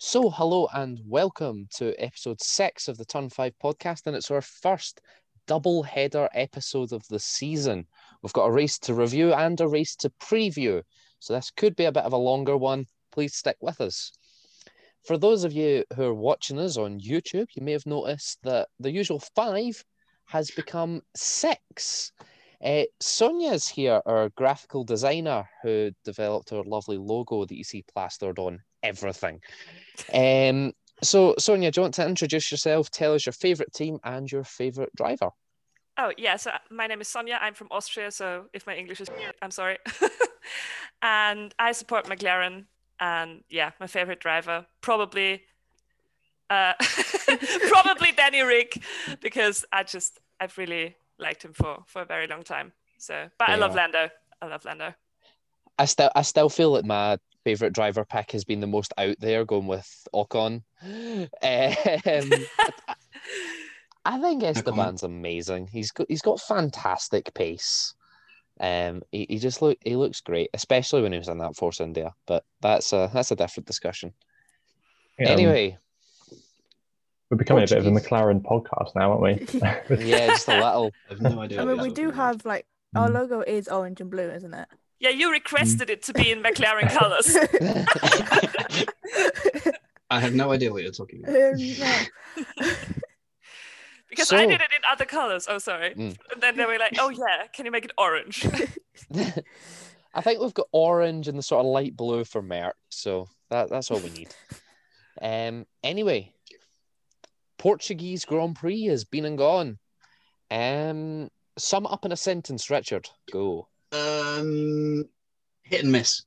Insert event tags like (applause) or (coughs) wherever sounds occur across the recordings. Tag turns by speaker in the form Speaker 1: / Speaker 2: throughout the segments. Speaker 1: So, hello and welcome to episode six of the Turn Five podcast, and it's our first double header episode of the season. We've got a race to review and a race to preview, so this could be a bit of a longer one. Please stick with us. For those of you who are watching us on YouTube, you may have noticed that the usual five has become six. Uh, Sonia's here, our graphical designer who developed our lovely logo that you see plastered on everything. Um, so, Sonia, do you want to introduce yourself? Tell us your favourite team and your favourite driver.
Speaker 2: Oh, yeah. So, my name is Sonia. I'm from Austria. So, if my English is, I'm sorry. (laughs) and I support McLaren. And yeah, my favourite driver, probably. Uh, (laughs)
Speaker 1: (laughs)
Speaker 2: probably Danny Rick because I just I've really liked him for for a very long time. So, but I love
Speaker 1: Yeah.
Speaker 2: Lando. I love Lando.
Speaker 1: I still, I still feel that my favourite driver pick has been the most out there, going with Ocon. Um, I
Speaker 3: (laughs)
Speaker 1: think Esteban's amazing. He's got he's got fantastic pace. Um, he, he just look he looks great, especially when he was in that Force India. But that's a that's a different discussion.
Speaker 3: Yeah, um,
Speaker 1: anyway,
Speaker 3: (laughs) we're becoming a bit of a
Speaker 1: Portuguese.
Speaker 3: McLaren podcast now, aren't we?
Speaker 4: (laughs)
Speaker 1: yeah, just a little.
Speaker 4: I have no idea.
Speaker 5: I
Speaker 4: what
Speaker 5: mean,
Speaker 4: the
Speaker 5: we
Speaker 4: other
Speaker 5: do
Speaker 4: one is.
Speaker 5: have like our
Speaker 3: Mm.
Speaker 5: logo is orange and blue, isn't it? (laughs)
Speaker 2: yeah,
Speaker 1: Mm.
Speaker 2: you requested it to be in McLaren
Speaker 1: (laughs)
Speaker 2: colours.
Speaker 4: I have no idea what you're talking
Speaker 5: (laughs)
Speaker 4: about.
Speaker 5: Um,
Speaker 1: (laughs)
Speaker 5: no.
Speaker 2: Because
Speaker 1: So-
Speaker 2: I did it in other colours. Oh, sorry.
Speaker 1: Mm.
Speaker 2: And then they were like, oh, yeah, can you make it orange? (laughs)
Speaker 1: (laughs) I think we've got orange and the sort of light blue for Merck, so that, that's all we need. Um, anyway, Portuguese Grand Prix has been and gone. Um, sum it up in a sentence, Richard. Go.
Speaker 4: Um, hit and miss.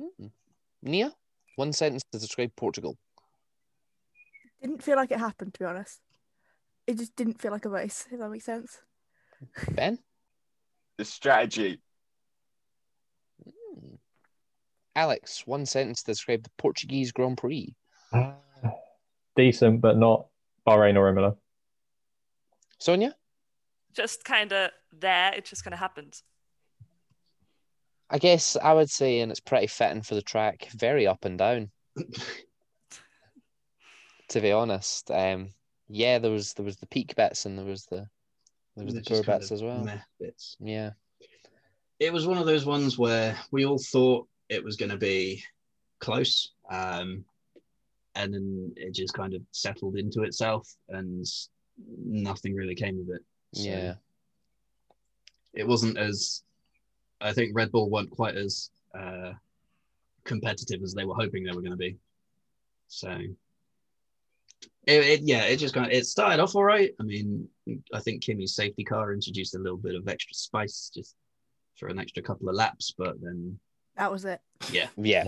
Speaker 1: Hmm. Nia, one sentence to describe Portugal.
Speaker 5: didn't feel like it happened, to be honest. It just didn't feel like a race, if that makes sense.
Speaker 1: Ben,
Speaker 6: the strategy.
Speaker 1: Hmm. Alex, one sentence to describe the Portuguese Grand Prix.
Speaker 3: Decent, but not Bahrain or Imola.
Speaker 1: Sonia,
Speaker 2: just kind of there. It just kind of happened.
Speaker 1: I guess I would say, and it's pretty fitting for the track, very up and
Speaker 4: (coughs)
Speaker 1: down. to be honest. Um, yeah, there was there was the peak bets and there was the there was the
Speaker 4: They're
Speaker 1: poor
Speaker 4: just kind
Speaker 1: bets
Speaker 4: of
Speaker 1: as well.
Speaker 4: meh bits.
Speaker 1: Yeah,
Speaker 4: It was one of those ones where we all thought it was going to be close, um, and then it just kind of settled into itself, and nothing really came of it. So
Speaker 1: yeah,
Speaker 4: it wasn't as I think Red Bull weren't quite as uh, competitive as they were hoping they were going to be. So it, it- yeah, it just kind of it started off all right. I mean, I think Kimmy's safety car introduced a little bit of extra spice just for an extra couple of laps, but then
Speaker 5: That was it. (laughs)
Speaker 1: yeah,
Speaker 4: yeah,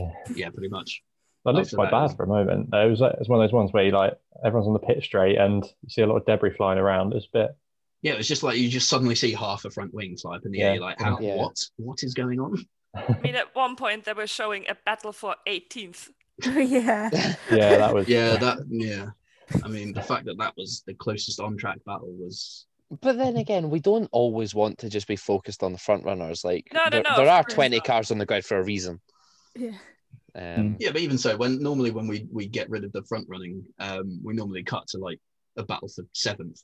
Speaker 4: pretty much.
Speaker 3: That looked
Speaker 4: After
Speaker 3: quite
Speaker 4: that,
Speaker 3: bad for a moment. Uh, It was, like, it was one of those ones where you like everyone's on the pit straight and you see a lot of debris flying around. It's a bit.
Speaker 4: Yeah, it was just like you just suddenly see half a front wing fly up in the air.
Speaker 3: Yeah.
Speaker 4: You're like, how,
Speaker 1: Yeah.
Speaker 4: what, what is going on?
Speaker 2: I mean, at one point, they were showing a battle for 18th.
Speaker 1: (laughs)
Speaker 5: yeah.
Speaker 3: Yeah, that was.
Speaker 4: (laughs) Yeah, that yeah. I mean, the fact that that was the closest on track battle was
Speaker 1: but then again, we don't always want to just be focused on the front runners. Like
Speaker 2: No, no,
Speaker 1: there,
Speaker 2: no,
Speaker 1: there
Speaker 2: of
Speaker 1: are
Speaker 2: course
Speaker 1: twenty
Speaker 2: not.
Speaker 1: cars on the grid for a reason.
Speaker 5: (laughs) Yeah.
Speaker 1: Um,
Speaker 4: Yeah, but even so, when normally when we we get rid of the front running, um, we normally cut to like a battle for seventh,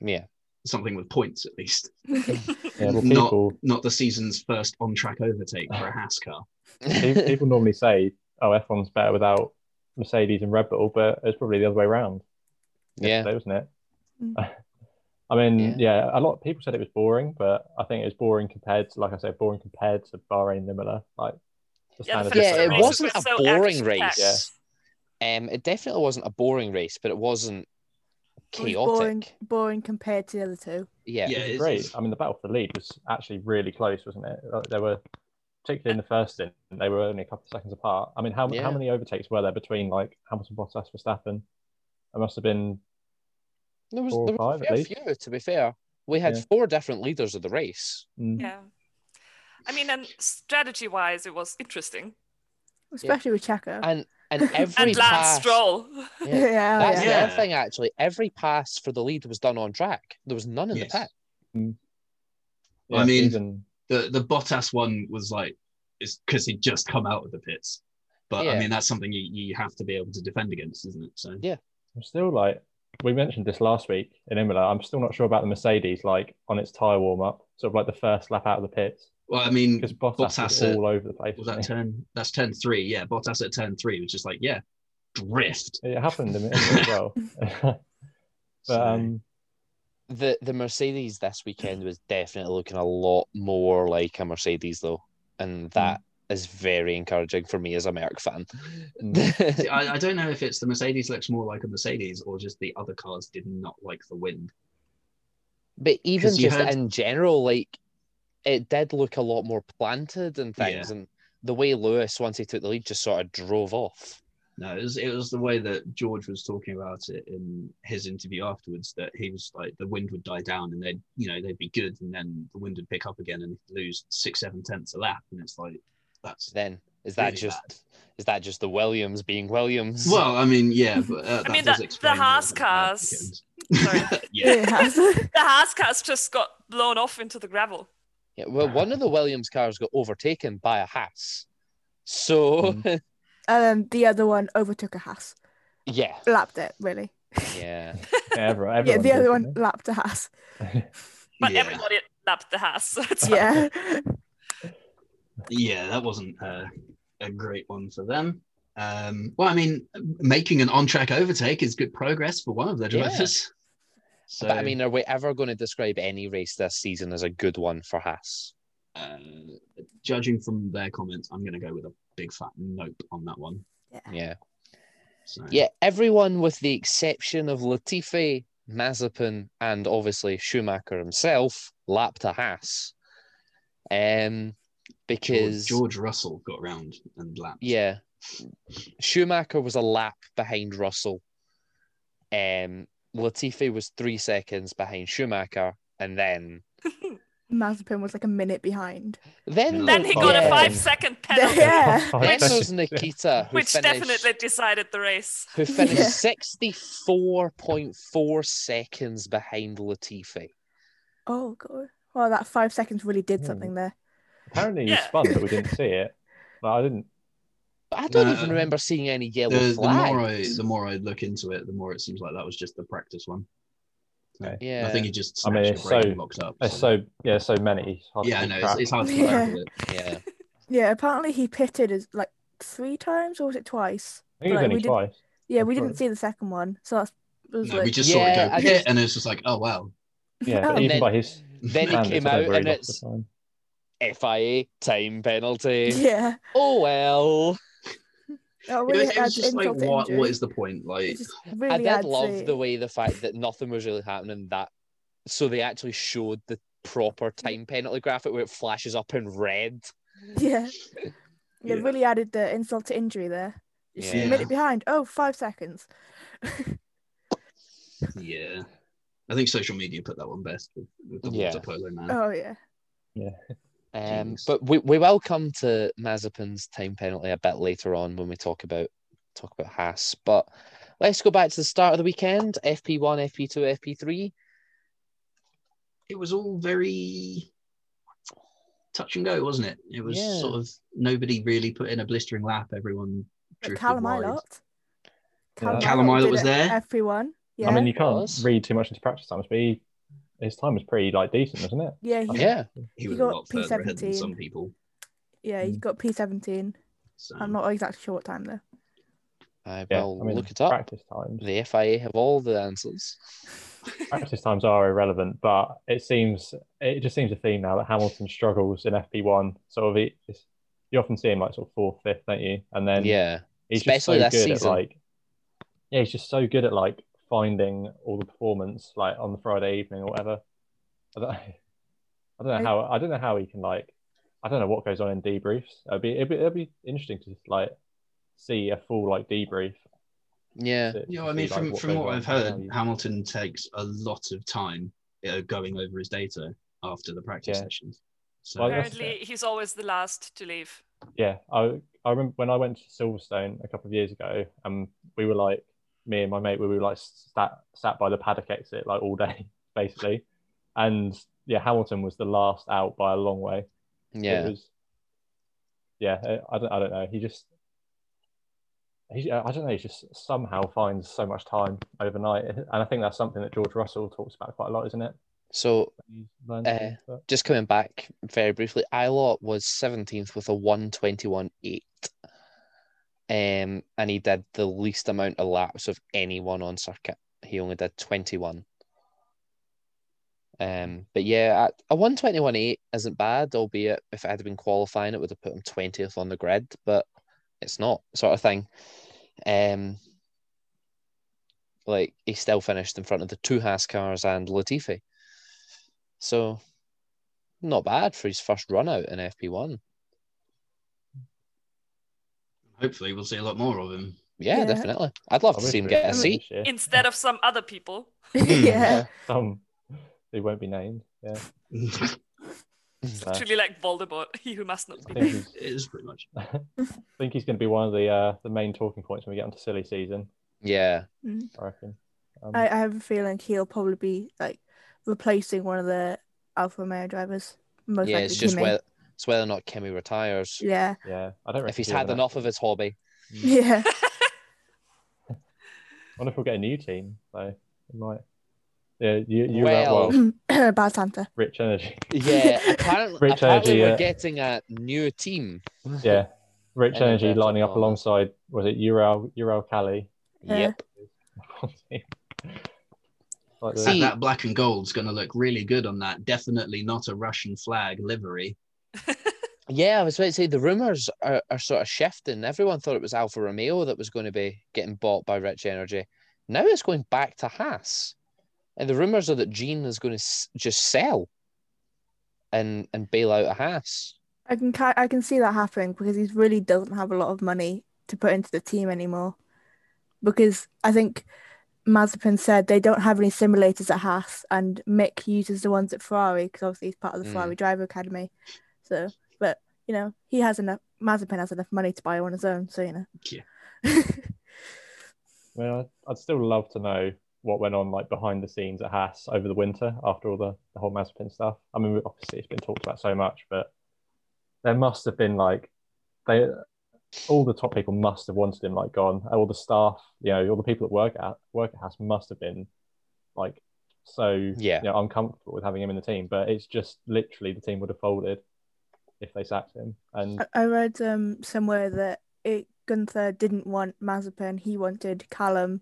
Speaker 1: yeah,
Speaker 4: something with points at least,
Speaker 3: yeah, well,
Speaker 4: Not-
Speaker 3: people,
Speaker 4: not the season's first on track overtake for a Haas car.
Speaker 1: (laughs)
Speaker 3: pe- people normally say, oh, F1's better without Mercedes and Red Bull, but it's probably the other way around.
Speaker 1: yeah.
Speaker 3: yesterday, wasn't it?
Speaker 5: Mm.
Speaker 3: (laughs) I mean, yeah. a lot of people said it was boring, but I think it was boring compared to, like I said, boring compared to Bahrain Imola. Like, the
Speaker 2: Yeah, the
Speaker 3: standard
Speaker 2: first
Speaker 1: Yeah,
Speaker 3: difference.
Speaker 1: it
Speaker 2: races
Speaker 1: wasn't
Speaker 2: were
Speaker 1: a
Speaker 2: so
Speaker 1: boring
Speaker 2: action-packed.
Speaker 1: race. Um, it definitely wasn't a boring race, but it wasn't
Speaker 5: It was
Speaker 1: chaotic.
Speaker 5: boring, boring compared to the other two.
Speaker 1: Yeah, yeah,
Speaker 4: Yeah,
Speaker 3: It was
Speaker 4: it's-
Speaker 3: great.
Speaker 4: it's-
Speaker 3: I mean, the battle for the lead was actually really close, wasn't it? Like, They were, particularly in the first stint, they were only a couple of seconds apart. I mean, how,
Speaker 1: Yeah.
Speaker 3: how many overtakes were there between like Hamilton, Bottas, Verstappen? There must have been,
Speaker 1: there was,
Speaker 3: four or
Speaker 1: there was
Speaker 3: five
Speaker 1: a
Speaker 3: at
Speaker 1: fair
Speaker 3: least.
Speaker 1: few. To be fair, we had
Speaker 3: Yeah.
Speaker 1: four different leaders of the race.
Speaker 3: mm,
Speaker 2: Yeah. I mean, and strategy wise, it was interesting.
Speaker 5: Especially with Checo.
Speaker 1: and and every
Speaker 2: and Lance
Speaker 1: pass,
Speaker 2: Stroll. (laughs)
Speaker 1: Yeah.
Speaker 5: (laughs) Oh, yeah.
Speaker 1: That's
Speaker 4: yeah.
Speaker 1: the other thing, actually. Every pass for the lead was done on track. There was none in
Speaker 4: Yes.
Speaker 1: the pit.
Speaker 3: yeah,
Speaker 4: I mean,
Speaker 3: even,
Speaker 4: The the Bottas one was like, it's because he'd just come out of the pits, But I
Speaker 1: Yeah.
Speaker 4: mean, that's something you, you have to be able to defend against, isn't it? So
Speaker 1: Yeah.
Speaker 3: I'm still like we mentioned this last week in Imola. I'm still not sure about the Mercedes like on its tyre warm up, sort of like the first lap out of the pits
Speaker 4: well, I mean,
Speaker 3: because Bottas was
Speaker 4: Bottas, uh,
Speaker 3: all over the place.
Speaker 4: was that
Speaker 3: wasn't
Speaker 4: turn? That's turn three. Yeah, Bottas at turn three was just like, yeah, drift.
Speaker 3: he? It happened in Imola as well. (laughs)
Speaker 4: So,
Speaker 3: but um,
Speaker 1: The the Mercedes this weekend was definitely looking a lot more like a Mercedes though,
Speaker 3: Mm.
Speaker 1: and that is very encouraging for me as a Merck fan. (laughs)
Speaker 3: Mm.
Speaker 4: see, I, I don't know if it's the Mercedes looks more like a Mercedes or just the other cars did not like the wind.
Speaker 1: But even
Speaker 4: Because you
Speaker 1: just
Speaker 4: had-
Speaker 1: in general, like it did look a lot more planted and things, and the way Lewis once he took the lead just sort of drove off.
Speaker 4: No, it was, it was the way that George was talking about it in his interview afterwards that he was like the wind would die down and they'd you know they'd be good and then the wind would pick up again and lose six seven tenths a lap and it's like that's
Speaker 1: Then is that
Speaker 4: Really
Speaker 1: just is that just the Williams being Williams?
Speaker 4: well I mean yeah but uh, that
Speaker 2: mean,
Speaker 4: does
Speaker 2: the- the
Speaker 4: explain why
Speaker 2: Haas
Speaker 4: they had
Speaker 2: cars.
Speaker 4: chickens.
Speaker 2: Sorry.
Speaker 4: yeah
Speaker 5: Yes.
Speaker 2: The Haas cars just got blown off into the gravel.
Speaker 1: Yeah, well, one of the Williams cars got overtaken by a Haas, so
Speaker 5: (laughs)
Speaker 4: Mm.
Speaker 5: and then the other one overtook a Haas.
Speaker 1: (laughs) yeah,
Speaker 5: Lapped it, really.
Speaker 1: yeah.
Speaker 3: yeah, everyone,
Speaker 5: yeah,
Speaker 3: everyone
Speaker 5: the
Speaker 3: did,
Speaker 5: other one
Speaker 3: didn't
Speaker 5: lapped a Haas. (laughs)
Speaker 2: But
Speaker 4: yeah.
Speaker 2: everybody lapped the Haas. So it's fine.
Speaker 5: Yeah.
Speaker 4: yeah, that wasn't uh, a great one for them. Um, well, I mean, making an on-track overtake is good progress for one of the
Speaker 1: Yeah.
Speaker 4: drivers. So,
Speaker 1: But I mean, are we ever going to describe any race this season as a good one for Haas?
Speaker 4: uh, judging from their comments, I'm going to go with a big fat nope on that one.
Speaker 1: Yeah.
Speaker 4: So,
Speaker 1: Yeah, everyone with the exception of Latifi, Mazepin, and obviously Schumacher himself lapped a Haas. Um,
Speaker 4: George,
Speaker 1: because
Speaker 4: George Russell got round and lapped.
Speaker 1: yeah, Schumacher was a lap behind Russell. Um, Latifi was three seconds behind Schumacher, and then
Speaker 5: Mazepin was like a minute behind.
Speaker 1: then
Speaker 2: (laughs) Then
Speaker 1: there-
Speaker 2: he
Speaker 1: (laughs)
Speaker 2: got
Speaker 1: yeah.
Speaker 2: a five second penalty,
Speaker 3: they? (laughs)
Speaker 5: Yeah.
Speaker 1: Then
Speaker 2: (laughs)
Speaker 3: Five
Speaker 1: there's
Speaker 3: seconds.
Speaker 1: Nikita, who
Speaker 2: which
Speaker 1: finished-
Speaker 2: definitely decided the race.
Speaker 1: who finished
Speaker 3: (laughs)
Speaker 5: Yeah.
Speaker 1: 64.4 seconds behind Latifi.
Speaker 5: Oh god. Well, that five seconds really did something there.
Speaker 3: Apparently, he
Speaker 2: Yeah.
Speaker 3: spun, but we didn't see it. Like, I didn't.
Speaker 1: But I don't
Speaker 4: No,
Speaker 1: even
Speaker 4: uh,
Speaker 1: remember seeing any yellow
Speaker 4: The, the more I
Speaker 1: flags.
Speaker 4: the more I look into it, the more it seems like that was just the practice one.
Speaker 1: yeah,
Speaker 4: I think he just
Speaker 3: I
Speaker 4: snatched
Speaker 3: mean,
Speaker 4: a
Speaker 3: it's
Speaker 4: break
Speaker 3: so-
Speaker 4: and locked up.
Speaker 3: There's so yeah, so many. It's hard to
Speaker 4: yeah, I
Speaker 3: keep
Speaker 4: know
Speaker 3: track.
Speaker 4: it's, it's hard to
Speaker 5: Yeah.
Speaker 4: yeah. it.
Speaker 1: yeah.
Speaker 5: Yeah. Apparently, he pitted as like three times, or was it twice?
Speaker 3: I think it was
Speaker 5: like,
Speaker 3: only
Speaker 5: we did-
Speaker 3: twice.
Speaker 5: Yeah,
Speaker 3: I'm
Speaker 5: we
Speaker 3: sure.
Speaker 5: didn't see the second one, so that's it was
Speaker 4: No,
Speaker 5: like, (laughs)
Speaker 4: we just
Speaker 1: Yeah,
Speaker 4: saw
Speaker 1: I
Speaker 4: it go pit,
Speaker 1: just-
Speaker 4: (laughs) and it's just like, oh wow.
Speaker 3: Yeah,
Speaker 5: Oh. (laughs)
Speaker 3: but
Speaker 5: And
Speaker 3: even
Speaker 1: then-
Speaker 3: by his
Speaker 1: Then he
Speaker 3: standards,
Speaker 1: came
Speaker 3: I
Speaker 1: out
Speaker 3: don't know
Speaker 1: and
Speaker 3: where he lost the
Speaker 1: it's
Speaker 3: time.
Speaker 1: FIA time penalty.
Speaker 5: yeah.
Speaker 1: Oh well.
Speaker 5: Oh,
Speaker 4: It
Speaker 5: really
Speaker 4: was, it was
Speaker 5: adds
Speaker 4: just like,
Speaker 5: insult to
Speaker 4: what,
Speaker 5: injury.
Speaker 4: what is the point?
Speaker 5: It
Speaker 4: Like,
Speaker 5: just
Speaker 1: I
Speaker 5: really
Speaker 1: did
Speaker 5: adds
Speaker 1: love
Speaker 5: the- (laughs)
Speaker 1: the way the fact that nothing was really happening. That so they actually showed the proper time penalty graphic where it flashes up in red. (laughs)
Speaker 5: Yeah. Yeah,
Speaker 4: Yeah.
Speaker 5: really added the insult to injury there. Just
Speaker 1: Yeah.
Speaker 5: A minute behind. Oh, five seconds.
Speaker 4: yeah. I think social media put that one best with, with the
Speaker 1: Yeah.
Speaker 4: water polo man.
Speaker 5: Oh yeah.
Speaker 1: Um,
Speaker 4: Jeez.
Speaker 1: but we, we will come to Mazepin's time penalty a bit later on when we talk about talk about Haas. But let's go back to the start of the weekend. FP one, FP two, FP three.
Speaker 4: It was all very touch and go, wasn't it? It was
Speaker 1: Yeah.
Speaker 4: sort of nobody really put in a blistering lap. Everyone
Speaker 5: But
Speaker 4: drifted
Speaker 5: Callum
Speaker 4: wide.
Speaker 5: Ilott.
Speaker 3: Yeah.
Speaker 4: Callum Ilott
Speaker 5: did
Speaker 4: was
Speaker 5: it,
Speaker 4: there.
Speaker 5: FP1. Yeah.
Speaker 3: I mean, you
Speaker 1: It
Speaker 3: can't
Speaker 1: was.
Speaker 3: read too much into practice times, but he, his time was pretty like decent, wasn't it?
Speaker 5: yeah, he, yeah.
Speaker 1: Yeah.
Speaker 4: He
Speaker 5: He
Speaker 4: was a
Speaker 5: got
Speaker 4: lot further ahead than
Speaker 5: P17.
Speaker 4: some people.
Speaker 5: he got P17.
Speaker 4: So.
Speaker 5: I'm not exactly sure what time though. (laughs)
Speaker 1: I
Speaker 3: Yeah,
Speaker 1: will
Speaker 3: I mean,
Speaker 1: look it up.
Speaker 3: Practice times.
Speaker 1: The FIA have all the answers.
Speaker 3: Practice times are irrelevant, but it seems it just seems a theme now that Hamilton struggles in FP1. Sort of, he, it's- you often see him like sort of fourth, fifth, don't you? And then
Speaker 1: yeah,
Speaker 3: he's
Speaker 1: Especially
Speaker 3: just
Speaker 1: this
Speaker 3: so good
Speaker 1: season.
Speaker 3: at like yeah he's just so good at like finding all the performance like on the friday evening or whatever i don't, (laughs) I don't know
Speaker 5: I-
Speaker 3: how i don't know how he can like i don't know what goes on in debriefs it'd be it'd be, it'd be interesting to just like see a full like debrief
Speaker 1: yeah,
Speaker 3: to-
Speaker 4: Yeah,
Speaker 3: to
Speaker 4: I mean,
Speaker 3: see, like,
Speaker 4: from, from
Speaker 3: goes
Speaker 4: what
Speaker 3: on,
Speaker 4: I've
Speaker 3: how
Speaker 4: heard,
Speaker 3: you-
Speaker 4: Hamilton takes a lot of time uh, going over his data after the practice
Speaker 3: Yeah.
Speaker 4: sessions. So,
Speaker 3: Well, that's-
Speaker 2: Apparently, he's always the last to leave.
Speaker 3: yeah i i remember when i went to silverstone a couple of years ago and we were like me and my mate we were like sat sat by the paddock exit like all day (laughs) basically and yeah hamilton was the last out by a long way It
Speaker 1: yeah.
Speaker 3: was- yeah, I- I don't, I don't know. He just he, I don't know, he just somehow finds so much time overnight, (laughs) and I think that's something that George Russell talks about quite a lot, isn't it?
Speaker 1: So
Speaker 3: He's learned
Speaker 1: Uh,
Speaker 3: things, but-
Speaker 1: just coming back very briefly, Ilot was 17th with a 121.8. Um, and he did the least amount of laps of anyone on circuit. He only did 21. Um, but yeah, at a 121.8 isn't bad, albeit if I had been qualifying, it would have put him 20th on the grid, but it's not sort of thing. Um, like he still finished in front of the two Haas cars and Latifi. So not bad for his first run out in FP1.
Speaker 4: Hopefully, we'll see a lot more of him. (laughs)
Speaker 1: Yeah,
Speaker 5: Yeah.
Speaker 1: definitely. I'd love
Speaker 3: I
Speaker 1: to
Speaker 3: wish
Speaker 1: see him
Speaker 3: we
Speaker 1: get
Speaker 3: had
Speaker 1: a
Speaker 5: Mm.
Speaker 1: seat.
Speaker 3: this year.
Speaker 2: instead of some other people.
Speaker 4: Hmm.
Speaker 5: yeah.
Speaker 3: Some they won't be named. Yeah,
Speaker 2: It's
Speaker 3: Uh,
Speaker 2: Literally like Voldemort, he who must not
Speaker 3: I
Speaker 2: be.
Speaker 3: think he's,
Speaker 4: it is pretty much.
Speaker 3: I think he's going to be one of the uh, the main talking points when we get onto silly season.
Speaker 1: Yeah.
Speaker 3: I reckon. Um,
Speaker 5: I, I have a feeling he'll probably be like replacing one of the Alfa Romeo drivers. Most
Speaker 1: yeah,
Speaker 5: likely
Speaker 1: it's just
Speaker 5: Kimi.
Speaker 1: whether, it's whether or not Kimmy retires.
Speaker 5: Yeah,
Speaker 3: yeah, I don't.
Speaker 1: If
Speaker 3: reckon
Speaker 1: he's
Speaker 3: he'll
Speaker 1: had
Speaker 3: ever-
Speaker 1: enough of his hobby.
Speaker 5: (laughs) yeah.
Speaker 3: I wonder if we'll get a new team though. It might. Yeah, you you uh,
Speaker 1: Well-
Speaker 3: well, well
Speaker 1: Oh.
Speaker 5: (clears throat) Bad Santa.
Speaker 3: rich
Speaker 1: (laughs)
Speaker 3: energy.
Speaker 1: Yeah, (laughs) apparently,
Speaker 3: Rich
Speaker 1: apparently
Speaker 3: energy,
Speaker 1: we're
Speaker 3: yeah.
Speaker 1: getting a new team.
Speaker 3: Yeah, rich
Speaker 1: Any
Speaker 3: energy
Speaker 1: better
Speaker 3: lining up
Speaker 1: partner.
Speaker 3: alongside was it Ural Ural (laughs) Cali?
Speaker 5: Yeah.
Speaker 1: Yep.
Speaker 3: like
Speaker 1: See-
Speaker 3: the,
Speaker 4: And that black and gold's going to look really good on that. Definitely not a Russian flag livery.
Speaker 1: Yeah, I was about to say the rumors are, are sort of shifting. Everyone thought it was Alfa Romeo that was going to be getting bought by Rich Energy. Now it's going back to Haas, and the rumors are that Gene is going to s- just sell and and bail out of Haas.
Speaker 5: I can ki- I can see that happening because he really doesn't have a lot of money to put into the team anymore. Because I think Mazepin said they don't have any simulators at Haas, and Mick uses the ones at Ferrari because obviously he's part of the
Speaker 1: Mm.
Speaker 5: Ferrari Driver Academy. So, but you know he has enough. Mazepin has enough money to buy one his own. So you know.
Speaker 4: Yeah.
Speaker 5: (laughs)
Speaker 3: I mean, I'd, I'd still love to know what went on like behind the scenes at Haas over the winter after all the, the whole Mazepin stuff. I mean, obviously it's been talked about so much, but there must have been like they all the top people must have wanted him like gone. All the staff, you know, all the people that work at work at Haas must have been like so
Speaker 1: Yeah.
Speaker 3: you know, uncomfortable with having him in the team. But it's just literally the team would have folded if they sacked him. And
Speaker 5: I- I read um somewhere that it Gunther didn't want Mazepin, he wanted Callum,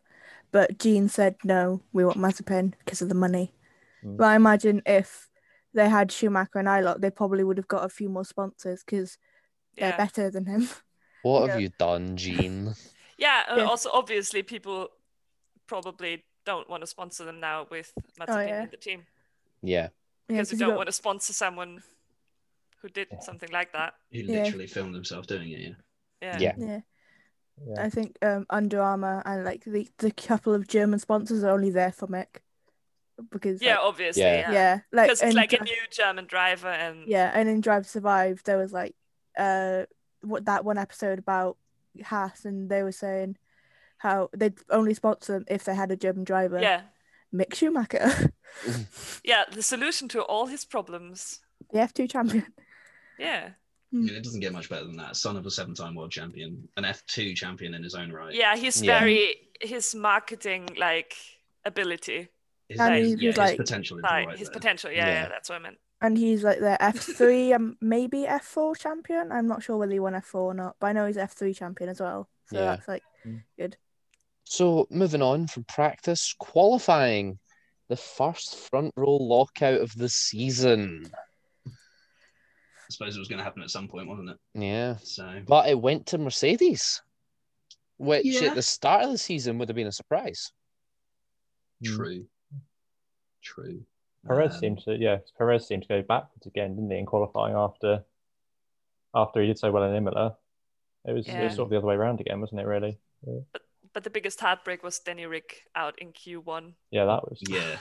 Speaker 5: but Jean said no, we want Mazepin because of the money.
Speaker 3: Mm.
Speaker 5: But I imagine if they had Schumacher and Ilott, they probably would have got a few more sponsors because
Speaker 2: (laughs)
Speaker 5: they're
Speaker 2: yeah.
Speaker 5: better than him. (laughs)
Speaker 1: What have
Speaker 5: Yeah.
Speaker 1: you done, Gene?
Speaker 2: Yeah, and
Speaker 5: Yeah.
Speaker 2: also obviously people probably don't want to sponsor them now with Mazepin
Speaker 5: Oh, yeah.
Speaker 2: in the team
Speaker 1: Yeah,
Speaker 5: Yeah,
Speaker 2: because
Speaker 5: 'cause
Speaker 2: you
Speaker 5: you
Speaker 2: don't
Speaker 5: got-
Speaker 2: want to sponsor someone who did
Speaker 3: Yeah.
Speaker 2: something like that.
Speaker 4: He
Speaker 5: Yeah.
Speaker 4: literally filmed himself doing it. Yeah.
Speaker 2: Yeah.
Speaker 1: Yeah.
Speaker 5: yeah,
Speaker 3: yeah,
Speaker 5: I think um Under Armour and like the, the couple of German sponsors are only there for Mick because
Speaker 2: Yeah,
Speaker 5: like,
Speaker 2: obviously.
Speaker 1: Yeah.
Speaker 2: Yeah.
Speaker 5: yeah, like
Speaker 2: Because
Speaker 5: and
Speaker 2: it's like a
Speaker 5: Dra-
Speaker 2: new German driver and
Speaker 5: Yeah, and in Drive to Survive, there was like uh what that one episode about Haas, and they were saying how they'd only sponsor them if they had a German driver,
Speaker 2: yeah.
Speaker 5: Mick Schumacher, (laughs)
Speaker 2: Yeah, the solution to all his problems.
Speaker 5: the F2 champion.
Speaker 2: Yeah.
Speaker 4: I mean, it doesn't get much better than that. Son of a seven-time world champion, an F2 champion in his own right.
Speaker 2: Yeah, he's
Speaker 1: Yeah.
Speaker 2: very his marketing like ability.
Speaker 4: His,
Speaker 5: And
Speaker 4: his-
Speaker 5: he-
Speaker 4: yeah,
Speaker 5: he's
Speaker 4: his
Speaker 5: like-
Speaker 4: potential is
Speaker 2: Like
Speaker 4: right
Speaker 2: his
Speaker 4: there.
Speaker 2: potential. Yeah, yeah,
Speaker 1: Yeah.
Speaker 2: that's what I meant.
Speaker 5: And he's like their F3 and um, maybe F4 champion. I'm not sure whether he won F4 or not, but I know he's F3 champion as well. So
Speaker 1: Yeah.
Speaker 5: that's like
Speaker 1: So moving on from practice, qualifying, the first front row lockout of the season.
Speaker 4: I suppose it was going to happen at some point, wasn't it?
Speaker 1: Yeah,
Speaker 5: Mm.
Speaker 4: So
Speaker 1: but it went to Mercedes, which
Speaker 4: Yeah.
Speaker 1: at the start of the season would have been a surprise.
Speaker 3: Hmm.
Speaker 4: true, true.
Speaker 3: Perez
Speaker 4: Um,
Speaker 3: seemed to yeah, 'cause Perez seemed to go backwards again, didn't he, in qualifying after after he did so well in Imola. It was, it
Speaker 2: Yeah.
Speaker 3: was sort of the other way around again, wasn't it? Really?
Speaker 2: But the biggest heartbreak was Danny Rick out in Q1.
Speaker 3: Yeah, that was.
Speaker 4: Yeah,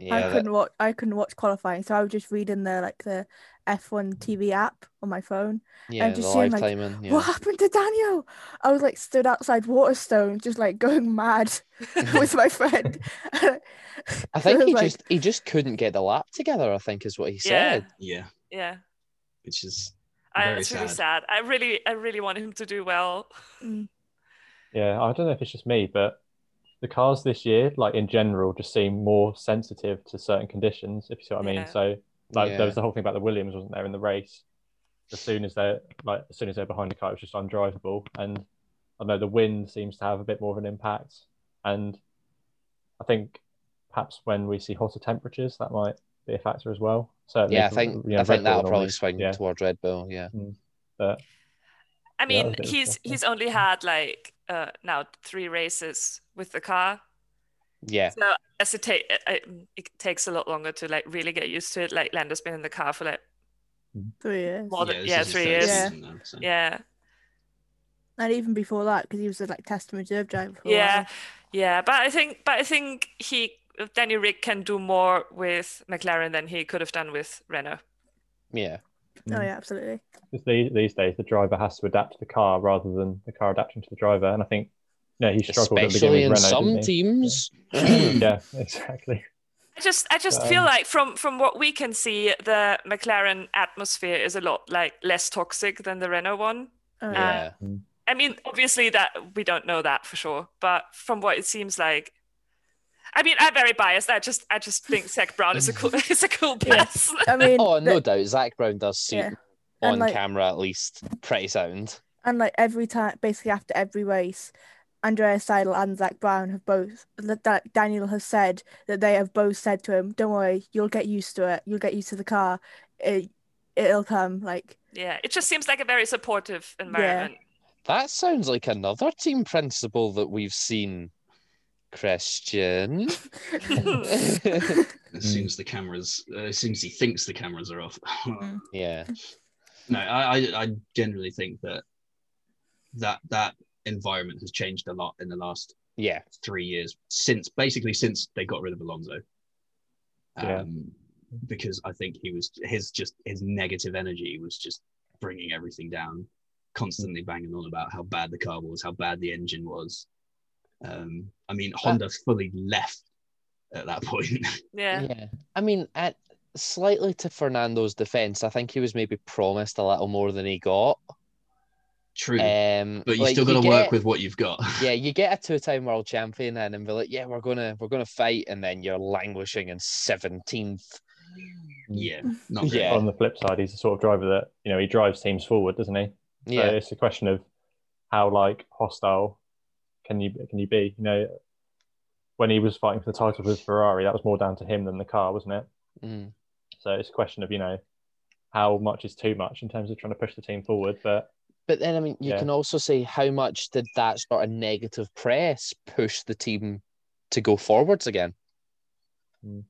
Speaker 1: Yeah,
Speaker 5: I
Speaker 1: that-
Speaker 5: couldn't watch I couldn't watch qualifying, so I was just reading the like the F1 TV app on my phone.
Speaker 1: yeah, the
Speaker 5: just
Speaker 1: live
Speaker 5: seemed like,
Speaker 1: timing. Yeah.
Speaker 5: What (laughs) happened to Daniel? I was like stood outside Waterstone, just like (laughs) going mad (laughs) with my friend.
Speaker 1: (laughs) I
Speaker 5: (laughs)
Speaker 1: think
Speaker 5: was
Speaker 1: he
Speaker 5: like-
Speaker 1: just he just couldn't get the lap together. I think is what he
Speaker 2: Yeah.
Speaker 1: said.
Speaker 4: yeah,
Speaker 2: Yeah.
Speaker 4: which is
Speaker 2: I,
Speaker 4: Very
Speaker 2: it's really
Speaker 4: sad.
Speaker 2: sad. I really I really want him to do well.
Speaker 3: Yeah, I don't know if it's just me, but the cars this year, like in general, just seem more sensitive to certain conditions, if you see what I mean.
Speaker 2: Yeah.
Speaker 3: So like
Speaker 1: Yeah.
Speaker 3: there was the whole thing about the Williams, wasn't there, in the race. As soon as they're like as soon as they're behind the car, it was just undrivable. And I know the wind seems to have a bit more of an impact. And I think perhaps when we see hotter temperatures, that might be a factor as well. Certainly,
Speaker 1: yeah, I
Speaker 3: from-
Speaker 1: think
Speaker 3: you know,
Speaker 1: I
Speaker 3: Red
Speaker 1: think
Speaker 3: Bull
Speaker 1: that'll
Speaker 3: and all
Speaker 1: probably
Speaker 3: these-
Speaker 1: swing
Speaker 3: yeah.
Speaker 1: toward Red Bull. Yeah,
Speaker 3: But
Speaker 2: I
Speaker 3: Yeah,
Speaker 2: mean,
Speaker 3: that was
Speaker 2: he's
Speaker 3: interesting.
Speaker 2: he's only had like uh, now three races with the car,
Speaker 1: yeah,
Speaker 2: so as it, ta- it, it, it takes a lot longer to like really get used to it. Like Lando's been in the car for like
Speaker 5: three years.
Speaker 2: more than
Speaker 4: this
Speaker 2: yeah
Speaker 4: is his
Speaker 2: three
Speaker 4: third
Speaker 2: years.
Speaker 5: Yeah.
Speaker 4: season now, so.
Speaker 2: Yeah,
Speaker 5: And even before that, because he was a like test and reserve driver for a
Speaker 2: Yeah.
Speaker 5: while.
Speaker 2: yeah, but I think but I think he Danny Rick can do more with McLaren than he could have done with Renault.
Speaker 1: yeah,
Speaker 5: Oh
Speaker 3: Mm.
Speaker 5: yeah, absolutely.
Speaker 3: Because these, these days the driver has to adapt to the car rather than the car adapting to the driver. And I think, you know, he struggled at the
Speaker 1: especially
Speaker 3: beginning
Speaker 1: in
Speaker 3: with Renault.
Speaker 1: some
Speaker 3: didn't he?
Speaker 1: teams.
Speaker 3: (laughs) yeah, exactly.
Speaker 2: I just I just feel
Speaker 3: Um,
Speaker 2: like from from what we can see, the McLaren atmosphere is a lot like less toxic than the Renault one.
Speaker 5: Oh, yeah.
Speaker 1: yeah,
Speaker 2: I mean, obviously that we don't know that for sure, but from what it seems like, I mean, I'm very biased. I just I just think Zach Brown is a cool (laughs) is a cool person.
Speaker 5: I mean,
Speaker 1: (laughs) oh,
Speaker 5: the-
Speaker 1: no doubt, Zach Brown does seem
Speaker 5: Yeah. And,
Speaker 1: on
Speaker 5: like-
Speaker 1: camera at least pretty sound.
Speaker 5: and like every time, basically after every race, Andrea Seidel and Zach Brown have both that Daniel has said that they have both said to him, "Don't worry, you'll get used to it. You'll get used to the car. It, it'll come." Like, (laughs)
Speaker 2: Yeah, it just seems like a very supportive environment.
Speaker 1: That sounds like another team principle that we've seen, Christian. (laughs)
Speaker 4: As soon as the cameras, uh, as soon as he thinks the cameras are off.
Speaker 5: Mm.
Speaker 1: yeah,
Speaker 4: no, I, I, I generally think that that that environment has changed a lot in the last
Speaker 1: yeah,
Speaker 4: three years since basically since they got rid of Alonso. Um,
Speaker 3: Yeah.
Speaker 4: Because I think he was his just his negative energy was just bringing everything down, constantly banging on about how bad the car was, how bad the engine was. Um, I mean,
Speaker 1: Uh,
Speaker 4: Honda fully left at that (laughs) point.
Speaker 2: Yeah.
Speaker 1: yeah. I mean, at slightly to Fernando's defense, I think he was maybe promised a little more than he got.
Speaker 4: True,
Speaker 1: Um,
Speaker 4: but you
Speaker 1: like,
Speaker 4: still got to work
Speaker 1: get-
Speaker 4: with what you've got. (laughs)
Speaker 1: yeah, you get a two-time world champion then and be like, yeah, we're gonna we're gonna fight, and then you're languishing in seventeenth.
Speaker 4: yeah, not really.
Speaker 1: Yeah.
Speaker 3: On the flip side, he's the sort of driver that you know he drives teams forward, doesn't he?
Speaker 1: Yeah,
Speaker 3: So it's a question of how like hostile can you can you be? You know, when he was fighting for the title with Ferrari, that was more down to him than the car, wasn't it?
Speaker 1: Mm.
Speaker 3: So it's a question of you know how much is too much in terms of trying to push the team forward. But
Speaker 1: but then I mean, you
Speaker 3: Yeah.
Speaker 1: can also say how much did that sort of negative press push the team to go forwards again?
Speaker 4: Hmm.
Speaker 3: Mm.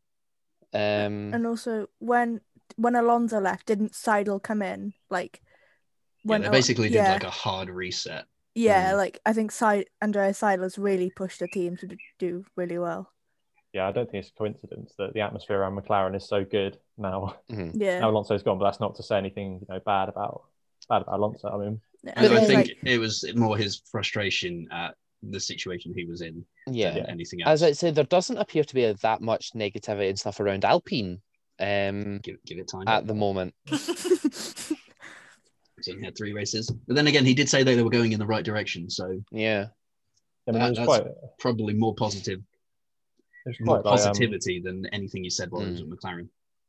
Speaker 1: Um,
Speaker 5: and also when when Alonso left, didn't Seidel come in? Like,
Speaker 4: Yeah,
Speaker 5: when
Speaker 4: they
Speaker 5: Al-
Speaker 4: basically did
Speaker 5: yeah.
Speaker 4: like a hard reset.
Speaker 5: Yeah,
Speaker 4: Um,
Speaker 1: Mm.
Speaker 5: like I think Sid- Andrea Seidler's really pushed the team to d- do really well.
Speaker 3: yeah, I don't think it's a coincidence that the atmosphere around McLaren is so good now. now
Speaker 4: Oh,
Speaker 5: Yeah,
Speaker 3: Alonso's gone, but that's not to say anything you know bad about bad about Alonso. I mean,
Speaker 5: yeah.
Speaker 4: And
Speaker 1: But
Speaker 4: I
Speaker 1: then,
Speaker 4: think
Speaker 5: like,
Speaker 4: it was more his frustration at the situation he was in
Speaker 1: yeah.
Speaker 4: than anything else.
Speaker 1: As I say, there doesn't appear to be that much negativity and stuff around Alpine um,
Speaker 4: give, give it time.
Speaker 1: at the moment.
Speaker 4: (laughs) He's only had three races. But then again, he did say that they were going in the right direction. So
Speaker 1: Yeah,
Speaker 3: I mean,
Speaker 4: That-
Speaker 3: it was
Speaker 4: that's-
Speaker 3: quite, it
Speaker 4: probably more positive,
Speaker 3: was
Speaker 4: more
Speaker 3: quite like, um, Hmm.
Speaker 4: positivity than anything he said while he was at McLaren.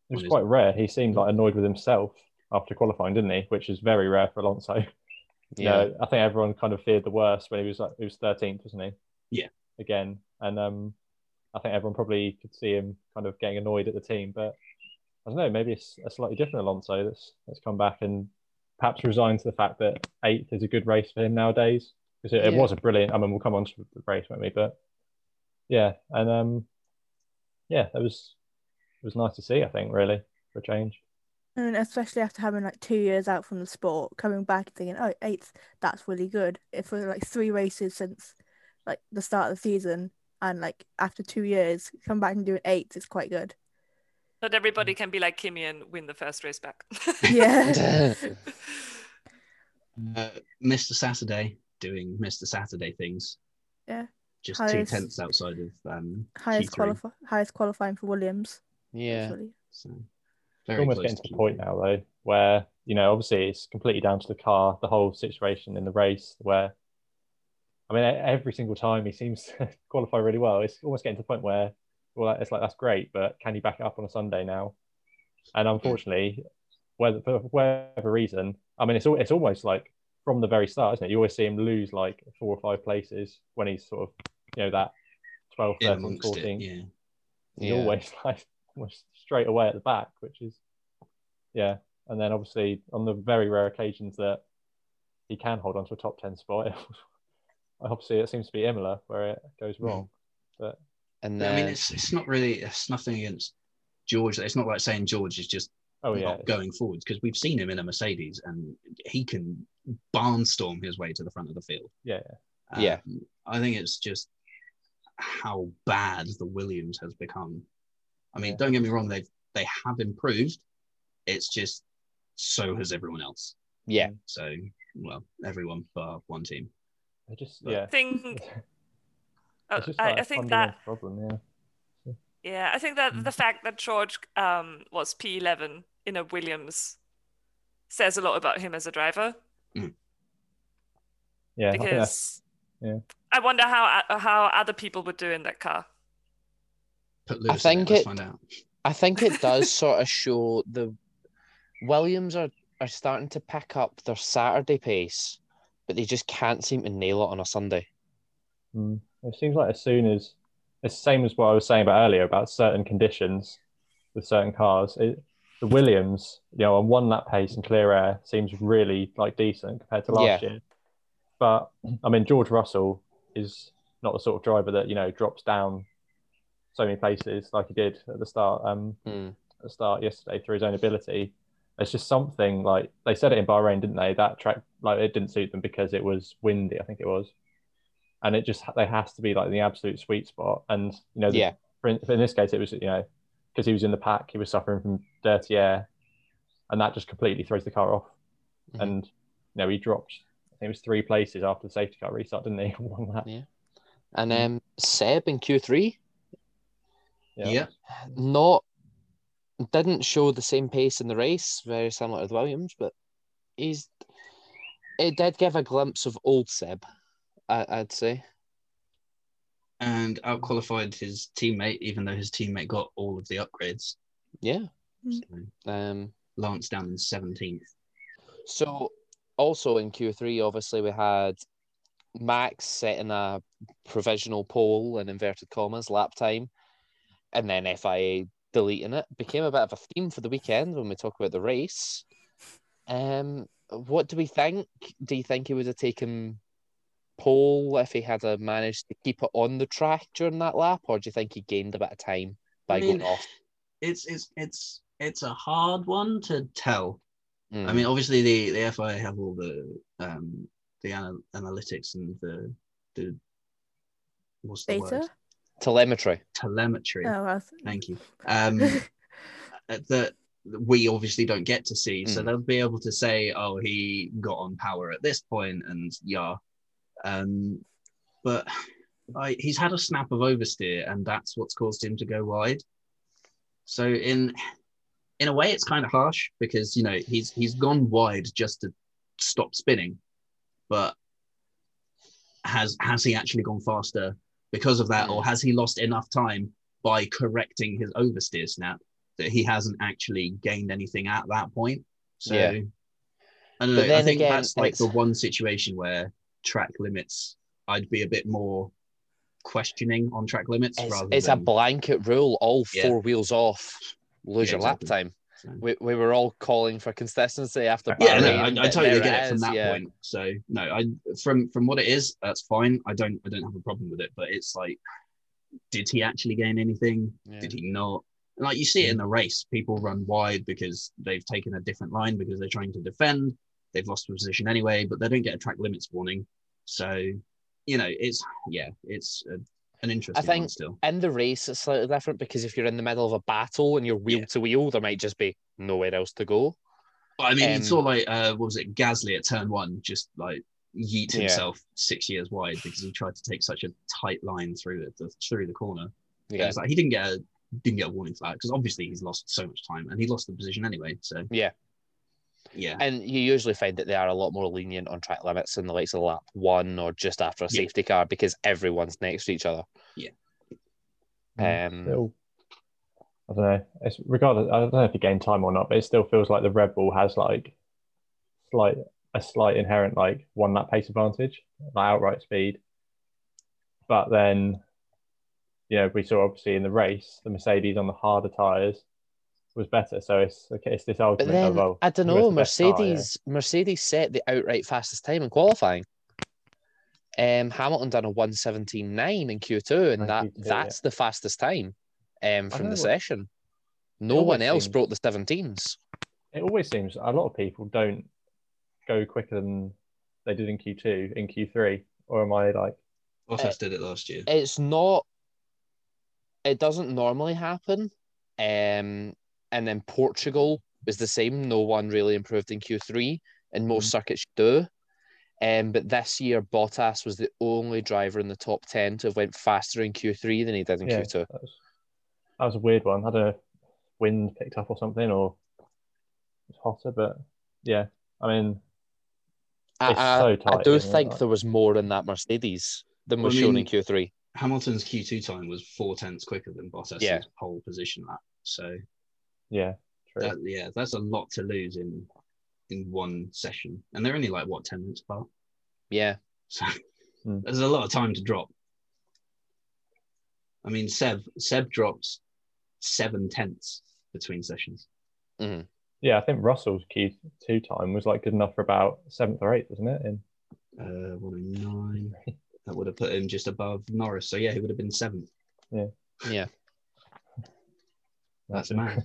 Speaker 3: It was
Speaker 4: Honest.
Speaker 3: quite rare. He seemed like annoyed with himself after qualifying, didn't he? Which is very rare for Alonso. You
Speaker 1: yeah. (laughs)
Speaker 4: (laughs)
Speaker 3: know, I think everyone kind of feared the worst when he was like he was thirteenth, wasn't he?
Speaker 4: Yeah.
Speaker 3: Again, and um, I think everyone probably could see him kind of getting annoyed at the team, but I don't know. Maybe it's a slightly different Alonso that's that's come back and perhaps resigned to the fact that eighth is a good race for him nowadays because it, it
Speaker 1: Yeah.
Speaker 3: was a brilliant. I mean, we'll come on to the race, won't we? But yeah, and um, yeah, it was it was nice to see. I think really for a change.
Speaker 5: (laughs) I mean, especially after having like two years out from the sport, coming back and thinking, oh, eighth, that's really good. If we're like three races since like the start of the season, and like after two years, come back and do an eighth is quite good.
Speaker 2: Not everybody can be like Kimi and win the first race back. (laughs)
Speaker 5: Yeah,
Speaker 4: Uh, Mr. Saturday doing Mr. Saturday things.
Speaker 5: Yeah.
Speaker 4: Just two
Speaker 5: Highest-
Speaker 4: tenths outside of um,
Speaker 5: highest
Speaker 4: Q3,
Speaker 5: qualify, highest qualifying for Williams.
Speaker 1: yeah.
Speaker 5: actually.
Speaker 4: So
Speaker 3: It's
Speaker 4: very
Speaker 3: almost
Speaker 4: close
Speaker 3: getting to
Speaker 4: Q3.
Speaker 3: the point now though where you know obviously it's completely down to the car the whole situation in the race where I mean, e- every single time he seems (laughs) to qualify really well. It's almost getting to the point where, well, it's like that's great, but can you back it up on a Sunday now?
Speaker 4: Hmm.
Speaker 3: And unfortunately, whether for whatever reason, I mean, it's al- it's almost like from the very start, isn't it? You always see him lose like four or five places when he's sort of, you know, that 12,
Speaker 4: in
Speaker 3: 13,
Speaker 4: amongst
Speaker 3: 14.
Speaker 4: it. Yeah.
Speaker 3: He's always (laughs) like almost straight away at the back, which is yeah. And then obviously on the very rare occasions that he can hold on to a top ten spot, (laughs) obviously it seems to be Imola where it goes
Speaker 4: Mm-hmm.
Speaker 3: wrong.
Speaker 1: And
Speaker 4: I
Speaker 1: then,
Speaker 4: mean, it's it's not really it's nothing against George. It's not like saying George is just
Speaker 3: Oh yeah,
Speaker 4: not going forwards because we've seen him in a Mercedes and he can barnstorm his way to the front of the field.
Speaker 3: yeah,
Speaker 4: Um,
Speaker 1: Yeah.
Speaker 4: I think it's just how bad the Williams has become. I mean,
Speaker 3: Yeah.
Speaker 4: don't get me wrong; they they have improved. It's just so has everyone else.
Speaker 1: yeah,
Speaker 4: So, well, everyone bar one team.
Speaker 3: they just
Speaker 4: But-
Speaker 2: (laughs)
Speaker 3: yeah.
Speaker 2: I think,
Speaker 3: It's (laughs)
Speaker 2: uh,
Speaker 3: just
Speaker 2: Oh, I,
Speaker 3: like a
Speaker 2: I think that
Speaker 3: fundamental problem. Yeah,
Speaker 2: Yeah, I think that
Speaker 3: Mm.
Speaker 2: the fact that George um, was P11 in a Williams says a lot about him as a driver
Speaker 3: yeah. (laughs) I think that's-
Speaker 2: because
Speaker 3: yeah.
Speaker 2: I wonder how uh, how other people would do in that car.
Speaker 4: Put Lewis in
Speaker 1: think
Speaker 4: it, let's
Speaker 1: it-
Speaker 4: find out.
Speaker 1: I think it does sort of show the Williams are are starting to pick up their Saturday pace, but they just can't seem to nail it on a Sunday.
Speaker 3: Mm. It seems like as soon as it's the same as what I was saying about earlier about certain conditions with certain cars, it, the Williams, you know, on one lap pace and clear air seems really like decent compared to last year. But I mean, George Russell is not the sort of driver that you know drops down so many places like he did at the start. Um,
Speaker 1: Mm.
Speaker 3: at the start yesterday through his own ability. It's just something like they said it in Bahrain, didn't they? That track, like it didn't suit them because it was windy, I think it was, and it just they has to be like in the absolute sweet spot. And you know, the,
Speaker 1: Yeah.
Speaker 3: for in, for in this case, it was you know because he was in the pack, he was suffering from dirty air, and that just completely throws the car off.
Speaker 1: Mhm.
Speaker 3: And you know, he dropped. I think it was three places after the safety car restart, didn't he? (laughs) One lap.
Speaker 1: And um, Seb in Q three
Speaker 4: Yeah.
Speaker 1: not didn't show the same pace in the race, very similar to the Williams, but he's it did give a glimpse of old Seb, I, I'd say.
Speaker 4: and outqualified his teammate, even though his teammate got all of the upgrades.
Speaker 1: Yeah.
Speaker 5: Mm.
Speaker 4: So,
Speaker 1: Um.
Speaker 4: Lance down in seventeenth.
Speaker 1: So also in Q three, obviously we had Max setting a provisional pole in inverted commas lap time, and then FIA deleting it became a bit of a theme for the weekend when we talk about the race. Um, what do we think? Do you think he would have taken pole if he had uh, managed to keep it on the track during that lap, or do you think he gained a bit of time by
Speaker 4: I mean,
Speaker 1: going off?
Speaker 4: It's it's it's it's a hard one to tell. I
Speaker 1: Mm,
Speaker 4: mean, obviously the the FIA have all the um the ana- analytics and the the what's the
Speaker 5: Data?
Speaker 4: word
Speaker 1: telemetry.
Speaker 4: telemetry.
Speaker 5: Oh, well,
Speaker 4: Thank you. Um, uh, that we obviously don't get to see, so
Speaker 1: Mm.
Speaker 4: they'll be able to say, "Oh, he got on power at this point," and yeah. Um, but I, he's had a snap of oversteer, and that's what's caused him to go wide. So in in a way, it's kind of harsh because you know he's he's gone wide just to stop spinning, but has has he actually gone faster because of that, or has he lost enough time by correcting his oversteer snap that he hasn't actually gained anything at that point? So
Speaker 1: Yeah.
Speaker 4: I
Speaker 1: But
Speaker 4: don't know. I
Speaker 1: then
Speaker 4: think
Speaker 1: again,
Speaker 4: that's like
Speaker 1: it's-
Speaker 4: the one situation where track limits, I'd be a bit more questioning on track limits
Speaker 1: It's,
Speaker 4: rather
Speaker 1: it's a
Speaker 4: than
Speaker 1: blanket rule. All
Speaker 4: Yeah.
Speaker 1: four wheels off, lose
Speaker 4: Yeah,
Speaker 1: your
Speaker 4: exactly.
Speaker 1: lap time.
Speaker 4: So-
Speaker 1: We, we were all calling for consistency after.
Speaker 4: yeah, no,
Speaker 1: Bahrain,
Speaker 4: I, I
Speaker 1: but
Speaker 4: totally
Speaker 1: there
Speaker 4: get it from
Speaker 1: is,
Speaker 4: that
Speaker 1: yeah.
Speaker 4: point. So no, I from from what it is, that's fine. I don't I don't have a problem with it, but it's like, did he actually gain anything?
Speaker 1: Yeah.
Speaker 4: Did he not? And like you see it in the race, people run wide because they've taken a different line because they're trying to defend. They've lost position anyway, but they don't get a track limits warning. So, you know, it's yeah, it's a, an interesting one
Speaker 1: think-
Speaker 4: still.
Speaker 1: In the race, it's slightly different because if you're in the middle of a battle and you're wheel to wheel, there might just be nowhere else to go.
Speaker 4: But I mean,
Speaker 1: um,
Speaker 4: you saw like uh, what was it, Gasly at turn one, just like yeet
Speaker 1: Yeah.
Speaker 4: himself six years wide because he tried to take such a tight line through the, the through the corner. Yeah.
Speaker 1: Yeah,
Speaker 4: It's like he didn't get a didn't get a warning for that because obviously he's lost so much time and he lost the position anyway. So Yeah.
Speaker 1: And you usually find that they are a lot more lenient on track limits than the likes of lap one or just after a
Speaker 4: Yeah.
Speaker 1: safety car because everyone's next to each other. Um,
Speaker 3: still, I don't know. It's regardless. I don't know if you gain time or not, but it still feels like the Red Bull has like slight a slight inherent like one lap pace advantage, like outright speed. But then, you know, we saw obviously in the race the Mercedes on the harder tires was better. So it's it's this
Speaker 1: But
Speaker 3: argument
Speaker 1: then
Speaker 3: of well,
Speaker 1: I don't
Speaker 3: who has
Speaker 1: know.
Speaker 3: the best car, yeah.
Speaker 1: Mercedes Mercedes set the outright fastest time in qualifying. Um, Hamilton done a one seventeen nine in Q two, and that
Speaker 3: 92, yeah.
Speaker 1: that's the fastest time um, from
Speaker 3: know
Speaker 1: the
Speaker 3: what-
Speaker 1: session. No
Speaker 3: always
Speaker 1: one else
Speaker 3: seems-
Speaker 1: broke the seventeens.
Speaker 3: it always seems a lot of people don't go quicker than they did in Q2 in Q3 or am I like
Speaker 4: Bottas did it last year.
Speaker 1: It's not. It doesn't normally happen. Um, and then Portugal was the same. No one really improved in Q three, and
Speaker 3: Mm-hmm.
Speaker 1: most circuits do. Um, but this year, Bottas was the only driver in the top ten to have went faster in Q three than he did in
Speaker 3: Yeah,
Speaker 1: Q two.
Speaker 3: That was, that was a weird one. I don't know if wind picked up or something or it's hotter, but yeah. I mean,
Speaker 1: I,
Speaker 3: It's
Speaker 1: I-
Speaker 3: so
Speaker 1: I
Speaker 3: tight,
Speaker 1: do
Speaker 3: isn't it?
Speaker 1: think
Speaker 3: Like-
Speaker 1: there was more in that Mercedes than
Speaker 4: Well,
Speaker 1: was
Speaker 4: I
Speaker 1: shown
Speaker 4: mean-
Speaker 1: in Q3.
Speaker 4: Hamilton's Q2 time was four tenths quicker than Bottas'
Speaker 1: Yeah.
Speaker 4: pole position lap. So
Speaker 3: yeah, true.
Speaker 4: that, yeah, that's a lot to lose in in one session, and they're only like what ten minutes apart.
Speaker 1: Yeah,
Speaker 4: So
Speaker 3: Hmm.
Speaker 4: there's a lot of time to drop. I mean, Seb Seb dropped seven tenths between sessions.
Speaker 3: yeah, I think Russell's Q2 time was like good enough for about seventh or eighth, wasn't it? In
Speaker 4: Uh, one oh nine. That would have put him just above Norris. So yeah, he would have been seventh.
Speaker 1: yeah.
Speaker 4: That's mad.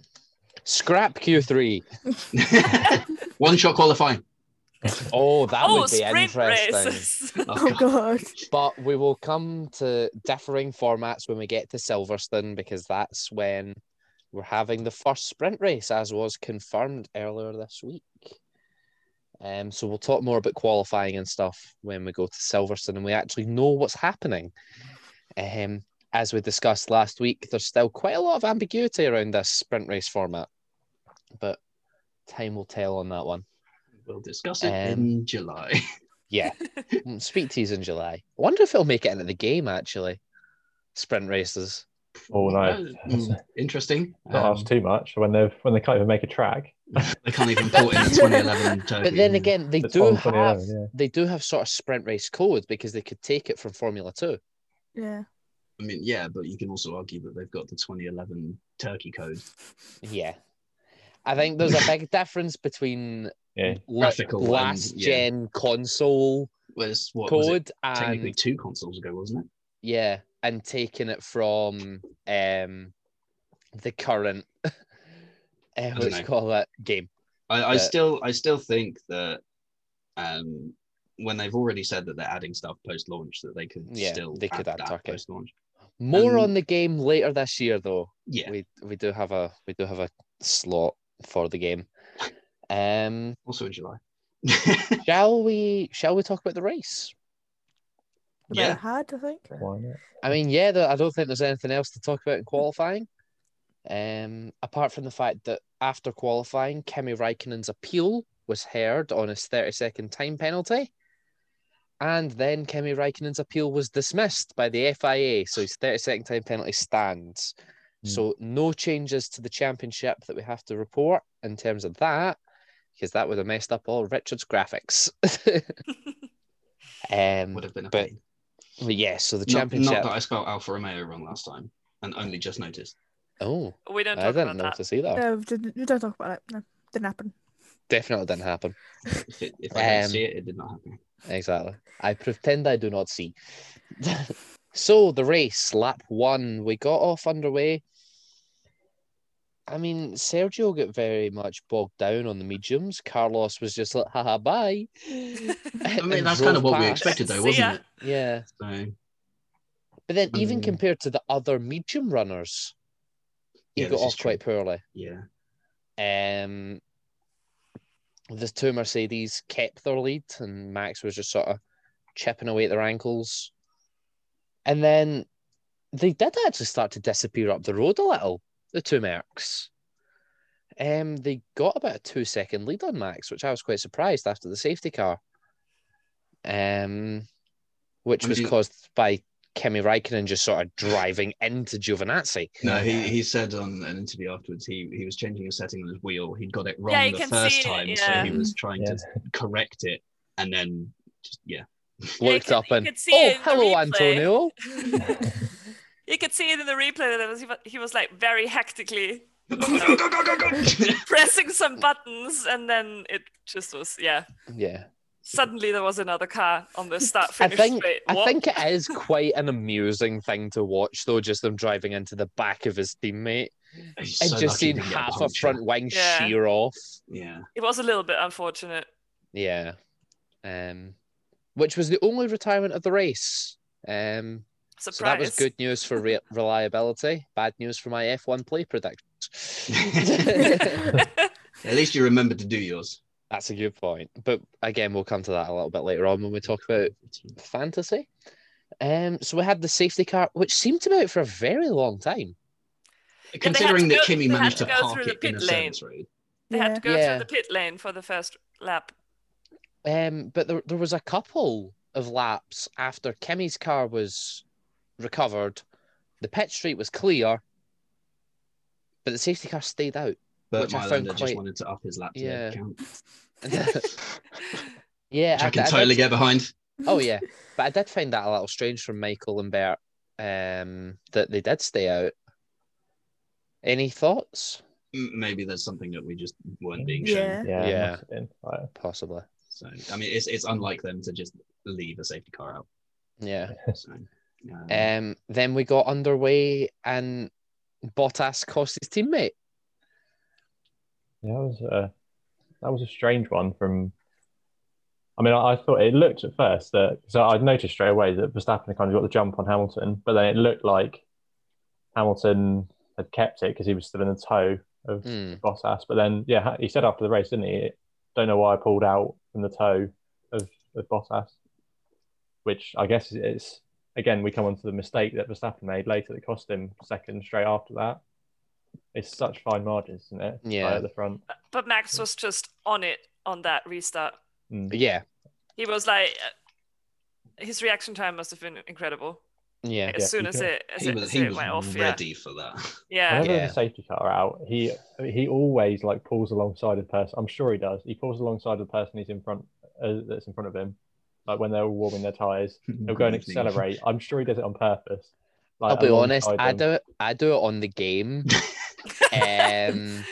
Speaker 1: Scrap Q3.
Speaker 4: (laughs) one shot qualifying.
Speaker 1: Oh, that
Speaker 2: oh,
Speaker 1: would be
Speaker 2: sprint
Speaker 1: interesting.
Speaker 2: (laughs) races.
Speaker 4: Oh,
Speaker 5: (laughs) Oh
Speaker 4: God.
Speaker 5: god.
Speaker 1: But we will come to differing formats when we get to Silverstone because that's when we're having the first sprint race, as was confirmed earlier this week. Um, so we'll talk more about qualifying and stuff when we go to Silverstone and we actually know what's happening. Um, as we discussed last week, there's still quite a lot of ambiguity around this sprint race format, but time will tell on that one.
Speaker 4: We'll discuss it
Speaker 1: Um,
Speaker 4: in July.
Speaker 1: Yeah. Mm, Sweet teas in July. I wonder if it'll make it into the game actually. Sprint races.
Speaker 3: Oh,
Speaker 4: (laughs)
Speaker 3: no.
Speaker 4: Mm, Interesting. (laughs)
Speaker 3: Not
Speaker 4: Um,
Speaker 3: asked too much when they when they can't even make a track.
Speaker 4: they can't even port (laughs) in 2011 Turkey.
Speaker 1: But then again, they
Speaker 3: It's
Speaker 1: do
Speaker 3: on
Speaker 1: have
Speaker 3: 2011, yeah.
Speaker 1: they do have sort of sprint race code because they could take it from Formula Two.
Speaker 5: Yeah.
Speaker 4: I mean, yeah, but you can also argue that they've got the 2011 Turkey code.
Speaker 1: Yeah. I think there's a
Speaker 4: (laughs)
Speaker 1: big difference between
Speaker 3: Yeah,
Speaker 1: la-
Speaker 4: Graphical and-
Speaker 1: last
Speaker 4: yeah.
Speaker 1: gen console
Speaker 4: Whereas what was it?
Speaker 1: code
Speaker 4: Technically,
Speaker 1: and
Speaker 4: two consoles ago, wasn't it?
Speaker 1: yeah, and taking it from um the current (laughs) uh, what do you
Speaker 4: know.
Speaker 1: call that game.
Speaker 4: I, I
Speaker 1: Yeah.
Speaker 4: still, I still think that um, when they've already said that they're adding stuff post-launch, that they could
Speaker 1: Yeah,
Speaker 4: still
Speaker 1: they could add
Speaker 4: that
Speaker 1: Turkey.
Speaker 4: post-launch.
Speaker 1: More
Speaker 4: Um,
Speaker 1: on the game later this year though.
Speaker 4: Yeah,
Speaker 1: we we do have a we do have a slot for the game. Um,
Speaker 4: also in July. (laughs)
Speaker 1: shall we shall we talk about the race?
Speaker 5: The yeah.
Speaker 4: Yeah.
Speaker 5: had, I think.
Speaker 3: why not?
Speaker 1: I mean, yeah, there, I don't think there's anything else to talk about in qualifying. Um, apart from the fact that after qualifying, Kimi Raikkonen's appeal was heard on his 30 second time penalty. And then Kimi Raikkonen's appeal was dismissed by the FIA. So his 30 second time penalty stands.
Speaker 3: Hmm.
Speaker 1: So no changes to the championship that we have to report in terms of that, because that would have messed up all Richard's graphics. (laughs) um,
Speaker 4: Would have been a
Speaker 1: But
Speaker 4: pain.
Speaker 1: but yeah, so the
Speaker 4: Not, not
Speaker 1: championship.
Speaker 4: that I spelled Alfa Romeo wrong last time, and only just noticed.
Speaker 1: Oh.
Speaker 2: we don't
Speaker 1: I
Speaker 2: talk
Speaker 1: didn't
Speaker 2: about that.
Speaker 1: notice either.
Speaker 5: No, we didn't- we don't talk about it. No, didn't happen.
Speaker 1: Definitely didn't happen.
Speaker 4: If, it, if I didn't
Speaker 1: Um,
Speaker 4: see it, it did not happen.
Speaker 1: Exactly. I pretend I do not see. (laughs) so the race, lap one, we got off underway. I mean, Sergio got very much bogged down on the mediums. Carlos was just like, haha,
Speaker 4: (laughs)
Speaker 1: bye.
Speaker 4: I mean, that's kind of what we expected, though,
Speaker 2: See
Speaker 4: wasn't
Speaker 2: ya.
Speaker 4: it?
Speaker 1: Yeah.
Speaker 4: So
Speaker 1: But then, even
Speaker 4: Hmm.
Speaker 3: Mm.
Speaker 1: compared to the other medium runners, he
Speaker 4: Yeah,
Speaker 1: got
Speaker 4: this is
Speaker 1: off quite poorly.
Speaker 4: yeah,
Speaker 1: Um, the two Mercedes kept their lead, and Max was just sort of chipping away at their ankles. And then they did actually start to disappear up the road a little, the two Mercs. um, they got about a two second lead on Max, which I was quite surprised after the safety car, um, which
Speaker 4: I
Speaker 1: was
Speaker 4: mean-
Speaker 1: caused by Kimi Raikkonen just sort of driving into Giovinazzi.
Speaker 4: No, he, he said on an interview afterwards he, he was changing a setting on his wheel. He'd got it wrong
Speaker 2: Yeah, you
Speaker 4: the
Speaker 2: can
Speaker 4: first
Speaker 2: see it,
Speaker 4: time,
Speaker 2: yeah.
Speaker 4: so he
Speaker 1: Mm-hmm.
Speaker 4: was trying
Speaker 3: Yeah.
Speaker 4: to correct it, and then just, yeah,
Speaker 2: you
Speaker 1: looked
Speaker 2: could-
Speaker 1: up
Speaker 2: you
Speaker 1: and
Speaker 2: could see
Speaker 1: oh,
Speaker 2: it in the
Speaker 1: hello,
Speaker 2: replay."
Speaker 1: Antonio.
Speaker 3: (laughs)
Speaker 2: you could see it in the replay that was, he, was, he was like very hectically (laughs) pressing some buttons, and then it just was yeah.
Speaker 1: Yeah,
Speaker 2: Suddenly there was another car on the start
Speaker 1: I
Speaker 2: finish
Speaker 1: think
Speaker 2: straight.
Speaker 1: I
Speaker 2: What?
Speaker 1: think it is quite an amusing thing to watch, though. Just them driving into the back of his teammate
Speaker 4: (laughs) He's
Speaker 1: and
Speaker 4: so
Speaker 1: just
Speaker 4: lucky he
Speaker 1: seeing
Speaker 4: didn't get
Speaker 1: half a
Speaker 4: puncture.
Speaker 1: front wing
Speaker 2: Yeah.
Speaker 1: shear off.
Speaker 4: Yeah,
Speaker 2: it was a little bit unfortunate.
Speaker 1: Yeah. Um, which was the only retirement of the race. Um,
Speaker 2: Surprise.
Speaker 1: so that was good news for re- reliability, bad news for my F1 play predictions.
Speaker 4: at least you remembered to do yours.
Speaker 1: (laughs) That's a good point. But again, we'll come to that a little bit later on when we talk about fantasy. Um, so we had the safety car, which seemed to be out for a very long time.
Speaker 2: had
Speaker 4: Considering
Speaker 2: to
Speaker 4: that
Speaker 2: go-
Speaker 4: Kimmy
Speaker 2: they had
Speaker 4: managed
Speaker 2: to
Speaker 4: to,
Speaker 2: go
Speaker 4: park
Speaker 2: through the
Speaker 4: it in a
Speaker 2: pit lane.
Speaker 4: service road,
Speaker 2: (laughs) They had to go
Speaker 1: Yeah.
Speaker 2: through the pit lane for the first lap.
Speaker 1: Um, but there, there was a couple of laps after Kimmy's car was recovered, the pit street was clear, but the safety car stayed out.
Speaker 4: Bert
Speaker 1: Which I found
Speaker 4: Mylander just
Speaker 1: quite-
Speaker 4: wanted to up his lap to
Speaker 1: Yeah.
Speaker 4: count,
Speaker 1: yeah,
Speaker 4: which I, can
Speaker 1: did-
Speaker 4: totally get behind.
Speaker 1: (laughs) Oh yeah, but I did find that a little strange from Michael and Bert um, that they did stay out. Any thoughts?
Speaker 4: M- Maybe there's something that we just weren't being shown.
Speaker 5: yeah.
Speaker 3: (laughs)
Speaker 1: Yeah.
Speaker 3: Yeah, yeah. Must have been. Like,
Speaker 1: Possibly.
Speaker 4: So I mean, it's it's unlike them to just leave a safety car out.
Speaker 1: Yeah.
Speaker 4: So,
Speaker 1: Um, then we got underway and Bottas cost his teammate.
Speaker 3: yeah, that was a that was a strange one from. I mean, I, I thought it looked at first that so I noticed straight away that Verstappen had kind of got the jump on Hamilton, but then it looked like Hamilton had kept it because he was still in the toe of
Speaker 1: Mm,
Speaker 3: Bottas. But then, yeah, ha- he said after the race, didn't he? Don't know why I pulled out from the toe of, of Bottas, which I guess is again we come onto the mistake that Verstappen made later that cost him second straight after that. It's such fine margins, isn't it?
Speaker 1: Yeah.
Speaker 3: Right at the front.
Speaker 2: But Max was just on it on that restart.
Speaker 3: Hmm.
Speaker 1: yeah.
Speaker 2: He was like, uh, his reaction time must have been incredible
Speaker 1: Yeah.
Speaker 2: as
Speaker 3: Yeah,
Speaker 2: soon
Speaker 3: he
Speaker 2: as
Speaker 3: did.
Speaker 2: it, as
Speaker 4: he
Speaker 2: it,
Speaker 4: was,
Speaker 2: as
Speaker 4: he
Speaker 2: it
Speaker 4: was
Speaker 2: went off. Yeah.
Speaker 4: ready for that.
Speaker 2: Yeah.
Speaker 3: Whenever
Speaker 1: Yeah.
Speaker 3: there's a safety car out, he he always like pulls alongside the person. I'm sure he does. He pulls alongside the person he's in front uh, that's in front of him. Like when they're all warming their tires,
Speaker 4: (laughs)
Speaker 3: he'll go and accelerate. I'm sure he does it on purpose. Like,
Speaker 1: I'll be honest.
Speaker 3: alongside
Speaker 1: I
Speaker 3: them.
Speaker 1: do it. I do it on the
Speaker 3: (laughs)
Speaker 1: game.
Speaker 2: (laughs)
Speaker 1: um,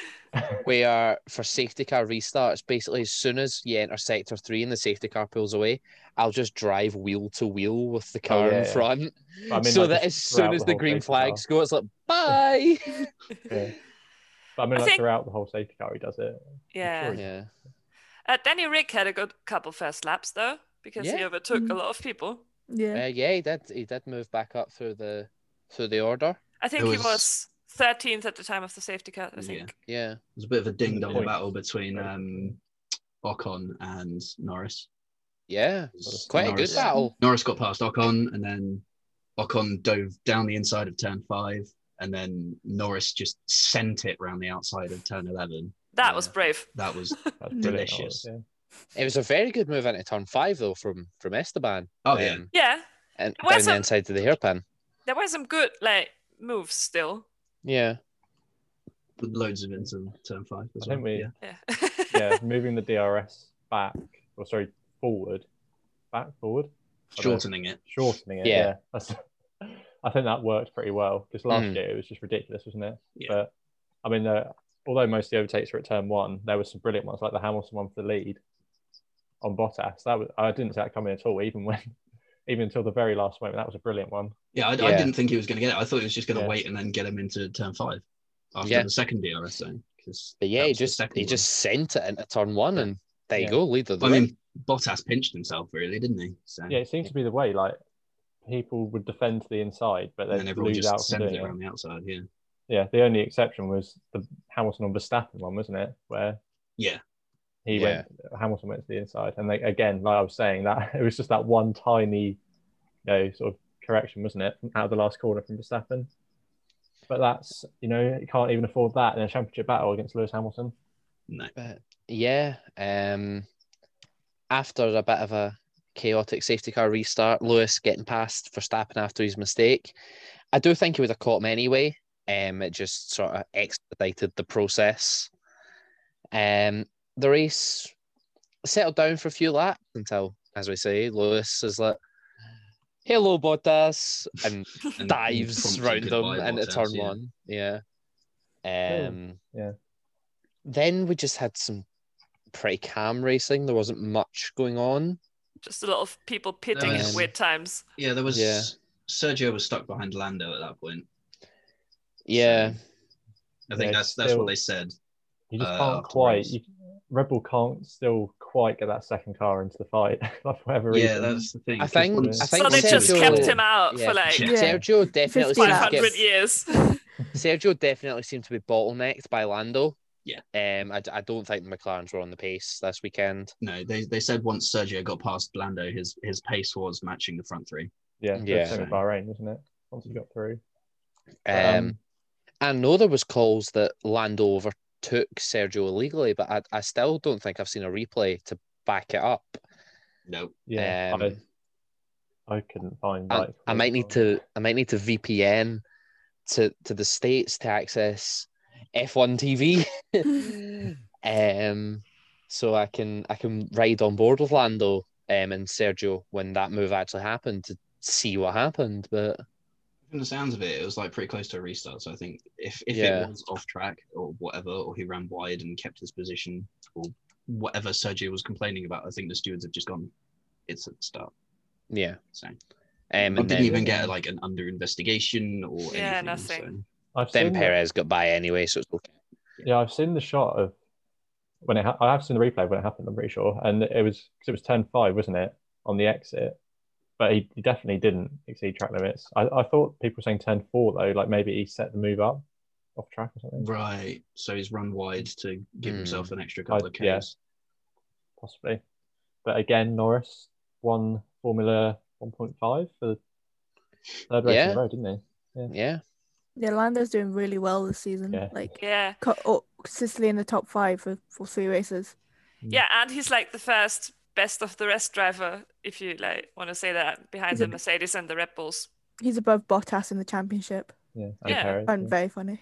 Speaker 1: where for safety car restarts, basically as soon as you enter sector three and the safety car pulls away, I'll just drive wheel to wheel with the car
Speaker 3: Oh, yeah,
Speaker 1: in
Speaker 3: yeah.
Speaker 1: front.
Speaker 3: But I mean,
Speaker 1: so
Speaker 3: like,
Speaker 1: that
Speaker 3: just
Speaker 1: as soon
Speaker 3: throughout
Speaker 1: as
Speaker 3: the
Speaker 1: the
Speaker 3: whole
Speaker 1: green
Speaker 3: safety car.
Speaker 1: flags go, it's like bye.
Speaker 3: (laughs) Yeah. But I mean,
Speaker 2: I
Speaker 3: like
Speaker 2: think-
Speaker 3: throughout the whole safety car, he does it.
Speaker 2: Yeah.
Speaker 3: Sure.
Speaker 1: yeah.
Speaker 2: Uh, Danny Rick had a good couple first laps though, because he
Speaker 1: Yeah.
Speaker 2: overtook a
Speaker 5: Mhm.
Speaker 2: lot of people.
Speaker 5: Yeah.
Speaker 1: Uh, yeah, he did. He did move back up through the through the order.
Speaker 2: I think
Speaker 4: There
Speaker 2: he was
Speaker 4: was-
Speaker 2: 13th at the time of the safety car. I
Speaker 4: Yeah.
Speaker 2: think.
Speaker 1: Yeah.
Speaker 4: There's a bit of a ding dong
Speaker 3: Points.
Speaker 4: battle between um, Ocon and Norris.
Speaker 1: Yeah.
Speaker 4: It's
Speaker 1: Quite a good
Speaker 4: Norris.
Speaker 1: battle.
Speaker 4: Norris got past Ocon, and then Ocon dove down the inside of turn five, and then Norris just sent it round the outside of turn eleven.
Speaker 2: That
Speaker 4: Yeah.
Speaker 2: was brave.
Speaker 4: That
Speaker 2: (laughs)
Speaker 4: was
Speaker 3: That's brilliant.
Speaker 4: Delicious.
Speaker 3: That was,
Speaker 1: It was a very good move into turn five though from from Esteban.
Speaker 4: oh yeah,
Speaker 1: Um,
Speaker 2: Yeah,
Speaker 1: and
Speaker 2: Well,
Speaker 1: down
Speaker 2: so-
Speaker 1: the inside of the hairpin.
Speaker 2: there were some good like moves still.
Speaker 1: Yeah.
Speaker 4: with loads of into turn five. As
Speaker 3: I
Speaker 4: well.
Speaker 3: think we-
Speaker 4: yeah.
Speaker 2: Yeah.
Speaker 3: yeah. yeah, moving the DRS back, or sorry, forward, back forward,
Speaker 4: shortening it.
Speaker 3: shortening it.
Speaker 1: Yeah.
Speaker 3: Yeah, That's, (laughs) I think that worked pretty well because last
Speaker 1: Mm.
Speaker 3: year it was just ridiculous, wasn't it?
Speaker 4: Yeah.
Speaker 3: But I mean, uh, although most of the overtakes were at turn one, there were some brilliant ones like the Hamilton one for the lead on Bottas. That was I didn't see that coming at all, even when, (laughs) even until the very last moment. That was a brilliant one.
Speaker 4: Yeah, I, I
Speaker 1: Yeah.
Speaker 4: didn't think he was going to get it. I thought he was just going to
Speaker 3: Yeah.
Speaker 4: wait and then get him into turn five after
Speaker 1: Yeah.
Speaker 4: the second DRS zone. 'cause
Speaker 1: But yeah,
Speaker 4: that
Speaker 1: he
Speaker 4: was the
Speaker 1: just
Speaker 4: second
Speaker 1: he
Speaker 4: one.
Speaker 1: just sent it into turn one, and there you
Speaker 3: Yeah.
Speaker 1: go, leader. of the
Speaker 4: I
Speaker 1: way.
Speaker 4: mean, Bottas pinched himself really, didn't he? So
Speaker 3: Yeah, it seems to be the way. Like people would defend to the inside, but
Speaker 4: and then
Speaker 3: then
Speaker 4: everyone
Speaker 3: lose out
Speaker 4: just
Speaker 3: from
Speaker 4: sends
Speaker 3: doing
Speaker 4: it
Speaker 3: it.
Speaker 4: around the outside. Yeah,
Speaker 3: Yeah, the only exception was the Hamilton on Verstappen one, wasn't it? Where
Speaker 4: yeah,
Speaker 3: he
Speaker 1: Yeah.
Speaker 3: went, Hamilton went to the inside, and like again, like I was saying, that (laughs) it was just that one tiny, you know, sort of correction, wasn't it, out of the last corner from Verstappen? but that's you know you can't even afford that in a championship battle against Lewis Hamilton.
Speaker 4: No.
Speaker 1: But yeah, um, after a bit of a chaotic safety car restart, Lewis getting past Verstappen after his mistake, I do think he would have caught him anyway. Um, it just sort of expedited the process. Um, the race settled down for a few laps until, as we say, Lewis is like, "Hello, Bottas," and
Speaker 4: And
Speaker 1: dives
Speaker 4: promptly
Speaker 1: round them
Speaker 4: goodbye,
Speaker 1: into
Speaker 4: Bottas,
Speaker 1: turn
Speaker 4: yeah.
Speaker 1: one. Yeah. Um,
Speaker 3: yeah.
Speaker 1: Then we just had some pretty calm racing. There wasn't much going on.
Speaker 2: (laughs) Just a lot of people pitting
Speaker 1: Um,
Speaker 2: at weird times.
Speaker 4: Yeah, there was
Speaker 1: Yeah.
Speaker 4: Sergio was stuck behind Lando at that point.
Speaker 1: Yeah.
Speaker 4: So, I think
Speaker 3: Yeah,
Speaker 4: that's that's
Speaker 3: still-
Speaker 4: what they said.
Speaker 3: You just
Speaker 4: Uh,
Speaker 3: can't quite.
Speaker 4: afterwards.
Speaker 3: You, Red Bull can't still quite get that second car into the fight (laughs) for whatever
Speaker 4: Yeah,
Speaker 3: reason.
Speaker 4: that's the thing.
Speaker 1: I
Speaker 4: 'cause
Speaker 1: think-
Speaker 4: once-
Speaker 1: I think
Speaker 2: So they just
Speaker 1: Sergio-
Speaker 2: kept him out
Speaker 1: yeah.
Speaker 2: for like
Speaker 4: Yeah.
Speaker 1: Sergio definitely seemed to
Speaker 5: 500
Speaker 1: get
Speaker 2: 500 years. (laughs)
Speaker 1: Sergio definitely seemed to be bottlenecked by Lando.
Speaker 4: Yeah.
Speaker 1: Um, I, I don't think the McLarens were on the pace this weekend.
Speaker 4: No, they, they said once Sergio got past Lando, his his pace was matching the front three.
Speaker 3: yeah,
Speaker 1: Yeah.
Speaker 3: yeah. Same with Bahrain, isn't it? Once you got through.
Speaker 1: Um, I know there was calls that Lando overtook Sergio illegally, but I, I still don't think I've seen a replay to back it up.
Speaker 4: No,
Speaker 3: yeah,
Speaker 1: um,
Speaker 3: I, I couldn't find.
Speaker 1: I,
Speaker 3: like,
Speaker 1: I might need to I might need to VPN to to the states to access F1 TV. um, so I can I can ride on board with Lando um, and Sergio when that move actually happened to see what happened. But
Speaker 4: from the sounds of it, it was like pretty close to a restart. So I think if, if
Speaker 1: Yeah.
Speaker 4: it was off track or whatever, or he ran wide and kept his position or whatever Sergio was complaining about, I think the stewards have just gone, it's at the start.
Speaker 1: yeah,
Speaker 4: So
Speaker 1: um,
Speaker 4: I
Speaker 1: and
Speaker 4: didn't
Speaker 1: then,
Speaker 4: even get like an under investigation or
Speaker 2: Yeah,
Speaker 4: anything.
Speaker 2: nothing.
Speaker 3: I've
Speaker 1: then
Speaker 3: seen that-
Speaker 1: Perez got by anyway, so it's okay.
Speaker 3: Yeah, I've seen the shot of when it. Ha- I have seen the replay when it happened. I'm pretty sure, and it was because it was turn five, wasn't it, on the exit? But he, he definitely didn't exceed track limits. I, I thought people were saying turn four though, like maybe he set the move up off track or
Speaker 4: So.
Speaker 3: something,
Speaker 4: Right. So he's run wide to give
Speaker 1: Hmm.
Speaker 4: himself an extra couple
Speaker 3: I-
Speaker 4: of Ks.
Speaker 3: yeah. possibly. But again, Norris won Formula 1.5 for the third race in
Speaker 1: Yeah.
Speaker 3: a row, didn't he?
Speaker 1: Yeah,
Speaker 5: Yeah, Lando's doing really well this season.
Speaker 3: Yeah.
Speaker 5: Like,
Speaker 3: Mm.
Speaker 2: Yeah.
Speaker 5: co- oh, consistently in the top five for, for three races.
Speaker 2: Yeah, and he's like the first best of the rest driver, if you like want to say that, behind
Speaker 5: He's a-
Speaker 2: the Mercedes and the Red Bulls.
Speaker 5: He's above Bottas in the championship.
Speaker 3: Yeah, and
Speaker 2: Yeah.
Speaker 3: Perez,
Speaker 5: Found
Speaker 3: yeah.
Speaker 5: very funny.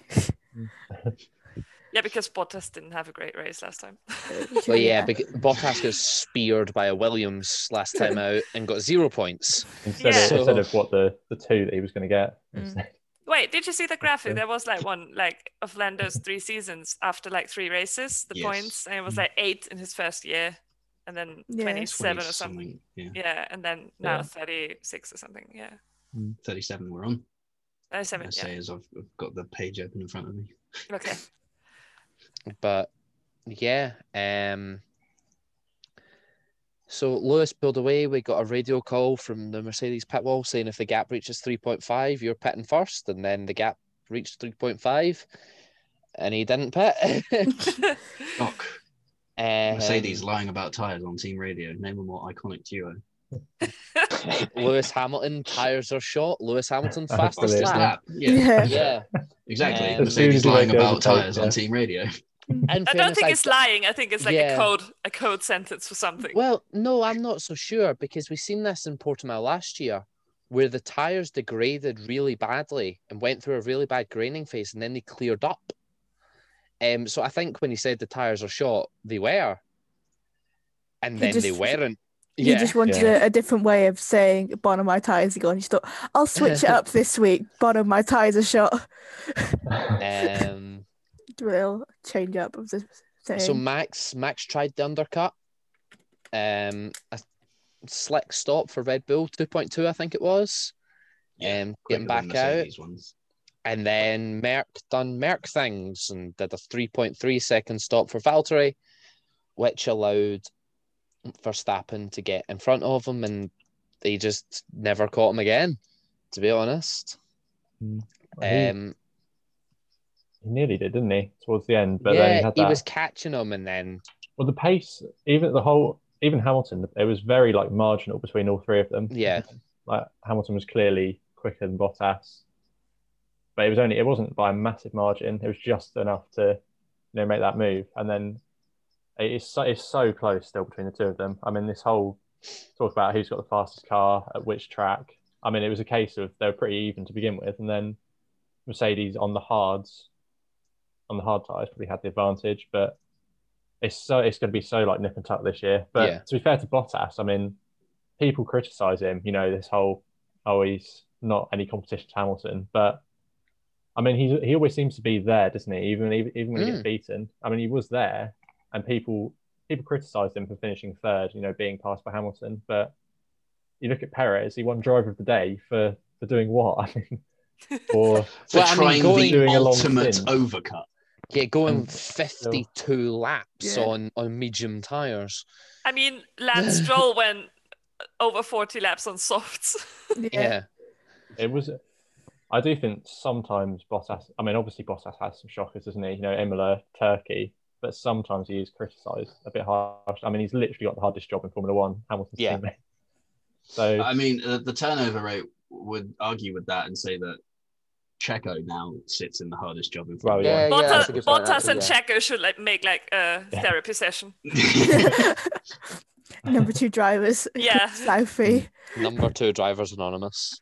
Speaker 2: Yeah, because Bottas didn't have a great race last time.
Speaker 1: but yeah, bec Bottas got speared by a Williams last time out and got zero points.
Speaker 3: (laughs) Instead,
Speaker 2: Yeah.
Speaker 3: of, instead
Speaker 1: So-
Speaker 3: of what the, the two that he was going to get.
Speaker 5: Mm.
Speaker 3: instead.
Speaker 2: (laughs) Wait, did you see the graphic?
Speaker 3: Yeah.
Speaker 2: There was like one like of Lando's three seasons after like three races, the
Speaker 4: Yes.
Speaker 2: points, and it was
Speaker 3: Mm.
Speaker 2: like eight in his first year, and then
Speaker 5: Yeah.
Speaker 2: 27 or
Speaker 4: 20
Speaker 2: something.
Speaker 4: Yeah.
Speaker 2: Yeah, and then now
Speaker 3: Yeah.
Speaker 2: 36 or something. Yeah.
Speaker 4: 37 we're on. I
Speaker 2: 37.
Speaker 4: say
Speaker 2: Yeah.
Speaker 4: as I've, I've got the page open in front of me.
Speaker 3: (laughs)
Speaker 2: Okay. (laughs)
Speaker 1: But yeah, um, so Lewis pulled away. We got a radio call from the Mercedes pit wall saying if the gap reaches 3.5, you're pitting first. And then the gap reached 3.5 and he didn't pit. (laughs)
Speaker 3: Oh,
Speaker 4: Doc,
Speaker 1: Um,
Speaker 4: Mercedes lying about tyres on team radio. Name a more iconic duo.
Speaker 1: Lewis Hamilton, tires are short. Lewis Hamilton,
Speaker 3: That's
Speaker 1: fastest
Speaker 3: brilliant.
Speaker 4: Fastest
Speaker 1: lap.
Speaker 4: lap. Yeah,
Speaker 1: Yeah.
Speaker 4: exactly.
Speaker 1: Um,
Speaker 4: Mercedes
Speaker 3: As soon as
Speaker 4: lying
Speaker 3: you make
Speaker 4: about
Speaker 3: those types,
Speaker 4: tyres on
Speaker 3: yeah.
Speaker 4: team radio.
Speaker 1: In
Speaker 2: I don't
Speaker 1: fairness,
Speaker 2: think it's lying. I think it's like
Speaker 1: Yeah.
Speaker 2: a code, a code sentence for something.
Speaker 1: Well, no, I'm not so sure because we've seen this in Portimao last year where the tyres degraded really badly and went through a really bad graining phase and then they cleared up. Um, so I think when he said the tyres are short, they were. And
Speaker 5: He
Speaker 1: then they
Speaker 5: just-
Speaker 1: weren't.
Speaker 5: You
Speaker 1: Yeah.
Speaker 5: just wanted
Speaker 3: Yeah.
Speaker 5: A, a different way of saying bottom my tires are gone. You just thought, I'll
Speaker 1: (laughs)
Speaker 5: switch it up this week. Bottom my tires are shot. (laughs)
Speaker 1: Um,
Speaker 5: Real change up of the saying. (laughs)
Speaker 1: so Max Max tried the undercut. Um, a slick stop for Red Bull, 2.2, I think it was.
Speaker 4: Yeah,
Speaker 1: um,
Speaker 4: Quicker
Speaker 1: getting
Speaker 4: than
Speaker 1: back out.
Speaker 4: Mercedes Ones.
Speaker 1: And then Merck done Merck things and did a 3.3 second stop for Valtteri, which allowed Verstappen to get in front of him. And they just never caught him again, to be honest.
Speaker 3: (laughs) He-
Speaker 1: Um,
Speaker 3: he nearly did, didn't he? Towards the end, but then he
Speaker 1: yeah,
Speaker 3: had
Speaker 1: he,
Speaker 3: that.
Speaker 1: was catching him. And then,
Speaker 3: Well, the pace, even the whole, even Hamilton, it was very like marginal between all three of them.
Speaker 1: Yeah.
Speaker 3: like Hamilton was clearly quicker than Bottas. but it was only it wasn't by a massive margin. It was just enough to you know make that move, and then it is so, it's so close still between the two of them. I mean, this whole talk about who's got the fastest car at which track. I mean, it was a case of they were pretty even to begin with, and then Mercedes on the hards, on the hard tires probably had the advantage, but it's so it's going to be so like nip and tuck this year. But
Speaker 1: Yeah.
Speaker 3: to be fair to Bottas, I mean, people criticize him. You know, this whole oh he's not any competition to Hamilton, but I mean he he always seems to be there, doesn't he? Even even, even when he gets beaten. I mean, he was there, and people people criticised him for finishing third, you know, being passed by Hamilton. But you look at Perez, he won driver of the day for for doing what? (laughs) I mean, or
Speaker 4: For
Speaker 1: Well, I mean,
Speaker 4: trying
Speaker 1: going-
Speaker 4: the
Speaker 3: Doing a long
Speaker 4: ultimate
Speaker 3: spin.
Speaker 4: overcut.
Speaker 1: Yeah, going
Speaker 3: And-
Speaker 1: 52 laps
Speaker 5: Yeah.
Speaker 1: on, on medium tyres.
Speaker 2: I mean,
Speaker 1: (laughs)
Speaker 2: Lance Stroll went over 40 laps on softs.
Speaker 1: Yeah.
Speaker 3: it was. I do think sometimes Bottas. I mean, obviously Bottas has some shockers, doesn't he? You know, Imola, Turkey, but sometimes he is criticised a bit harsh. I mean, he's literally got the hardest job in Formula One, Hamilton's
Speaker 1: Yeah.
Speaker 3: teammate. So
Speaker 4: I mean, uh, the turnover rate would argue with that and say that Checo now sits in the hardest job in
Speaker 3: Well,
Speaker 4: football.
Speaker 3: yeah.
Speaker 1: yeah,
Speaker 2: Bottas,
Speaker 1: that's a good point,
Speaker 2: Bottas
Speaker 1: actually,
Speaker 2: and
Speaker 1: yeah.
Speaker 2: Checo should like make like a
Speaker 3: Yeah.
Speaker 2: therapy
Speaker 1: (laughs)
Speaker 2: session. (laughs)
Speaker 5: (laughs) Number two drivers. (laughs)
Speaker 2: Yeah.
Speaker 5: Sophie.
Speaker 1: Number two drivers anonymous.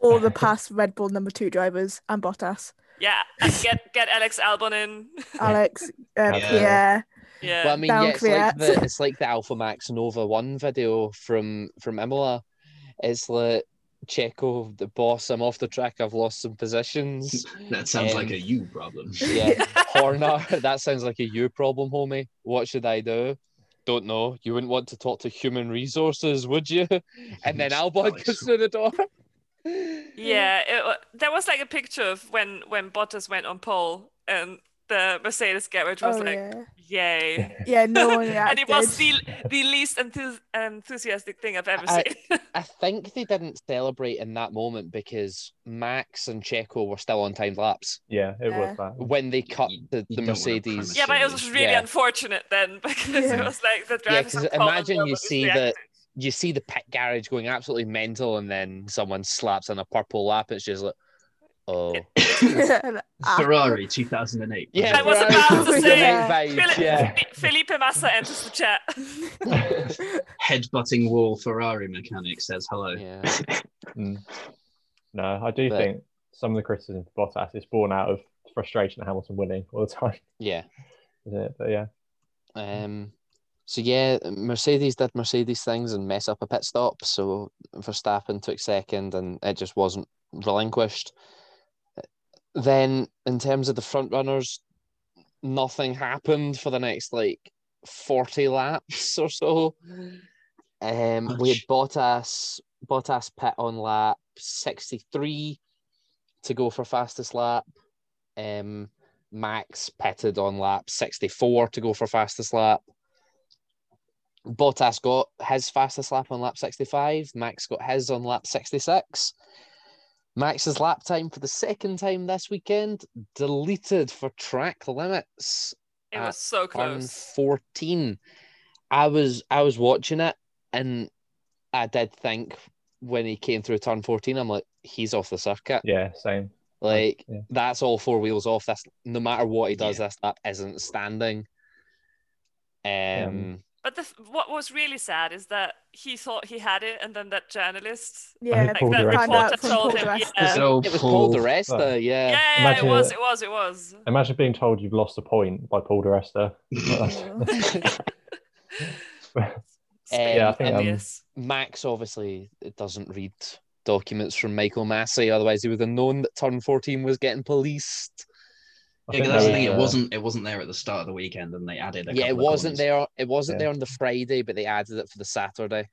Speaker 5: All
Speaker 3: (laughs)
Speaker 5: the past Red Bull number two drivers and Bottas.
Speaker 2: Yeah, and get get Alex Albon in. (laughs)
Speaker 5: Alex, uh,
Speaker 4: Yeah.
Speaker 5: Pierre.
Speaker 2: Yeah,
Speaker 1: Well, I mean,
Speaker 5: Down
Speaker 1: yeah, it's like
Speaker 5: Fiat.
Speaker 1: the it's like the Alpha Max Nova One video from from Imola. It's like Checo, the boss. I'm off the track. I've lost some positions.
Speaker 4: (laughs) that sounds
Speaker 1: Um,
Speaker 4: like a you problem.
Speaker 5: (laughs)
Speaker 1: Yeah, Horner. (laughs) That sounds like a you problem, homie. What should I do? Don't know. You wouldn't want to talk to human resources, would
Speaker 4: (laughs)
Speaker 1: you? And then Albon
Speaker 4: Alex.
Speaker 1: comes through the door. (laughs)
Speaker 2: yeah. It, wa- there was like a picture of when when Bottas went on pole, and the Mercedes garage was
Speaker 5: Oh,
Speaker 2: like,
Speaker 5: yeah.
Speaker 2: "Yay!"
Speaker 5: Yeah,
Speaker 2: (laughs)
Speaker 5: no one
Speaker 2: and
Speaker 5: reacted.
Speaker 2: it was
Speaker 5: (laughs)
Speaker 2: the the least enthus- enthusiastic thing I've ever
Speaker 1: I-
Speaker 2: seen. (laughs)
Speaker 1: I think they didn't celebrate in that moment because Max and Checo were still on timed laps
Speaker 3: yeah, it
Speaker 5: Yeah.
Speaker 3: was that.
Speaker 1: when they cut
Speaker 4: You-
Speaker 1: the, the
Speaker 4: you don't wanna premise
Speaker 1: Mercedes.
Speaker 2: yeah, but it was
Speaker 4: Yeah.
Speaker 2: really
Speaker 1: Yeah.
Speaker 2: unfortunate then (laughs) because it
Speaker 5: Yeah.
Speaker 2: was like the
Speaker 1: Yeah,
Speaker 2: drivers.
Speaker 1: because
Speaker 2: on pole and
Speaker 1: imagine you
Speaker 2: nobody's
Speaker 1: see that
Speaker 2: reacting.
Speaker 1: you see the pit garage going absolutely mental, and then someone slaps on a purple lap. It's just like, oh,
Speaker 4: (laughs)
Speaker 5: Ah,
Speaker 4: Ferrari 2008.
Speaker 1: yeah.
Speaker 2: I was
Speaker 1: right.
Speaker 2: about to say-
Speaker 1: Yeah, vibes,
Speaker 2: Philip-
Speaker 1: yeah.
Speaker 2: Felipe Massa enters the chat.
Speaker 3: (laughs)
Speaker 5: (laughs)
Speaker 4: Headbutting wall Ferrari mechanic says hello.
Speaker 1: yeah,
Speaker 3: Mm. No, I do
Speaker 1: But-
Speaker 3: think some of the criticism for Bottas is born out of frustration at Hamilton winning all the time, (laughs)
Speaker 1: yeah.
Speaker 3: isn't it? But yeah,
Speaker 1: Um, so yeah, Mercedes did Mercedes things and mess up a pit stop. So Verstappen took second, and it just wasn't relinquished. Then, in terms of the front runners, nothing happened for the next like forty laps or so. Um, we had
Speaker 4: Much.
Speaker 1: Bottas Bottas pit on lap sixty three to go for fastest lap. Um, Max pitted on lap 64 to go for fastest lap. Bottas got his fastest lap on lap 65. Max got his on lap 66. Max's lap time for the second time this weekend deleted for track limits
Speaker 2: It
Speaker 1: Ah,
Speaker 2: was so
Speaker 1: turn
Speaker 2: close.
Speaker 1: 14 i was i was watching it and i did think when he came through turn 14 i'm like he's off the circuit
Speaker 3: yeah, same.
Speaker 1: like
Speaker 3: Yeah.
Speaker 1: that's all four wheels off. That's no matter what he does, this lap isn't standing. Um,
Speaker 2: But the, f- what was really sad is that he thought he had it, and then that journalist,
Speaker 5: yeah,
Speaker 2: like
Speaker 3: Paul
Speaker 2: that
Speaker 3: de Resta.
Speaker 5: Found
Speaker 2: reporter,
Speaker 5: out from
Speaker 2: told
Speaker 5: Paul
Speaker 2: him,
Speaker 3: (laughs)
Speaker 5: de
Speaker 2: yeah,
Speaker 5: Resta.
Speaker 2: yeah,
Speaker 4: So
Speaker 1: Uh, it was
Speaker 4: Paul-
Speaker 1: Paul de
Speaker 3: Oh,
Speaker 1: Resta, yeah.
Speaker 2: yeah,
Speaker 3: Imagine
Speaker 2: it was,
Speaker 3: it.
Speaker 2: it was,
Speaker 1: (laughs)
Speaker 2: it was.
Speaker 1: Um,
Speaker 3: Imagine being told you've lost a point by Paul de Resta.
Speaker 1: Yeah, I
Speaker 2: Spain,
Speaker 1: think,
Speaker 3: um,
Speaker 2: obvious.
Speaker 1: Max obviously doesn't read documents from Michael Massey, otherwise he would have known that turn 14 was getting policed.
Speaker 4: Yeah,
Speaker 3: I think
Speaker 4: 'cause that's the
Speaker 3: there
Speaker 4: thing. It
Speaker 3: uh,
Speaker 4: wasn't. It wasn't there at the start of the weekend, and they added. A
Speaker 1: Yeah, it
Speaker 4: couple of
Speaker 1: wasn't
Speaker 4: corners.
Speaker 1: there. It wasn't
Speaker 3: Yeah.
Speaker 1: there on the Friday, but they added it for the Saturday.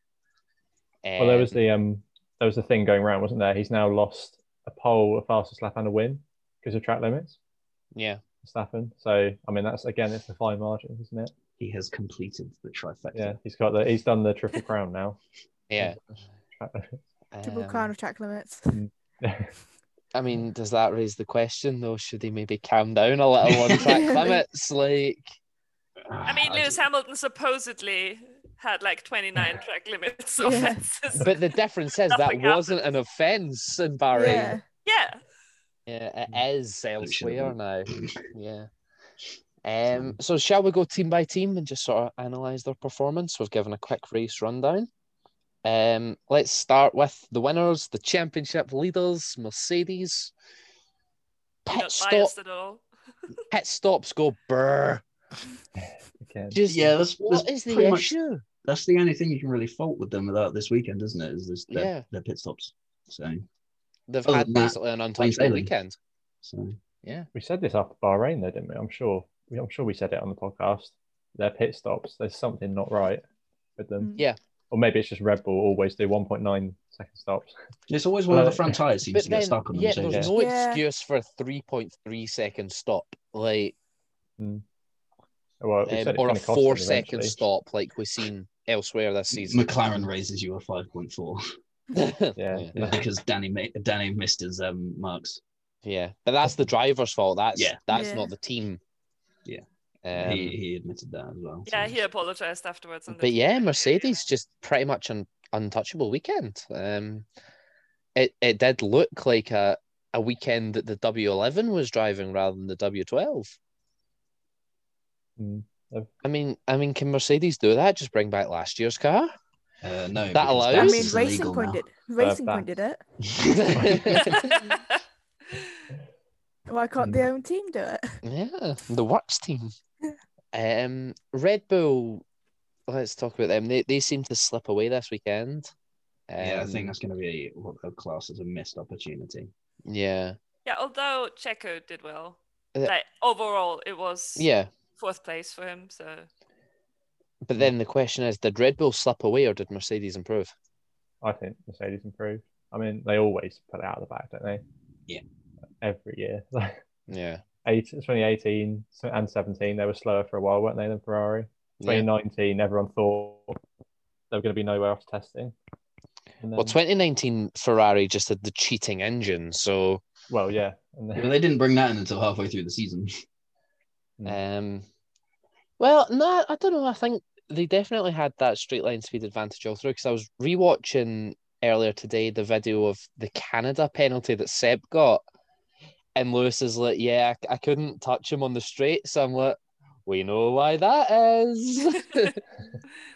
Speaker 3: Well, there was
Speaker 1: Um,
Speaker 3: the um, there was the thing going around, wasn't there? He's now lost a pole, a fastest lap, and a win because of track limits.
Speaker 1: yeah,
Speaker 3: Verstappen. So I mean, that's again, it's a fine margin, isn't it?
Speaker 4: He has completed the trifecta.
Speaker 3: Yeah, he's got the he's done the triple crown now. (laughs)
Speaker 1: yeah.
Speaker 3: Track limits.
Speaker 5: Triple
Speaker 1: Um,
Speaker 5: crown of track limits.
Speaker 1: I mean, does that raise the question though? Should he maybe calm down a little on track limits? Like,
Speaker 2: I mean, Lewis
Speaker 4: just-
Speaker 2: Hamilton supposedly had like 29
Speaker 1: (laughs)
Speaker 2: track limits
Speaker 5: Yeah.
Speaker 2: offenses.
Speaker 1: but the difference is that
Speaker 2: Nothing
Speaker 1: wasn't an offence in Bahrain.
Speaker 5: Yeah.
Speaker 2: yeah,
Speaker 4: Mm.
Speaker 1: Yeah, it is elsewhere
Speaker 4: Actionable.
Speaker 1: now.
Speaker 4: (coughs)
Speaker 1: Yeah. Um, so shall we go team by team and just sort of analyze their performance? We've given a quick race rundown. Um, let's start with the winners, the championship leaders, Mercedes. Pit
Speaker 2: Not
Speaker 1: stop,
Speaker 2: biased at all.
Speaker 1: pit stops go brr.
Speaker 3: Again.
Speaker 1: Just
Speaker 4: yeah, that's,
Speaker 1: what
Speaker 4: that's
Speaker 1: is the
Speaker 4: pretty much-
Speaker 1: issue?
Speaker 4: that's the only thing you can really fault with them about this weekend, isn't it? Is this, their,
Speaker 1: Yeah.
Speaker 4: their pit stops. So,
Speaker 1: They've
Speaker 4: other
Speaker 1: had
Speaker 4: than that,
Speaker 1: basically an untouchable
Speaker 4: sailing.
Speaker 1: weekend.
Speaker 4: so
Speaker 1: Yeah,
Speaker 3: We said this after Bahrain, though, didn't we? I'm sure. we- I'm sure we said it on the podcast. Their pit stops. There's something not right with them,
Speaker 5: Mm.
Speaker 1: Yeah.
Speaker 3: or maybe it's just Red Bull always do 1.9 second stops. (laughs)
Speaker 4: it's always one of the
Speaker 3: Well,
Speaker 4: front tires seems
Speaker 1: but
Speaker 4: to
Speaker 1: then
Speaker 4: get stuck on them.
Speaker 1: yeah,
Speaker 4: so
Speaker 1: there's
Speaker 3: yeah.
Speaker 1: no
Speaker 5: Yeah.
Speaker 1: excuse for a 3.3 second stop. Like
Speaker 3: Well, we
Speaker 1: um,
Speaker 3: said it's
Speaker 1: or a
Speaker 3: gonna cost them
Speaker 1: four second
Speaker 3: eventually.
Speaker 1: stop like we've seen elsewhere this season.
Speaker 4: McLaren raises you a 5.4
Speaker 1: (laughs) yeah.
Speaker 3: Yeah.
Speaker 4: (laughs) because Danny ma- Danny missed his um, marks.
Speaker 1: yeah. But that's the driver's fault. That's
Speaker 4: Yeah.
Speaker 1: that's
Speaker 5: Yeah.
Speaker 1: not the team.
Speaker 4: Yeah.
Speaker 1: Um,
Speaker 4: he, he admitted that as well.
Speaker 2: Yeah,
Speaker 4: so.
Speaker 2: he apologized afterwards. On the
Speaker 1: but
Speaker 2: Twitter.
Speaker 1: yeah,
Speaker 2: (laughs)
Speaker 1: Mercedes (laughs) just pretty much an untouchable weekend. Um, it it did look like a a weekend that the W11 was driving rather than the W12.
Speaker 3: Mm.
Speaker 1: I mean, I mean, can Mercedes do that? Just bring back last year's
Speaker 3: (laughs)
Speaker 1: car. (laughs)
Speaker 4: Uh, no,
Speaker 1: That
Speaker 4: because
Speaker 1: allows?
Speaker 5: I
Speaker 4: gas
Speaker 1: This
Speaker 5: mean,
Speaker 4: is
Speaker 5: Racing
Speaker 4: illegal
Speaker 5: Point
Speaker 4: now.
Speaker 5: did. Racing
Speaker 3: back.
Speaker 5: Point did it. Why
Speaker 3: Hmm.
Speaker 5: can't their own team
Speaker 3: (laughs)
Speaker 5: do it? (laughs)
Speaker 1: Yeah, the works team. Um, Red Bull. Let's talk about them. They they seem to slip away this weekend. Um,
Speaker 4: yeah, I think that's going to be what the class is a missed opportunity.
Speaker 1: Yeah,
Speaker 2: yeah, although Checo did well.
Speaker 1: Uh,
Speaker 2: Like overall, it was
Speaker 1: yeah.
Speaker 2: fourth place for him. So
Speaker 1: (laughs) But then the question is, did Red Bull slip away or did Mercedes improve?
Speaker 3: I think Mercedes improved. I mean, they always put it out of the back, don't they?
Speaker 4: Yeah.
Speaker 3: Every year. (laughs)
Speaker 1: Yeah,
Speaker 3: Eight, 2018 and 17, they were slower for a while, weren't they, than Ferrari?
Speaker 1: yeah.
Speaker 3: 2019, everyone thought they were going to be nowhere after testing. And
Speaker 1: Well,
Speaker 3: then-
Speaker 1: 2019 Ferrari just had the cheating engine, so
Speaker 3: well, yeah. And
Speaker 4: But
Speaker 3: then,
Speaker 4: they didn't bring that in until halfway through the season.
Speaker 1: um. Well, no, I don't know. I think they definitely had that straight line speed advantage all through because I was rewatching earlier today the video of the Canada penalty that Seb got, and Lewis is like, "Yeah, I, I couldn't touch him on the straight," so I'm like, "We know why that is." (laughs)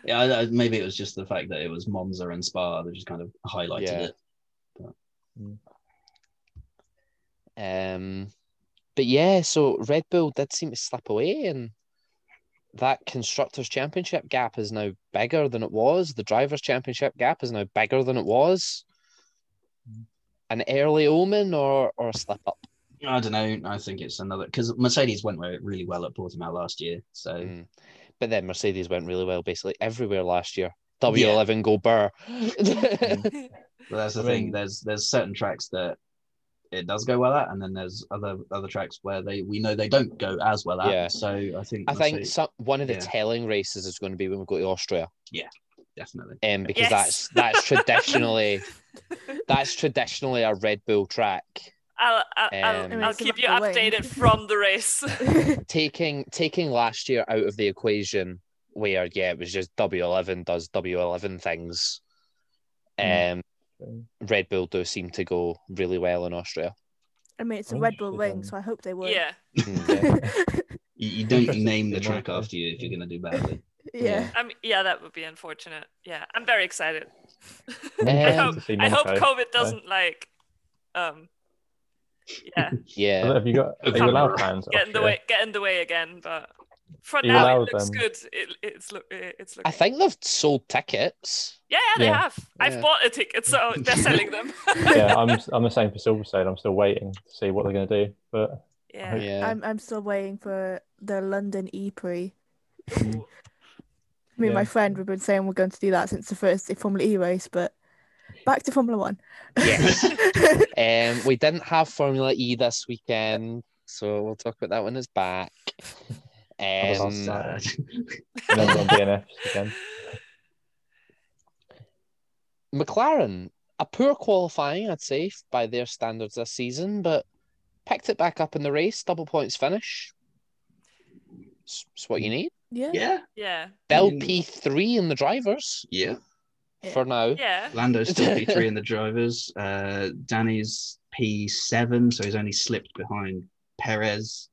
Speaker 4: Yeah, I, I, maybe it was just the fact that it was Monza and Spa that just kind of highlighted
Speaker 1: Yeah.
Speaker 4: it.
Speaker 1: Um, but yeah, so Red Bull did seem to slip away, and that constructors' championship gap is now bigger than it was. The drivers' championship gap is now bigger than it was. An early omen or or a slip up?
Speaker 4: I don't know. I think it's another because Mercedes went where- really well at Portimao last year. So
Speaker 1: Mm. But then Mercedes went really well, basically everywhere last year. W11 go (laughs) burr.
Speaker 4: Mm. but that's the
Speaker 3: I
Speaker 4: thing.
Speaker 3: mean-
Speaker 4: There's there's certain tracks that it does go well at, and then there's other other tracks where they we know they don't go as well at.
Speaker 1: Yeah.
Speaker 4: So I think
Speaker 1: I think
Speaker 4: Mercedes-
Speaker 1: some, one of the
Speaker 4: Yeah.
Speaker 1: telling races is going to be when we go to Austria,
Speaker 4: definitely.
Speaker 1: um, because
Speaker 2: Yes.
Speaker 1: that's
Speaker 2: (laughs)
Speaker 1: that's traditionally that's traditionally a Red Bull track.
Speaker 2: I'll I'll,
Speaker 1: Um,
Speaker 2: I'll, I'll
Speaker 5: Race
Speaker 2: keep
Speaker 5: about
Speaker 2: you
Speaker 5: the win.
Speaker 2: updated from the race. (laughs)
Speaker 1: taking taking last year out of the equation where yeah it was just w11 does w11 things um red bull do seem to go really well in austria
Speaker 5: I mean, it's a
Speaker 3: Oh,
Speaker 5: Red Bull
Speaker 3: shit,
Speaker 5: ring,
Speaker 3: um,
Speaker 5: so I hope they would. (laughs)
Speaker 2: yeah,
Speaker 1: Hmm.
Speaker 4: You, you don't
Speaker 3: (laughs) Interesting
Speaker 4: name the
Speaker 3: to note,
Speaker 4: track after you if you're going to do badly.
Speaker 5: yeah.
Speaker 2: I'm. Yeah, that would be unfortunate. Yeah, I'm very excited. I
Speaker 1: Um,
Speaker 2: hope.
Speaker 3: to see
Speaker 2: (laughs) I hope
Speaker 3: Monaco.
Speaker 2: COVID doesn't like. Um. Yeah,
Speaker 1: yeah
Speaker 3: Have you got? Are you allowed fans?
Speaker 2: get in the
Speaker 3: Austria?
Speaker 2: way. Get in the way again, but. For
Speaker 3: You
Speaker 2: now,
Speaker 3: allow
Speaker 2: it looks
Speaker 3: them.
Speaker 2: good. It, it's look. It's looking.
Speaker 1: i think they've sold tickets
Speaker 2: Yeah, yeah, they
Speaker 3: Yeah.
Speaker 2: have. I've
Speaker 1: Yeah.
Speaker 2: bought a ticket, so they're selling them.
Speaker 3: (laughs)
Speaker 2: (laughs)
Speaker 3: yeah, Oh, I'm. I'm the same for Silverstone. I'm still waiting to see what they're going to do. But
Speaker 2: (laughs) yeah.
Speaker 1: yeah
Speaker 5: I'm I'm still waiting for the London E Prix.
Speaker 2: Ooh.
Speaker 5: Me and my
Speaker 3: Yeah.
Speaker 5: friend we've been saying we're going to do that since the first Formula E race, but back to Formula One.
Speaker 1: Yes. um we didn't have formula e this weekend so we'll talk about that when it's back
Speaker 4: (laughs)
Speaker 3: was
Speaker 1: um,
Speaker 4: Sad.
Speaker 3: (laughs) and everyone DNFs again.
Speaker 1: McLaren, a poor qualifying, I'd say, f- by their standards this season, but picked it back up in the race, double points finish. It's, it's what you need.
Speaker 5: (laughs) yeah.
Speaker 4: yeah,
Speaker 2: Yeah.
Speaker 1: Bell
Speaker 4: Mm.
Speaker 1: P3 in the drivers
Speaker 4: yeah.
Speaker 1: for now.
Speaker 2: Yeah.
Speaker 4: Lando's still P3 in the drivers. Uh, Danny's P7, so he's only slipped behind Perez.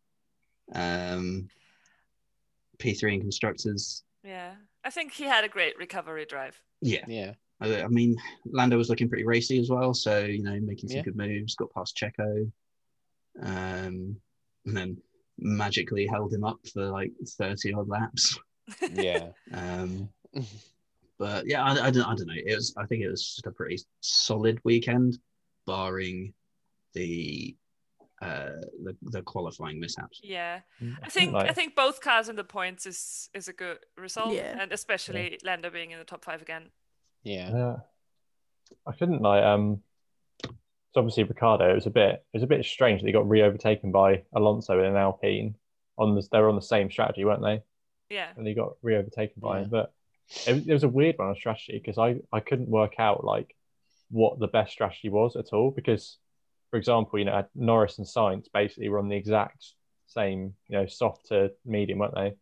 Speaker 4: Um, P3 in constructors.
Speaker 2: Yeah. I think he had a great recovery drive.
Speaker 4: Yeah.
Speaker 1: Yeah.
Speaker 4: I I mean, Lando was looking pretty racy as well, so you know, making some
Speaker 1: Yeah.
Speaker 4: good moves, got past Checo, um, and then magically held him up for like thirty odd laps.
Speaker 1: Yeah.
Speaker 4: Um, but yeah, I, I don't, I don't know. It was, I think it was just a pretty solid weekend, barring the uh, the, the qualifying mishaps.
Speaker 2: yeah.
Speaker 3: (laughs)
Speaker 2: I think I
Speaker 3: like-
Speaker 2: think both cars in the points is is a good result,
Speaker 5: Yeah.
Speaker 2: and especially Lando being in the top five again.
Speaker 1: (laughs)
Speaker 3: (laughs)
Speaker 1: yeah.
Speaker 3: Yeah, I couldn't like um. So obviously Ricardo, it was a bit it was a bit strange that he got re-overtaken by Alonso in an Alpine on the they were on the same strategy, weren't they?
Speaker 2: Yeah.
Speaker 3: And he got re-overtaken by
Speaker 1: Yeah.
Speaker 3: him, but it, it was a weird one on strategy because I I couldn't work out like what the best strategy was at all because, for example, you know Norris and Sainz basically were on the exact same you know soft to medium, weren't they?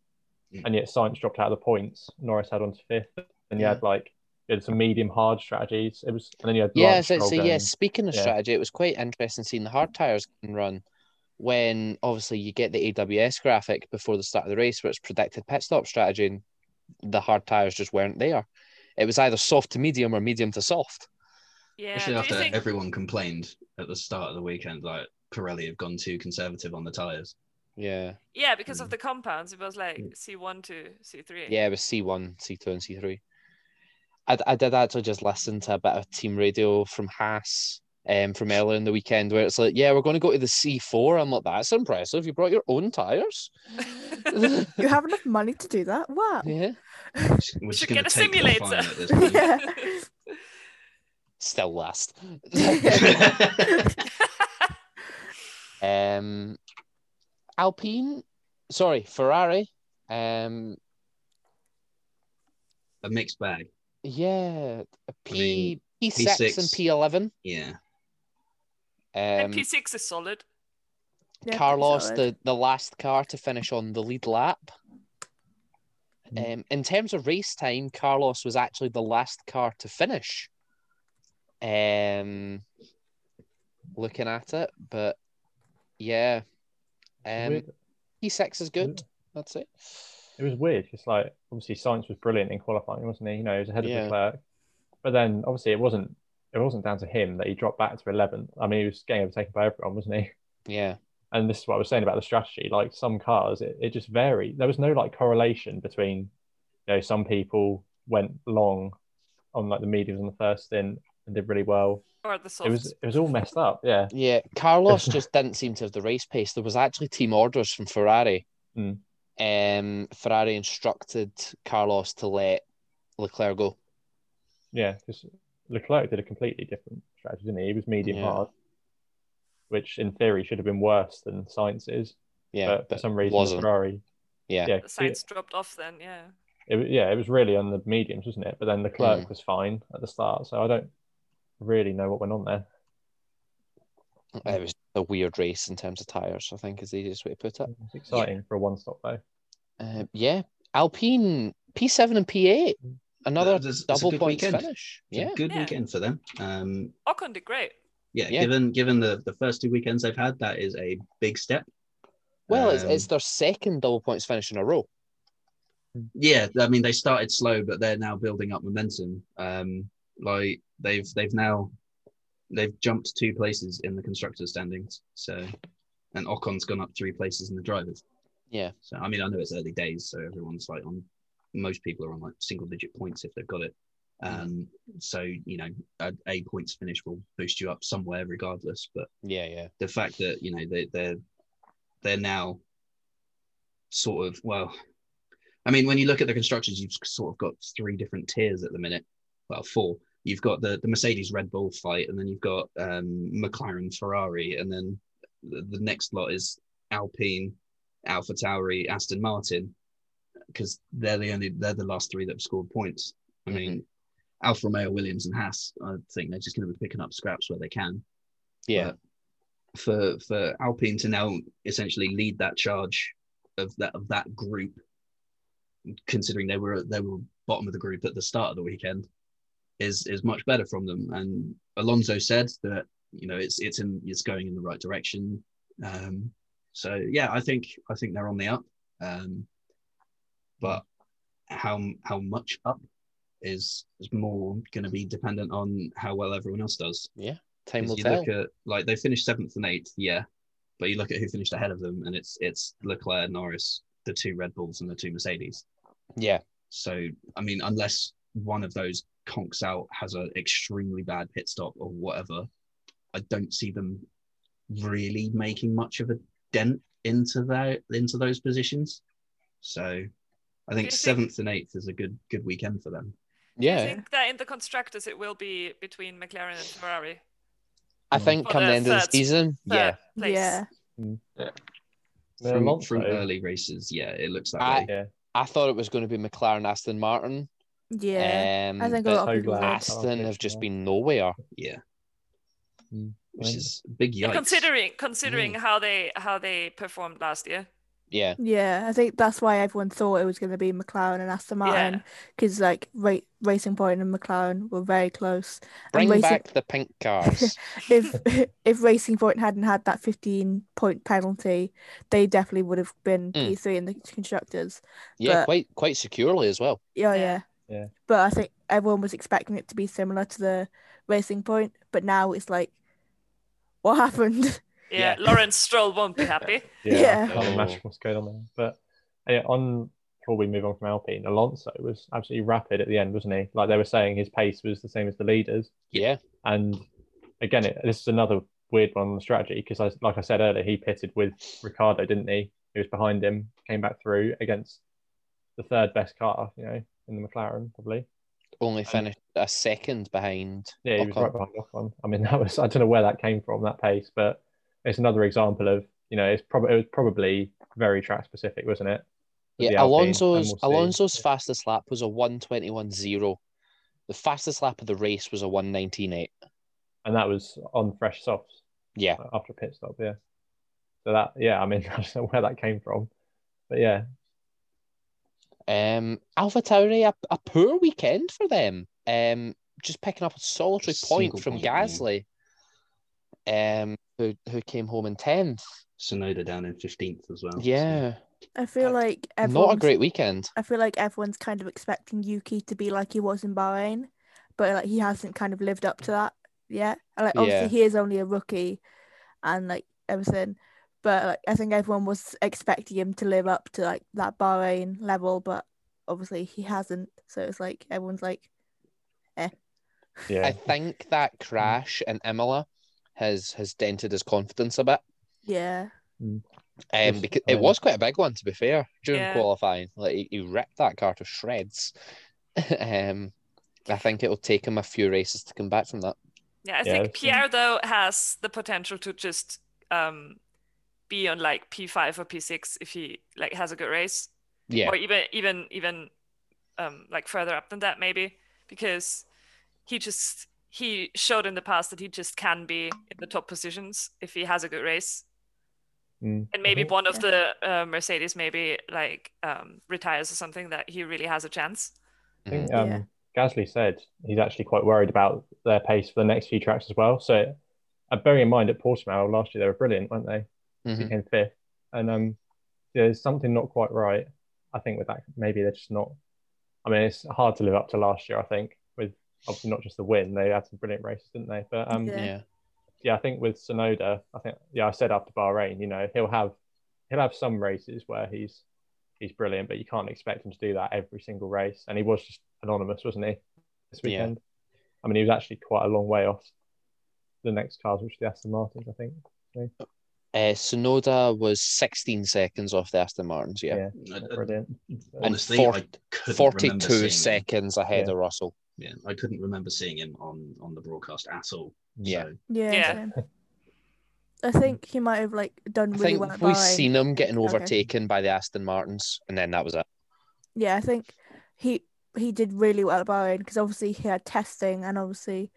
Speaker 4: Mm.
Speaker 3: And yet Sainz dropped out of the points. Norris had on to fifth, and you
Speaker 1: Yeah.
Speaker 3: had like you had some medium hard strategies. It was and then you had
Speaker 1: Yeah,
Speaker 3: Lance
Speaker 1: so, so
Speaker 3: Stroll
Speaker 1: yeah,
Speaker 3: going-
Speaker 1: speaking of
Speaker 3: yeah.
Speaker 1: strategy, it was quite interesting seeing the hard tires can run when obviously you get the AWS graphic before the start of the race where it's predicted pit stop strategy and the hard tires just weren't there. It was either soft to medium or medium to soft.
Speaker 2: Yeah.
Speaker 4: Especially
Speaker 2: Do
Speaker 4: after
Speaker 2: you think
Speaker 4: everyone complained at the start of the weekend, like Pirelli have gone too conservative on
Speaker 2: (laughs)
Speaker 4: the tires.
Speaker 1: Yeah.
Speaker 2: yeah, because of
Speaker 4: Mm.
Speaker 2: the compounds, it was like
Speaker 4: Mm.
Speaker 2: C one to C three.
Speaker 1: Yeah, it was C1, C2, and C3. I, I did actually just listen to a bit of team radio from Haas um, from earlier in the weekend where it's like, yeah, we're going to go to the C4. I'm like, that's impressive. You brought your own tires.
Speaker 5: You have enough money to do that? Wow.
Speaker 1: (laughs)
Speaker 5: (laughs)
Speaker 1: yeah.
Speaker 4: We're just
Speaker 2: Should
Speaker 4: going
Speaker 2: get a
Speaker 4: to take the
Speaker 2: simulator.
Speaker 4: fine
Speaker 2: (laughs)
Speaker 4: at this point.
Speaker 5: Yeah.
Speaker 1: Still last. (laughs) um, Alpine, sorry, Ferrari. Um,
Speaker 4: (laughs) a mixed bag.
Speaker 1: yeah,
Speaker 4: I mean,
Speaker 1: P P6, and
Speaker 4: P6.
Speaker 1: P11.
Speaker 4: Yeah.
Speaker 1: (laughs) Um,
Speaker 2: P six is solid.
Speaker 5: Yeah,
Speaker 1: Carlos,
Speaker 5: solid.
Speaker 1: the, the last car to finish on the lead lap.
Speaker 3: Mm.
Speaker 1: Um, in terms of race time, Carlos was actually the last car to finish. Um, looking at it, but yeah, um,
Speaker 3: Weird-
Speaker 1: P6 is good. That's it.
Speaker 3: it was weird because like obviously science was brilliant in qualifying wasn't he you know he was ahead of
Speaker 1: Yeah.
Speaker 3: the clerk but then obviously it wasn't it wasn't down to him that he dropped back to 11th i mean he was getting overtaken by everyone wasn't he
Speaker 1: Yeah,
Speaker 3: and this is what i was saying about the strategy like some cars it, it just varied there was no like correlation between you know some people went long on like the mediums on the first stint and did really well
Speaker 2: Or the
Speaker 3: it
Speaker 2: soft.
Speaker 3: was it was all messed up yeah
Speaker 1: yeah.
Speaker 3: (laughs)
Speaker 1: Carlos just didn't seem to have the race pace. There was actually team orders from Ferrari.
Speaker 3: Mm.
Speaker 1: Um, Ferrari instructed Carlos to let Leclerc go.
Speaker 3: Yeah, because Leclerc did a completely different strategy, didn't he? He was medium
Speaker 1: Yeah.
Speaker 3: hard, which in theory should have been worse than Science's,
Speaker 1: Yeah,
Speaker 3: but for some reason
Speaker 1: wasn't.
Speaker 3: Ferrari.
Speaker 1: Yeah.
Speaker 3: yeah,
Speaker 2: the sides dropped off then, yeah.
Speaker 3: it, wa- yeah, it was really on the mediums, wasn't it? But then
Speaker 1: Mm.
Speaker 3: Leclerc was fine at the start, so I don't really know what went on there.
Speaker 1: It was a weird race in terms of tires, I think, is the easiest way to put it.
Speaker 3: It's exciting for a one stop though.
Speaker 1: Uh, yeah, Alpine P7 and P8, another
Speaker 4: That is- it's a
Speaker 1: double
Speaker 4: good
Speaker 1: points
Speaker 4: weekend.
Speaker 1: finish.
Speaker 4: It's a
Speaker 1: Yeah,
Speaker 4: good
Speaker 2: Yeah.
Speaker 4: weekend for them. Um,
Speaker 2: Ocon did great.
Speaker 4: yeah,
Speaker 1: Yeah.
Speaker 4: Given given the, the first two weekends they've had, that is a big step.
Speaker 1: well, it's,
Speaker 4: Um,
Speaker 1: it's their second double points finish in a row.
Speaker 4: yeah, I mean they started slow, but they're now building up momentum. Um, like they've they've now they've jumped two places in the constructor standings. So, and Ocon's gone up three places in the drivers.
Speaker 1: Yeah,
Speaker 4: So I mean I know it's early days, so everyone's like on most people are on like single digit points if they've got it. Um, so you know a, a points finish will boost you up somewhere regardless, but
Speaker 1: yeah, yeah,
Speaker 4: the fact that you know they, they're they're now sort of well i mean when you look at the constructors you've sort of got three different tiers at the minute well four you've got the, the mercedes red bull fight and then you've got um, mclaren ferrari and then the, the next lot is alpine alpha tauri aston martin because they're the only they're the last three that have scored points i
Speaker 1: Mhm.
Speaker 4: mean alfa romeo williams and haas i think they're just going to be picking up scraps where they can
Speaker 1: yeah,
Speaker 4: for for Alpine to now essentially lead that charge of that of that group, considering they were they were bottom of the group at the start of the weekend, is is much better from them. And Alonso said that you know it's it's in it's going in the right direction. Um, so yeah, I think I think they're on the up, um, but how how much up is is more going to be dependent on how well everyone else does.
Speaker 1: Time
Speaker 4: 'Cause
Speaker 1: will
Speaker 4: you
Speaker 1: tell.
Speaker 4: look at like they finished seventh and eighth, yeah, but you look at who finished ahead of them, and it's it's Leclerc, Norris, the two Red Bulls, and the two Mercedes.
Speaker 1: yeah,
Speaker 4: So I mean, unless one of those conks out has an extremely bad pit stop or whatever, I don't see them really making much of a dent into that into those positions. So I
Speaker 2: you
Speaker 4: think
Speaker 2: think-
Speaker 4: seventh and eighth is a good good weekend for them.
Speaker 2: I
Speaker 1: yeah.
Speaker 2: think that in the constructors it will be between McLaren and Ferrari.
Speaker 1: I think
Speaker 2: For
Speaker 1: come the
Speaker 2: the
Speaker 1: end of the
Speaker 2: third-
Speaker 1: season,
Speaker 2: Third
Speaker 1: yeah,
Speaker 2: place.
Speaker 5: Yeah.
Speaker 3: Yeah,
Speaker 4: From,
Speaker 3: Monza.
Speaker 4: from early races, yeah, it looks that
Speaker 1: I-
Speaker 4: way.
Speaker 3: Yeah,
Speaker 1: I thought it was going to be McLaren, Aston Martin.
Speaker 5: Yeah.
Speaker 1: um,
Speaker 5: I think a
Speaker 1: but
Speaker 5: lot of
Speaker 3: so
Speaker 5: people
Speaker 3: glad.
Speaker 5: would.
Speaker 1: Aston have just
Speaker 3: Yeah.
Speaker 1: been nowhere.
Speaker 4: Yeah.
Speaker 3: Mm,
Speaker 4: Which
Speaker 3: fine.
Speaker 4: is big
Speaker 2: Yeah,
Speaker 4: yikes.
Speaker 2: considering considering how they how they performed last year.
Speaker 1: Yeah,
Speaker 5: Yeah, I think that's why everyone thought it was going to be McLaren and Aston Martin because like ra- Racing Point and McLaren were very close.
Speaker 1: bring
Speaker 5: racing-
Speaker 1: back the pink
Speaker 5: (laughs)
Speaker 1: cars.
Speaker 5: If if Racing Point hadn't had that 15 point penalty, they definitely would have been
Speaker 1: Mm.
Speaker 5: P3 in the constructors.
Speaker 1: yeah,
Speaker 5: But-
Speaker 1: quite quite securely as well.
Speaker 5: Yeah,
Speaker 2: Yeah.
Speaker 5: yeah.
Speaker 3: Yeah.
Speaker 5: But I think everyone was expecting it to be similar to the Racing Point, but now it's like, what happened? (laughs)
Speaker 2: Yeah,
Speaker 1: Yeah.
Speaker 2: Lawrence Stroll won't be happy.
Speaker 3: yeah,
Speaker 5: Yeah.
Speaker 3: I can't
Speaker 1: Oh.
Speaker 3: imagine what's going on there. But yeah, on before we move on from Alpine, Alonso was absolutely rapid at the end, wasn't he? Like they were saying, his pace was the same as the leaders.
Speaker 1: Yeah,
Speaker 3: And again, it, this is another weird one on the strategy because, I, like I said earlier, he pitted with Ricardo, didn't he? He was behind him, came back through against the third best car, you know, in the McLaren probably.
Speaker 1: only finished a second behind.
Speaker 3: Yeah, he was
Speaker 1: Ocon.
Speaker 3: right behind Ocon. I mean, (laughs) that was I don't know where that came from that pace, but it's another example of you know it's probably it was probably very track specific, wasn't it? With the
Speaker 1: Yeah,
Speaker 3: Alpine,
Speaker 1: Alonso's
Speaker 3: and we'll see.
Speaker 1: Alonso's fastest lap was a one twenty one zero. The fastest lap of the race was a one nineteen eight.
Speaker 3: and that was on fresh softs.
Speaker 1: Yeah.
Speaker 3: after pit stop, yeah. So that yeah, I mean, (laughs) I don't know where that came from, but yeah,
Speaker 1: Um, Alpha Tauri, a, a poor weekend for them. Um, just picking up a solitary
Speaker 4: A
Speaker 1: point
Speaker 4: single
Speaker 1: from
Speaker 4: point, yeah.
Speaker 1: Gasly. Um, who who came home in tenth.
Speaker 4: Sonoda down in fifteenth as well. Oh, so-
Speaker 1: Yeah,
Speaker 5: I feel like
Speaker 1: not a
Speaker 5: everyone's,
Speaker 1: great weekend.
Speaker 5: I feel like everyone's kind of expecting Yuki to be like he was in Bahrain, but like he hasn't kind of lived up to that yet. And, like obviously
Speaker 1: Yeah.
Speaker 5: he is only a rookie, and like everything, but like I think everyone was expecting him to live up to like that Bahrain level, but obviously he hasn't. So it's like everyone's like,
Speaker 3: yeah.
Speaker 1: I think that crash in Imola has has dented his confidence a bit.
Speaker 5: yeah.
Speaker 1: Um,
Speaker 3: Yes,
Speaker 1: because
Speaker 3: I
Speaker 1: it
Speaker 3: know.
Speaker 1: was quite a big one to be fair during
Speaker 2: Yeah.
Speaker 1: qualifying. Like he, he ripped that car to shreds. (laughs) um, I think it'll take him a few races to come back from that.
Speaker 2: Yeah, I
Speaker 3: Yeah,
Speaker 2: think
Speaker 3: it's-
Speaker 2: Pierre though has the potential to just um be on like P5 or P6 if he like has a good race.
Speaker 1: Yeah,
Speaker 2: or even even even um, like further up than that maybe because he just he showed in the past that he just can be in the top positions if he has a good race
Speaker 3: Mm.
Speaker 2: and maybe
Speaker 3: I think-
Speaker 2: one of the uh, mercedes maybe like um, retires or something that he really has a chance
Speaker 3: I think
Speaker 1: Mhm.
Speaker 3: um,
Speaker 5: Yeah.
Speaker 3: Gasly said he's actually quite worried about their pace for the next few tracks as well. So, uh, bearing in mind at Portimao last year they were brilliant, weren't they?
Speaker 1: Mhm.
Speaker 3: Became fifth, and um, there's something not quite right. I think with that, maybe they're just not. I mean, it's hard to live up to last year. I think with obviously not just the win, they had some brilliant races, didn't they? But um,
Speaker 5: Yeah.
Speaker 1: yeah,
Speaker 3: yeah, I think with Sonoda, I think yeah, I said after Bahrain, you know, he'll have he'll have some races where he's he's brilliant, but you can't expect him to do that every single race. And he was just anonymous, wasn't he? This
Speaker 1: Yeah.
Speaker 3: weekend. I mean, he was actually quite a long way off the next cars, which are the Aston Martins, I think.
Speaker 1: Uh, Sonoda was 16 seconds off the Aston Martins. Yeah,
Speaker 3: Yeah.
Speaker 4: I- I-
Speaker 3: Brilliant.
Speaker 1: And
Speaker 4: honestly,
Speaker 1: four-
Speaker 4: I couldn't remember
Speaker 1: 42
Speaker 4: seeing him.
Speaker 1: seconds ahead
Speaker 3: Yeah.
Speaker 1: of Russell.
Speaker 4: Yeah, I couldn't remember seeing him on on the broadcast at all.
Speaker 1: Yeah.
Speaker 4: So,
Speaker 5: Yeah.
Speaker 2: Yeah.
Speaker 1: (laughs)
Speaker 5: same. I think he might have like done
Speaker 1: I
Speaker 5: really
Speaker 1: think
Speaker 5: well. at
Speaker 1: we
Speaker 5: Bahrain.
Speaker 1: seen him getting
Speaker 5: Okay.
Speaker 1: overtaken by the Aston Martins, and then that was it.
Speaker 5: Yeah, I think he he did really well at Bahrain because obviously he had testing and obviously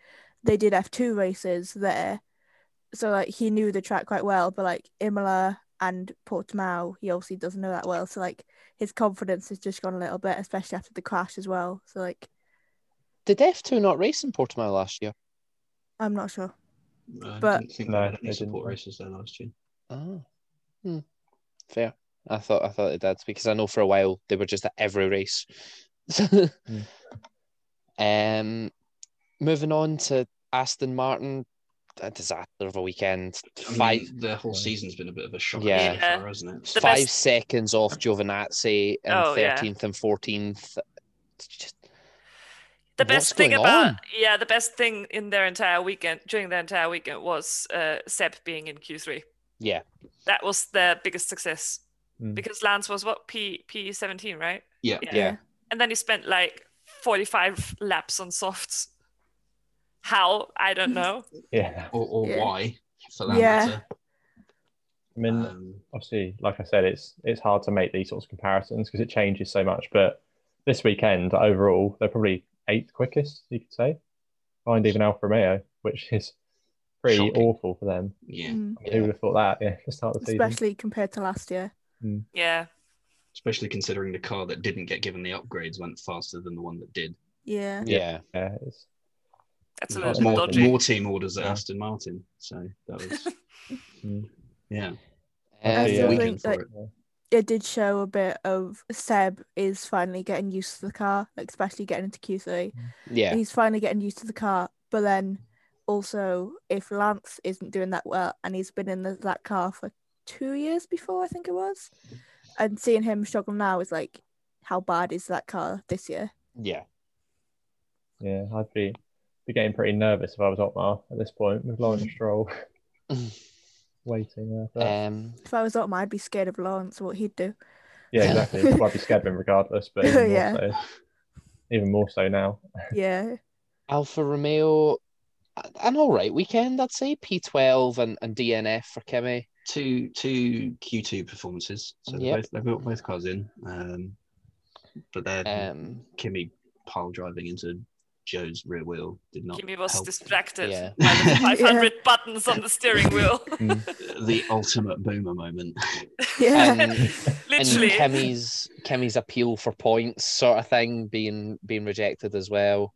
Speaker 5: they did F two races there, so like he knew the track quite well. But like Imola and Portimao, he obviously doesn't know that well. So like his confidence has just gone a little bit, especially after the crash as well. So like
Speaker 1: Did F2 not race in Portimao last year?
Speaker 5: I'm not sure.
Speaker 4: I
Speaker 5: But-
Speaker 4: didn't think
Speaker 3: No,
Speaker 4: they had
Speaker 3: they
Speaker 4: any
Speaker 3: didn't.
Speaker 4: support races there last year.
Speaker 1: Oh, hmm. fair. I thought I thought it did because I know for a while they were just at every race.
Speaker 4: Hmm.
Speaker 1: Um, moving on to Aston Martin, a disaster of a weekend.
Speaker 4: I mean,
Speaker 1: Five
Speaker 4: their whole season's been a bit of a shock
Speaker 1: Yeah.
Speaker 4: so far, hasn't it?
Speaker 2: The
Speaker 1: five
Speaker 2: best-
Speaker 1: seconds off Giovinazzi and
Speaker 2: Oh, yeah.
Speaker 1: thirteenth and fourteenth. Just
Speaker 2: The
Speaker 1: What's
Speaker 2: best thing
Speaker 1: going
Speaker 2: about
Speaker 1: on?
Speaker 2: yeah, the best thing in their entire weekend during their entire weekend was uh, Seb being in Q3.
Speaker 1: yeah,
Speaker 2: That was their biggest success
Speaker 3: Mm.
Speaker 2: because Lance was what P P seventeen, right?
Speaker 4: Yeah.
Speaker 1: yeah,
Speaker 2: And then he spent like forty five laps on softs. How I don't know.
Speaker 3: Yeah.
Speaker 4: Or, or
Speaker 5: Yeah.
Speaker 4: why, for that
Speaker 5: Yeah.
Speaker 4: matter.
Speaker 3: I mean,
Speaker 4: Um,
Speaker 3: obviously, like I said, it's it's hard to make these sorts of comparisons because it changes so much. But this weekend, overall, they're probably eighth quickest, you could say, behind even Alfa Romeo, which is pretty
Speaker 4: Shocking.
Speaker 3: awful for them.
Speaker 4: yeah.
Speaker 5: Mm.
Speaker 3: Who would have thought that? Yeah, to start the season.
Speaker 5: especially compared to last year.
Speaker 2: Yeah,
Speaker 4: Especially considering the car that didn't get given the upgrades went faster than the one that did.
Speaker 5: Yeah,
Speaker 1: yeah.
Speaker 3: Yeah, it's,
Speaker 2: that's a
Speaker 3: Well,
Speaker 4: There's
Speaker 2: little
Speaker 3: that's
Speaker 4: more,
Speaker 2: dodgy.
Speaker 4: more team orders at
Speaker 3: Yeah.
Speaker 4: Aston Martin. So that was,
Speaker 3: Mm.
Speaker 4: yeah.
Speaker 1: Um,
Speaker 5: I
Speaker 3: still
Speaker 1: we-
Speaker 5: think,
Speaker 4: Weekend for
Speaker 5: like-
Speaker 4: it.
Speaker 5: it did show a bit of Seb is finally getting used to the car, like especially getting into Q3.
Speaker 1: yeah,
Speaker 5: He's finally getting used to the car, but then also if Lance isn't doing that well and he's been in the, that car for two years before, I think it was, and seeing him struggle now is like, how bad is that car this year?
Speaker 4: (laughs)
Speaker 1: yeah,
Speaker 3: yeah, I'd be be getting pretty nervous if I was Otmar at this point with
Speaker 5: (laughs)
Speaker 3: Lawrence Stroll waiting there. for that.
Speaker 1: um,
Speaker 5: If I was Otmar, I'd be scared of Lawrence, what
Speaker 1: (laughs)
Speaker 5: he'd do.
Speaker 3: yeah, exactly. well, I'd be scared of him regardless,
Speaker 5: (laughs)
Speaker 3: but even more
Speaker 5: Yeah.
Speaker 3: so, even more so now.
Speaker 5: Yeah,
Speaker 1: Alfa Romeo. a- An all right weekend, I'd say. P12 and, and DNF for Kimi.
Speaker 4: two two Q2 performances. So they
Speaker 1: Yep.
Speaker 4: both, they've got both cars in, um, but then
Speaker 1: Um,
Speaker 4: Kimmy pile driving into Joe's rear wheel did not.
Speaker 2: Kimmy was
Speaker 4: help.
Speaker 2: distracted
Speaker 1: Yeah. Mm.
Speaker 2: by the
Speaker 4: Yeah.
Speaker 2: 500 buttons on the steering
Speaker 1: (laughs)
Speaker 2: wheel.
Speaker 4: (laughs) The ultimate boomer moment.
Speaker 5: yeah, (laughs)
Speaker 1: and and
Speaker 2: Literally.
Speaker 1: Kimmy's Kimmy's appeal for points sort of thing being being rejected as well.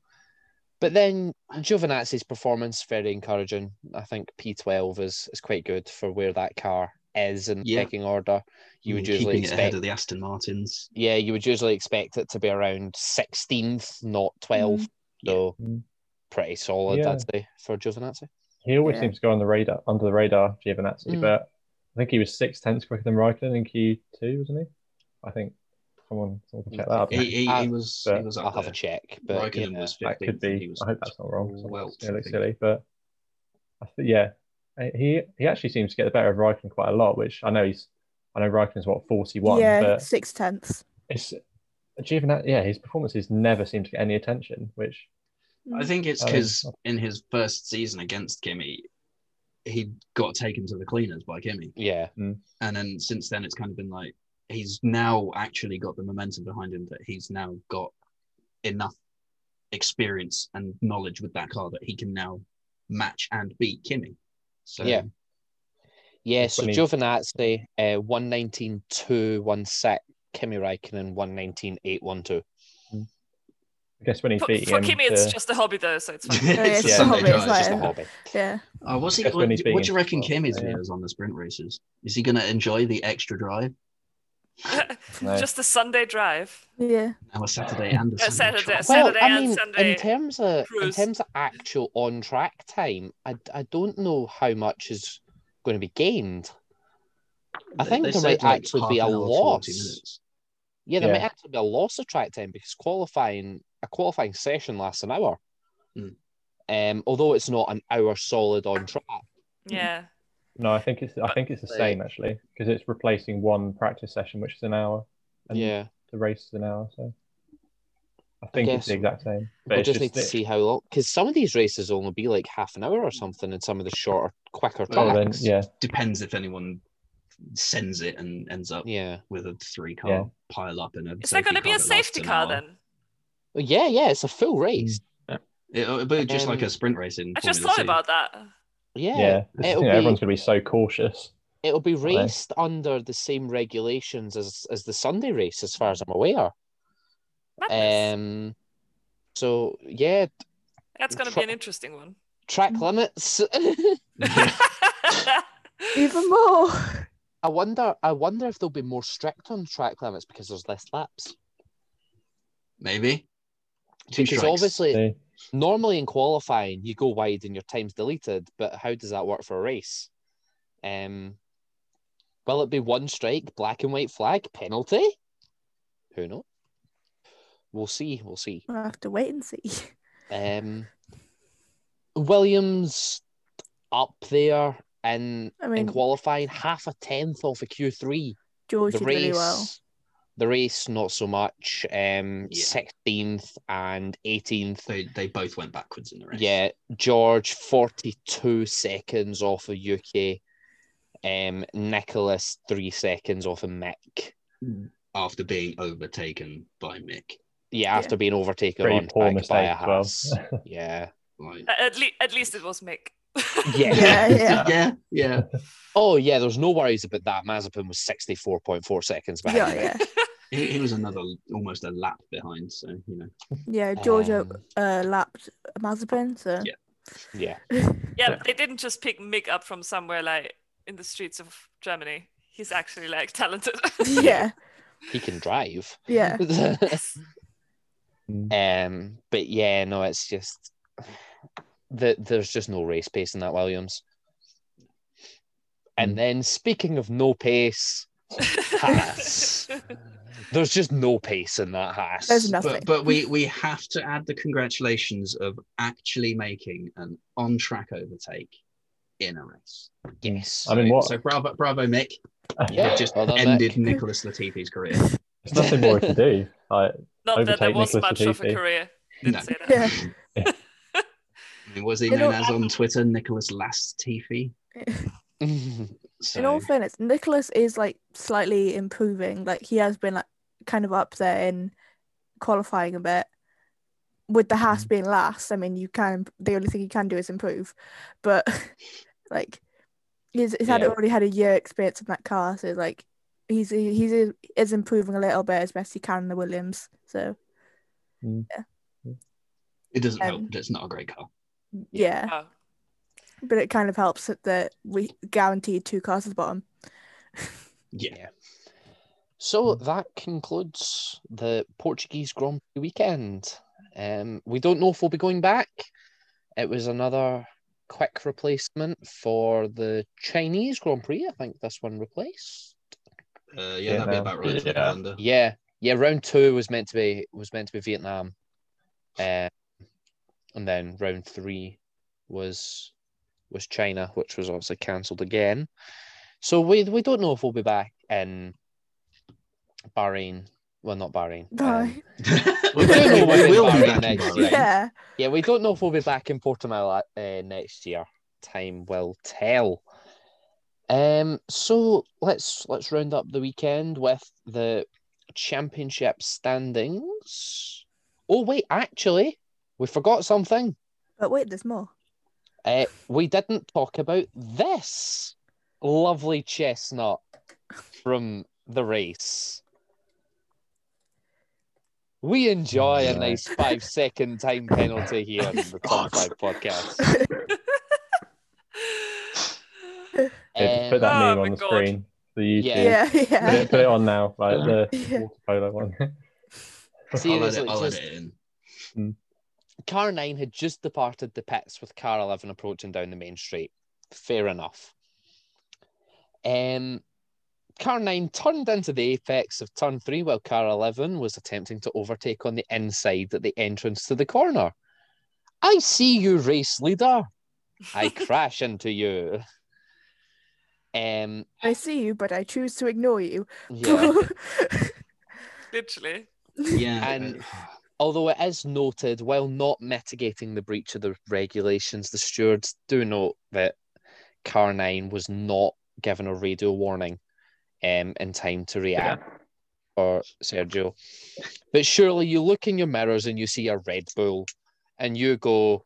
Speaker 1: But then Giovinazzi's performance very encouraging. I think P12 is is quite good for where that car is in
Speaker 4: Yeah. Mm,
Speaker 1: pecking order. (laughs) You would
Speaker 4: Keeping
Speaker 1: usually
Speaker 4: it ahead
Speaker 1: expect
Speaker 4: of the Aston Martins.
Speaker 1: yeah, you would usually expect it to be around 16th, not 12th.
Speaker 4: Yeah.
Speaker 1: So
Speaker 3: Mm.
Speaker 1: pretty solid,
Speaker 3: Yeah.
Speaker 1: I'd say, for Giovinazzi.
Speaker 3: He always
Speaker 5: Yeah.
Speaker 3: seems to go on the radar, under the radar, Giovinazzi.
Speaker 1: Mm.
Speaker 3: But I think he was six tenths quicker than Raikkonen in Q two, wasn't he? I think someone, someone can check that out.
Speaker 4: He, he,
Speaker 1: Uh,
Speaker 4: he was.
Speaker 3: but
Speaker 4: he was up
Speaker 1: I'll have
Speaker 4: there.
Speaker 1: a check. But
Speaker 4: Raikkonen
Speaker 1: yeah,
Speaker 4: was
Speaker 3: That
Speaker 4: 15th.
Speaker 3: could
Speaker 4: and
Speaker 3: be.
Speaker 4: was
Speaker 3: I hope that's not wrong. 'cause
Speaker 4: Welch,
Speaker 3: It looks
Speaker 4: I think.
Speaker 3: silly, but I th- yeah, Uh, he he actually seems to get the better of Raikkonen quite a lot, which I know he's. I know Raikkonen's what forty one,
Speaker 5: yeah,
Speaker 3: but
Speaker 5: six tenths.
Speaker 3: it's Giovinazzi. Yeah, his performances never seem to get any attention, which
Speaker 4: I think it's
Speaker 3: Oh,
Speaker 4: because
Speaker 3: okay.
Speaker 4: in his first season against Kimmy, he got taken to the cleaners by Kimmy.
Speaker 1: yeah,
Speaker 4: and then since then it's kind of been like he's now actually got the momentum behind him that he's now got enough experience and knowledge with that car that he can now match and beat Kimmy. So (laughs)
Speaker 1: Yeah. Yeah,
Speaker 3: That's
Speaker 1: so
Speaker 3: what I mean.
Speaker 1: Giovinazzi, uh, 119.216, Kimi Raikkonen, 119.812.
Speaker 3: I guess when he's
Speaker 2: for
Speaker 3: beating
Speaker 2: for
Speaker 3: him,
Speaker 2: Kimmy, it's
Speaker 3: to-
Speaker 2: just a hobby though, so Oh, it's fine.
Speaker 5: it's
Speaker 4: a
Speaker 3: just a
Speaker 4: Sunday
Speaker 5: hobby, it's
Speaker 4: drive.
Speaker 5: like-
Speaker 1: Just a hobby.
Speaker 5: Yeah,
Speaker 4: Oh, what's he,
Speaker 3: That's
Speaker 4: what,
Speaker 3: when
Speaker 4: what
Speaker 3: he's
Speaker 4: do you
Speaker 3: being
Speaker 4: reckon
Speaker 3: involved,
Speaker 4: Kimmy's
Speaker 3: yeah.
Speaker 4: view is on the sprint races? Is he going to enjoy the extra drive?
Speaker 3: No.
Speaker 2: Just a Sunday drive.
Speaker 5: yeah.
Speaker 4: Now a Saturday and a
Speaker 2: Uh,
Speaker 4: Sunday.
Speaker 2: Saturday,
Speaker 4: drive.
Speaker 1: Well,
Speaker 2: Saturday
Speaker 1: I
Speaker 2: and
Speaker 1: mean,
Speaker 2: Sunday.
Speaker 1: in terms of in
Speaker 2: cruise.
Speaker 1: terms of actual on track time, I, I don't know how much is going to be gained. I
Speaker 4: They-
Speaker 1: think
Speaker 4: they
Speaker 1: there
Speaker 4: said,
Speaker 1: might
Speaker 4: like,
Speaker 1: actually
Speaker 4: half
Speaker 1: be
Speaker 4: an
Speaker 1: a
Speaker 4: hour, 40
Speaker 1: loss.
Speaker 4: minutes.
Speaker 1: Yeah, there
Speaker 3: Yeah.
Speaker 1: might actually be a loss of track time because qualifying a qualifying session lasts an hour.
Speaker 4: Mm.
Speaker 1: Um, although it's not an hour solid on track.
Speaker 2: Yeah.
Speaker 3: No, I think it's I think it's the
Speaker 1: But-
Speaker 3: same actually because it's replacing one practice session, which is an hour, and
Speaker 1: yeah,
Speaker 3: the race is an hour. So I think
Speaker 1: guess
Speaker 3: it's the exact same. But
Speaker 1: we'll
Speaker 3: it's
Speaker 1: just need to
Speaker 3: that-
Speaker 1: see how long because some of these races will only be like half an hour or something in
Speaker 3: (laughs)
Speaker 1: some of the shorter, quicker
Speaker 3: Well, Oh, then,
Speaker 1: tracks.
Speaker 3: yeah,
Speaker 4: Depends if anyone sends it and ends up
Speaker 1: yeah,
Speaker 4: with a three car
Speaker 3: Yeah.
Speaker 4: pile up and a.
Speaker 2: Is there going to be a safety car
Speaker 4: then?
Speaker 2: then?
Speaker 1: Oh, yeah, yeah. It's a full
Speaker 3: Mm,
Speaker 1: race.
Speaker 4: It'll be just like
Speaker 1: Um,
Speaker 4: a sprint race in
Speaker 2: I just
Speaker 4: Formula
Speaker 2: thought
Speaker 4: C. (laughs)
Speaker 2: about that.
Speaker 1: Yeah,
Speaker 3: yeah. This is,
Speaker 1: it'll
Speaker 3: you know,
Speaker 1: be-
Speaker 3: everyone's going to be so cautious.
Speaker 1: It'll be
Speaker 3: Right.
Speaker 1: raced under the same regulations as as the Sunday race, as far as I'm aware.
Speaker 2: Madness.
Speaker 1: Um, so yeah,
Speaker 2: That's going to
Speaker 1: pro-
Speaker 2: be an interesting one.
Speaker 1: track limits. (laughs)
Speaker 5: Even more. (laughs)
Speaker 1: I wonder. I wonder if they'll be more strict on track limits because there's less laps.
Speaker 4: Maybe. Two
Speaker 1: Because
Speaker 4: strikes.
Speaker 1: obviously,
Speaker 3: See?
Speaker 1: normally in qualifying you go wide and your time's deleted but how does that work for a race um will it be one strike black and white flag penalty who knows we'll see we'll see
Speaker 5: We'll have to wait and see.
Speaker 1: um williams up there in
Speaker 5: I
Speaker 1: in
Speaker 5: mean,
Speaker 1: qualifying half a tenth off a q3
Speaker 5: George
Speaker 1: the
Speaker 5: did
Speaker 1: race
Speaker 5: really well.
Speaker 1: the race not so much um
Speaker 4: Yeah.
Speaker 1: 16th and 18th
Speaker 4: They they both went backwards in the race.
Speaker 1: Yeah, George, 42 seconds off of UK. Um, Nicholas, three seconds off of Mick.
Speaker 4: After being overtaken by Mick.
Speaker 1: Yeah,
Speaker 5: Yeah.
Speaker 1: after being overtaken
Speaker 3: Pretty
Speaker 1: on track by
Speaker 3: poor
Speaker 1: a
Speaker 3: mistake as well.
Speaker 1: Haas.
Speaker 3: (laughs)
Speaker 1: yeah.
Speaker 2: (laughs)
Speaker 4: Like,
Speaker 2: (laughs) at, le- at least it was Mick. (laughs)
Speaker 1: Yeah.
Speaker 5: Yeah, yeah.
Speaker 4: (laughs) yeah, yeah.
Speaker 1: Oh, yeah, there's no worries about that. Mazepin was 64.4 seconds behind.
Speaker 5: Yeah,
Speaker 1: Mick.
Speaker 5: yeah.
Speaker 4: He, he was another almost a lap behind, so you know.
Speaker 5: Yeah, George uh,
Speaker 1: Um,
Speaker 5: uh, lapped Mazepin, so
Speaker 4: Yeah.
Speaker 1: yeah.
Speaker 2: Yeah,
Speaker 3: Yeah.
Speaker 2: they didn't just pick Mick up from somewhere like in the streets of Germany. He's actually like talented.
Speaker 5: (laughs) yeah,
Speaker 1: He can
Speaker 5: (laughs)
Speaker 1: drive. (laughs)
Speaker 5: yeah.
Speaker 1: Um, but yeah, no, it's just that there's just no race pace in that Williams. And
Speaker 3: Mm.
Speaker 1: then speaking of no pace, Haas. (laughs) there's just no pace in that Haas.
Speaker 5: There's nothing.
Speaker 4: But but we we have to add the congratulations of actually making an on track overtake in a race.
Speaker 1: Yes.
Speaker 3: I mean, what?
Speaker 4: So bravo bravo Mick.
Speaker 1: (laughs) Yeah,
Speaker 4: You've just
Speaker 1: well done,
Speaker 4: ended
Speaker 1: Mick.
Speaker 4: Nicholas Latifi's career.
Speaker 3: There's nothing more I can do. Like,
Speaker 2: (laughs) Not that there
Speaker 3: Overtake
Speaker 2: was
Speaker 3: Nicholas
Speaker 2: much of a
Speaker 3: Latifi.
Speaker 2: career. Didn't
Speaker 4: No.
Speaker 2: say that.
Speaker 5: Yeah.
Speaker 4: I mean, was he
Speaker 5: You
Speaker 4: known
Speaker 5: know-
Speaker 4: as on Twitter Nicholas Latifi? So
Speaker 5: In all fairness, Nicholas is like slightly improving. Like he has been like kind of up there in qualifying a bit. With the Haas being last, I mean, you can the only thing you can do is improve, but (laughs) like he's, he's had
Speaker 1: Yeah.
Speaker 5: already had a year experience in that car, so like he's he's is improving a little bit as best he can in the Williams. So
Speaker 4: it doesn't
Speaker 5: um,
Speaker 4: help. that It's not a great car.
Speaker 5: yeah,
Speaker 2: Oh.
Speaker 5: but it kind of helps that- that we guaranteed two cars at the bottom.
Speaker 4: Yeah.
Speaker 1: (laughs) So that concludes the Portuguese Grand Prix weekend. Um, we don't know if we'll be going back. It was another quick replacement for the Chinese Grand Prix. I think this one replaced.
Speaker 4: Uh, yeah,
Speaker 3: Yeah,
Speaker 4: that'd be
Speaker 3: no.
Speaker 4: about right for the
Speaker 1: (laughs)
Speaker 3: Yeah.
Speaker 4: calendar.
Speaker 1: Yeah, yeah. Round two was meant to be was meant to be Vietnam, uh, and then round three was was China, which was obviously cancelled again. So we we don't know if we'll be back in Bahrain. Well, not Bahrain. um,
Speaker 5: Bye.
Speaker 4: we
Speaker 1: know we're in
Speaker 4: will be
Speaker 1: Bahrain
Speaker 4: back in
Speaker 1: next
Speaker 4: Bahrain.
Speaker 1: year.
Speaker 5: yeah.
Speaker 1: yeah, we don't know if we'll be back in Portimao uh, next year. Time will tell. Um, so let's let's round up the weekend with the championship standings. Oh wait, actually, we forgot something.
Speaker 5: But wait, there's more.
Speaker 1: Uh, we didn't talk about this lovely chestnut from the race. We enjoy a
Speaker 3: Right.
Speaker 1: nice five second time penalty here
Speaker 3: (laughs)
Speaker 1: on the Top 5 podcast.
Speaker 3: yeah, just put
Speaker 1: Um,
Speaker 3: that
Speaker 2: Oh
Speaker 3: meme
Speaker 2: my
Speaker 3: on the
Speaker 2: God.
Speaker 3: screen. The YouTube.
Speaker 1: Yeah.
Speaker 5: Yeah, (laughs)
Speaker 3: Put,
Speaker 5: yeah.
Speaker 3: it, put it on now.
Speaker 2: (laughs)
Speaker 3: Like
Speaker 5: Yeah.
Speaker 3: the water polo one. (laughs)
Speaker 4: I'll edit,
Speaker 1: seriously,
Speaker 4: I'll
Speaker 1: just
Speaker 4: edit it
Speaker 1: (laughs)
Speaker 4: in.
Speaker 1: car nine had just departed the pits with car 11 approaching down the main street. Fair enough. Um, car nine turned into the apex of turn three while car 11 was attempting to overtake on the inside at the entrance to the corner. I see you, race leader. I crash into you. Um,
Speaker 5: I see you, but I choose to ignore you.
Speaker 1: yeah.
Speaker 2: (laughs) Literally.
Speaker 4: Yeah.
Speaker 1: And-
Speaker 4: uh,
Speaker 1: Although it is noted, while not mitigating the breach of the regulations, the stewards do note that Car 9 was not given a radio warning um, in time to react for Sergio. But surely you look in your mirrors and you see a Red Bull and you go,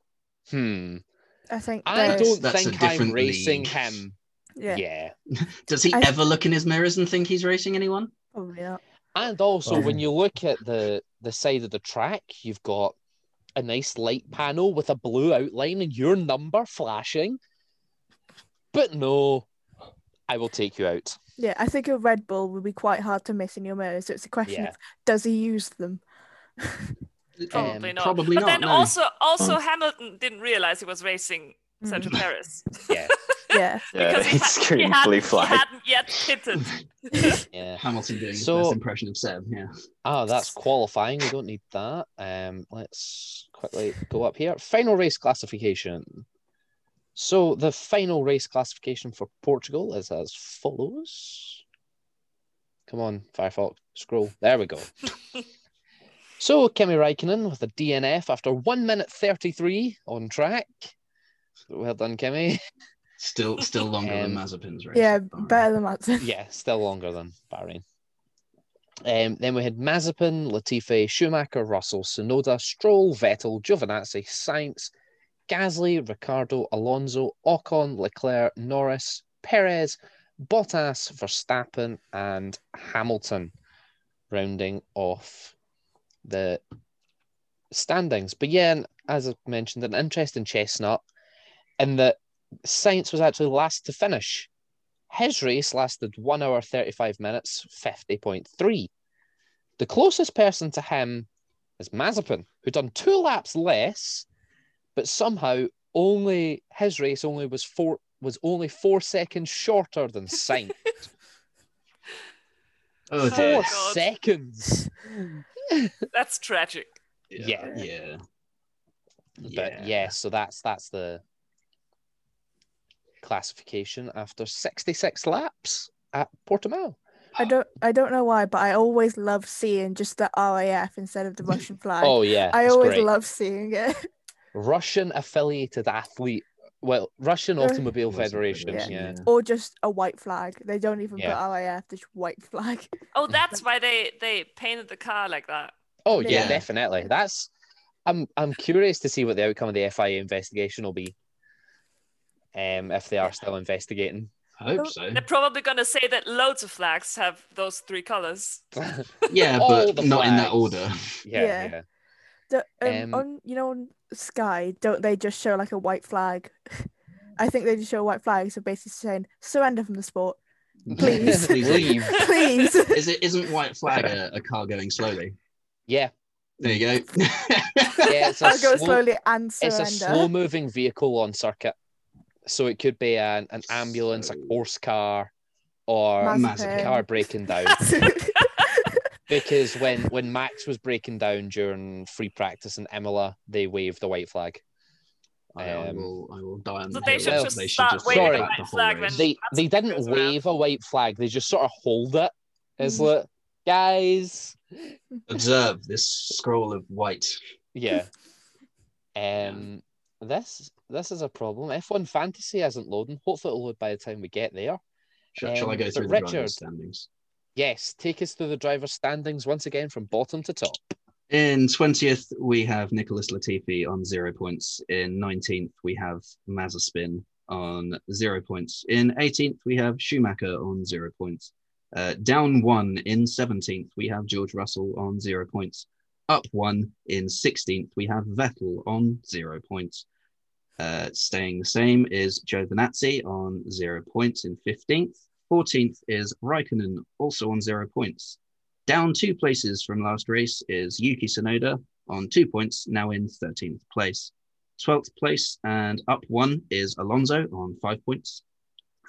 Speaker 1: hmm,
Speaker 5: (laughs) I think
Speaker 1: I
Speaker 5: they're-
Speaker 4: That's-
Speaker 1: don't
Speaker 4: that's a
Speaker 1: think I'm
Speaker 4: different
Speaker 1: racing
Speaker 4: league."
Speaker 1: him.
Speaker 5: Yeah,
Speaker 1: yeah.
Speaker 4: (sighs) Does he
Speaker 5: I-
Speaker 4: ever look in his mirrors and think he's racing anyone?
Speaker 5: probably not.
Speaker 1: And also,
Speaker 3: Well-
Speaker 1: when you look at the the side of the track, you've got a nice light panel with a blue outline and your number flashing. But no, I will take you out.
Speaker 5: Yeah, I think a Red Bull would be quite hard to miss in your mirror. So it's a question
Speaker 1: Yeah.
Speaker 5: of does he use them? Oh.
Speaker 2: Probably
Speaker 1: Um,
Speaker 2: not.
Speaker 4: Probably
Speaker 2: but
Speaker 4: not.
Speaker 2: then
Speaker 4: no.
Speaker 2: also, also Hamilton didn't realize he was racing
Speaker 3: Mm. (laughs)
Speaker 2: Central Paris
Speaker 1: Yeah,
Speaker 5: Hmm. Yeah.
Speaker 6: (laughs) Yeah,
Speaker 2: he
Speaker 6: he'd
Speaker 2: had- he
Speaker 6: screamed
Speaker 2: hadn't- He
Speaker 6: flag.
Speaker 2: hadn't yet pitted. (laughs)
Speaker 1: yeah.
Speaker 4: Hamilton doing his
Speaker 1: So-
Speaker 4: best impression of Seb. Yeah.
Speaker 1: Ah, that's qualifying. We don't need that. Um, let's quickly go up here. Final race classification. So the final race classification for Portugal is as follows. Come on, Firefox, scroll. There we go. so Kimi Raikkonen with a DNF after one minute thirty-three on track. Well done, Kimi.
Speaker 4: Still, still longer than
Speaker 1: Um,
Speaker 4: Mazepin's race.
Speaker 5: Yeah,
Speaker 4: Don't worry.
Speaker 5: better than Matson.
Speaker 1: yeah, still longer than Bahrain. Um, then we had Mazepin, Latifi, Schumacher, Russell, Sonoda, Stroll, Vettel, Giovinazzi, Sainz, Gasly, Ricardo, Alonso, Ocon, Leclerc, Norris, Perez, Bottas, Verstappen, and Hamilton, rounding off the standings. But yeah, and as I mentioned, an interesting chestnut in that Sainz was actually last to finish. His race lasted one hour, 35 minutes, 50.3. The closest person to him is Mazepin, who done two laps less, but somehow only his race only was four was only four seconds shorter
Speaker 5: (laughs)
Speaker 1: than Sainz.
Speaker 4: Oh,
Speaker 2: Oh,
Speaker 1: four
Speaker 4: dear.
Speaker 2: God.
Speaker 1: seconds.
Speaker 2: That's tragic.
Speaker 4: Yeah. Yeah.
Speaker 1: But yeah, so that's that's the classification after 66 laps at Portimao.
Speaker 5: (laughs) I don't I don't know why, but I always love seeing just the RAF
Speaker 1: (laughs)
Speaker 5: instead of the Russian flag.
Speaker 1: Oh yeah.
Speaker 5: I
Speaker 1: it's
Speaker 5: always
Speaker 1: great.
Speaker 5: love seeing it. (laughs)
Speaker 1: Russian affiliated athlete. Well, Russian
Speaker 5: Ru-
Speaker 1: Automobile
Speaker 4: Russian
Speaker 1: Federation.
Speaker 4: Federation,
Speaker 1: Yeah.
Speaker 4: yeah.
Speaker 5: Or just a white flag. They don't even
Speaker 1: Yeah.
Speaker 5: put RAF, just white flag.
Speaker 2: Oh, that's why they they painted the car like that.
Speaker 1: Oh yeah,
Speaker 5: Yeah.
Speaker 1: definitely. That's. I'm I'm curious to see what the outcome of the FIA investigation will be. Um, if they are still investigating.
Speaker 4: I hope
Speaker 5: Oh.
Speaker 4: so.
Speaker 5: (laughs)
Speaker 2: They're probably gonna say that loads of flags have those three colors. (laughs)
Speaker 1: yeah,
Speaker 4: Yeah,
Speaker 1: All
Speaker 4: but
Speaker 1: the
Speaker 4: not in that
Speaker 1: flags.
Speaker 4: order.
Speaker 5: Yeah.
Speaker 1: yeah.
Speaker 5: The-
Speaker 1: Um,
Speaker 5: um, on you know on Sky, don't they just show like a white flag? (laughs) I think they just show a white flag, so basically saying surrender from
Speaker 1: (laughs)
Speaker 5: the sport, Please.
Speaker 1: Leave.
Speaker 5: please.
Speaker 4: Is it isn't white flag a, a car going slowly?
Speaker 1: Yeah.
Speaker 4: There you go.
Speaker 1: Yeah. It's a
Speaker 5: (laughs) I'll go
Speaker 1: slow,
Speaker 5: slowly and
Speaker 1: it's
Speaker 5: surrender.
Speaker 1: a slow moving vehicle on circuit. So it could be an, an ambulance, a
Speaker 4: So-
Speaker 1: horse car, or
Speaker 5: Mazepin.
Speaker 1: a car breaking down. because when when Max was breaking down during free practice in Imola, they waved the white flag.
Speaker 4: I, I
Speaker 1: Um,
Speaker 4: will. I will die on
Speaker 2: So
Speaker 4: the
Speaker 2: they
Speaker 4: hill.
Speaker 2: should
Speaker 1: Well,
Speaker 2: just
Speaker 4: They should
Speaker 2: start
Speaker 4: just
Speaker 2: waving
Speaker 1: Sorry.
Speaker 2: the
Speaker 4: back
Speaker 2: white
Speaker 4: whole
Speaker 2: flag when
Speaker 4: race.
Speaker 1: They
Speaker 2: Mazepin
Speaker 1: they didn't
Speaker 2: goes around.
Speaker 1: wave a white flag. They just sort of hold it. It's
Speaker 5: Mm.
Speaker 1: like guys,
Speaker 4: Observe this scroll of white.
Speaker 1: yeah. Um, this this is a problem. F one fantasy isn't loading. Hopefully, it'll load by the time we get there.
Speaker 4: Shall, shall I
Speaker 1: Um,
Speaker 4: go
Speaker 1: but
Speaker 4: through the
Speaker 1: Richard-
Speaker 4: driver's standings?
Speaker 1: Yes, take us through the driver's standings once again from bottom to top.
Speaker 4: In 20th, we have Nicholas Latifi on zero points. In 19th, we have Mazepin on zero points. In 18th, we have Schumacher on zero points. Uh, down one in 17th, we have George Russell on zero points. Up one in 16th, we have Vettel on zero points. Uh, staying the same is Giovinazzi on zero points in 15th. 14th is Raikkonen, also on zero points. Down two places from last race is Yuki Tsunoda on two points, now in 13th place. 12th place and up one is Alonso on five points.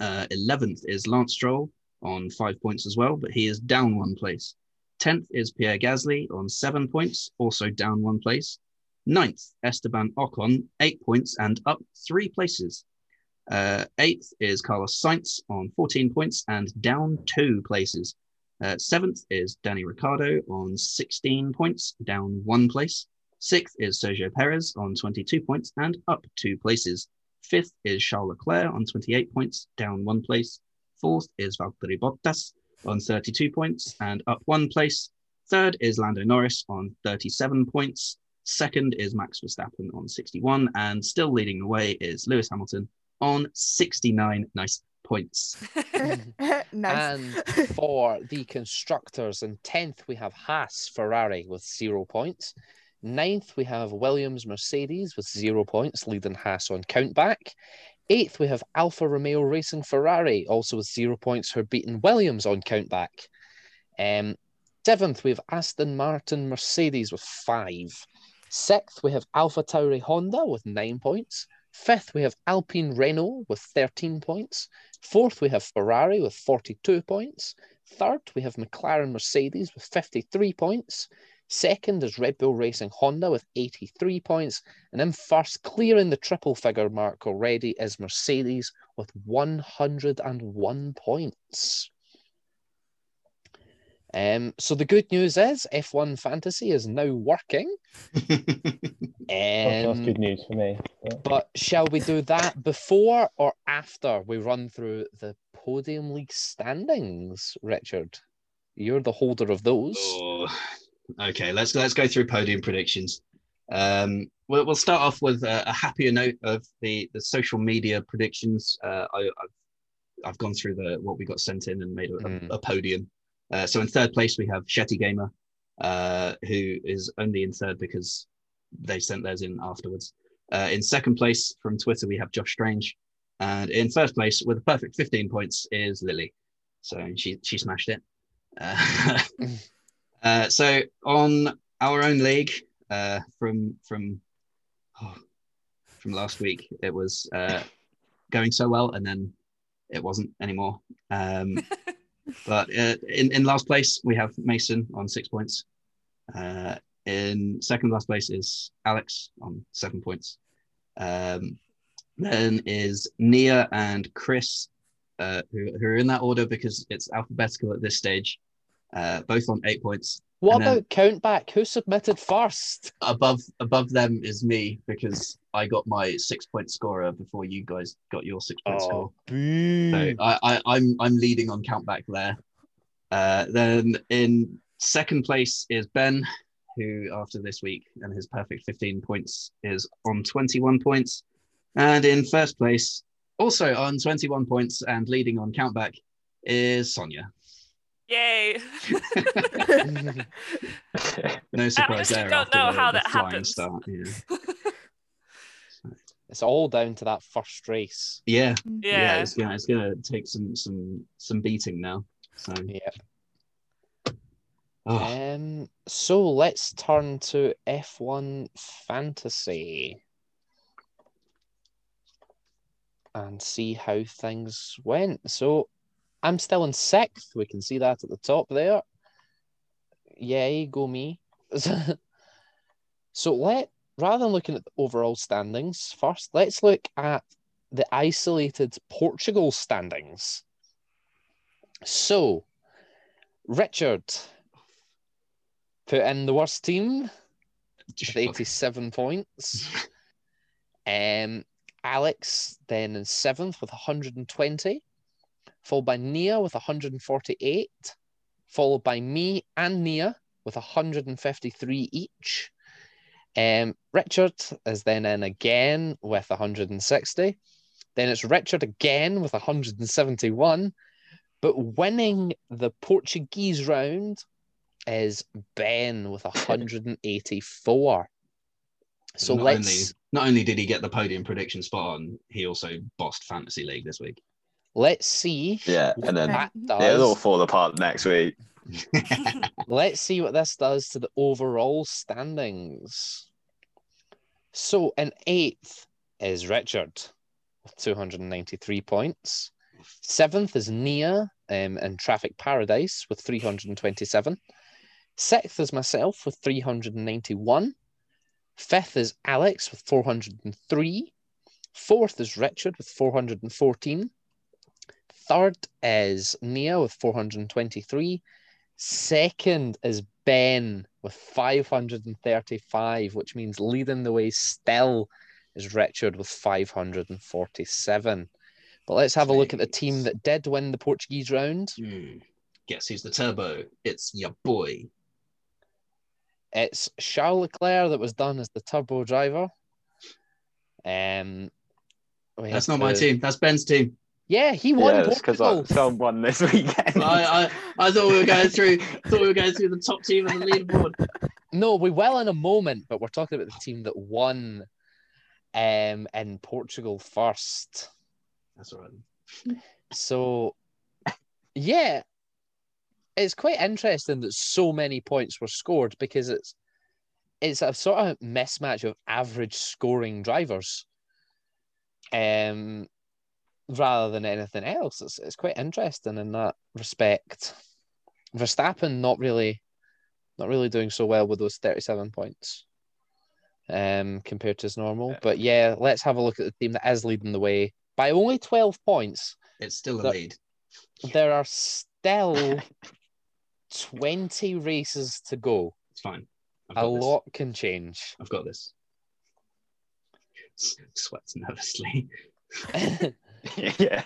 Speaker 4: Uh, 11th is Lance Stroll on five points as well, but he is down one place. 10th is Pierre Gasly on seven points, also down one place. 9th, Esteban Ocon, eight points and up three places. Uh, eighth is Carlos Sainz on 14 points and down two places. Uh, seventh is Danny Ricardo on 16 points, down one place. Sixth is Sergio Perez on 22 points and up two places. Fifth is Charles Leclerc on 28 points, down one place. Fourth is Valtteri Bottas on 32 points and up one place. Third is Lando Norris on 37 points. Second is Max Verstappen on 61. And still leading the way is Lewis Hamilton on 69 nice points.
Speaker 5: (laughs)
Speaker 2: (laughs)
Speaker 5: nice.
Speaker 1: And for the constructors, in 10th, we have Haas Ferrari with zero points. Ninth, we have Williams Mercedes with zero points, leading Haas on countback. Eighth, we have Alfa Romeo Racing Ferrari, also with zero points for beating Williams on countback. Um, seventh, we have Aston Martin Mercedes with five. Sixth, we have Alpha Tauri Honda with nine points. Fifth, we have Alpine Renault with 13 points. Fourth, we have Ferrari with 42 points. Third, we have McLaren Mercedes with 53 points. Second is Red Bull Racing Honda with 83 points. And in first, clearing the triple figure mark already, is Mercedes with 101 points. Um, so the good news is F1 Fantasy is now working.
Speaker 3: That's
Speaker 1: Um,
Speaker 3: good news for me. but-
Speaker 1: but shall we do that before or after we run through the podium league standings, Richard? You're the holder of those.
Speaker 4: Oh, okay, let's let's go through podium predictions. Um, we'll, we'll start off with a, a happier note of the the social media predictions. Uh, I, I've I've gone through the what we got sent in and made a, a-
Speaker 1: Mm.
Speaker 4: a podium. Uh, so in third place we have Shetty Gamer, uh, who is only in third because they sent theirs in afterwards. Uh, in second place from Twitter we have Josh Strange, and in first place with a perfect 15 points is Lily. So she she smashed it. Uh, (laughs) Uh, so on our own league uh, from from oh, from last week, it was uh, going so well, and then it wasn't anymore. Um, but uh, in in last place, we have Mason on six points. Uh, in second last place is Alex on seven points. Um, then is Nia and Chris, uh, who, who are in that order because it's alphabetical at this stage, uh, both on eight points
Speaker 1: what
Speaker 4: and then-
Speaker 1: about countback? Who submitted first?
Speaker 4: above above them is me because I got my six point scorer before you guys got your six
Speaker 1: Oh.
Speaker 4: point score.
Speaker 1: boo.
Speaker 4: So I, I, I'm I'm leading on count back there. Uh, then in second place is Ben, who after this week and his perfect 15 points is on 21 points. And in first place, also on 21 points and leading on count back, is Sonia.
Speaker 2: Yay. (laughs)
Speaker 4: No surprise
Speaker 2: honestly
Speaker 4: there.
Speaker 2: don't
Speaker 4: after
Speaker 2: know
Speaker 4: the-
Speaker 2: how
Speaker 4: the
Speaker 2: that
Speaker 4: flying
Speaker 2: happens.
Speaker 4: Start. Yeah.
Speaker 1: (laughs) it's all down to that first race.
Speaker 4: yeah, yeah.
Speaker 2: yeah. (laughs)
Speaker 4: it's gonna it's gonna take some some some beating now. So
Speaker 1: Yeah.
Speaker 4: oh,
Speaker 1: Um, so let's turn to F1 Fantasy and see how things went. So I'm still in sixth. We can see that at the top there. Yay, go me. (laughs) so let rather than looking at the overall standings first, let's look at the isolated Portugal standings. So, Richard put in the worst team with 87 points. Um, Alex then in seventh with 120, followed by Nia with 148, followed by me and Nia with 153 each. Um, Richard is then in again with 160. Then it's Richard again with 171. But winning the Portuguese round is Ben with 184. So
Speaker 4: not
Speaker 1: let's.
Speaker 4: only, not only did he get the podium prediction spot on, he also bossed fantasy league this week.
Speaker 1: Let's see
Speaker 6: Yeah,
Speaker 1: what
Speaker 6: and then
Speaker 1: that
Speaker 6: it'll all
Speaker 1: does.
Speaker 6: fall apart next week.
Speaker 1: Let's see what this does to the overall standings. So, in eighth is Richard with 293 points. Seventh is Nia um, in Traffic Paradise with 327. Sixth is myself with 391. Fifth is Alex with 403. Fourth is Richard with 414. Third is Nia with 423. Second is Ben with 535, which means leading the way still is Richard with 547. But let's have a look at the team
Speaker 4: Jeez.
Speaker 1: that did win the Portuguese round.
Speaker 4: Hmm. Guess who's the turbo? It's your boy.
Speaker 1: It's Charles Leclerc that was done as the turbo driver. Um, we
Speaker 4: That's
Speaker 1: have
Speaker 4: not my
Speaker 1: the-
Speaker 4: team. That's Ben's team.
Speaker 1: Yeah, he won
Speaker 6: Yeah, it's because
Speaker 1: Portugal.
Speaker 6: someone won this (laughs)
Speaker 1: (laughs)
Speaker 6: weekend.
Speaker 4: I, I, I thought we were going through. Thought we were going through the top team of the leaderboard.
Speaker 1: No, we will in a moment, but we're talking about the team that won um, in Portugal first.
Speaker 4: That's all right. then.
Speaker 1: So, yeah, it's quite interesting that so many points were scored because it's it's a sort of mismatch of average scoring drivers, um, rather than anything else. It's it's quite interesting in that respect. Verstappen not really, not really doing so well with those thirty-seven points, um, compared to his normal. But yeah, let's have a look at the team that is leading the way by only twelve points
Speaker 4: It's still a
Speaker 1: That-
Speaker 4: lead.
Speaker 1: there are still 20 races to go.
Speaker 4: It's fine. I've
Speaker 1: A
Speaker 4: got this.
Speaker 1: lot can change. (laughs)
Speaker 4: I've got this. (laughs) S- Sweats nervously.
Speaker 6: (laughs) yeah.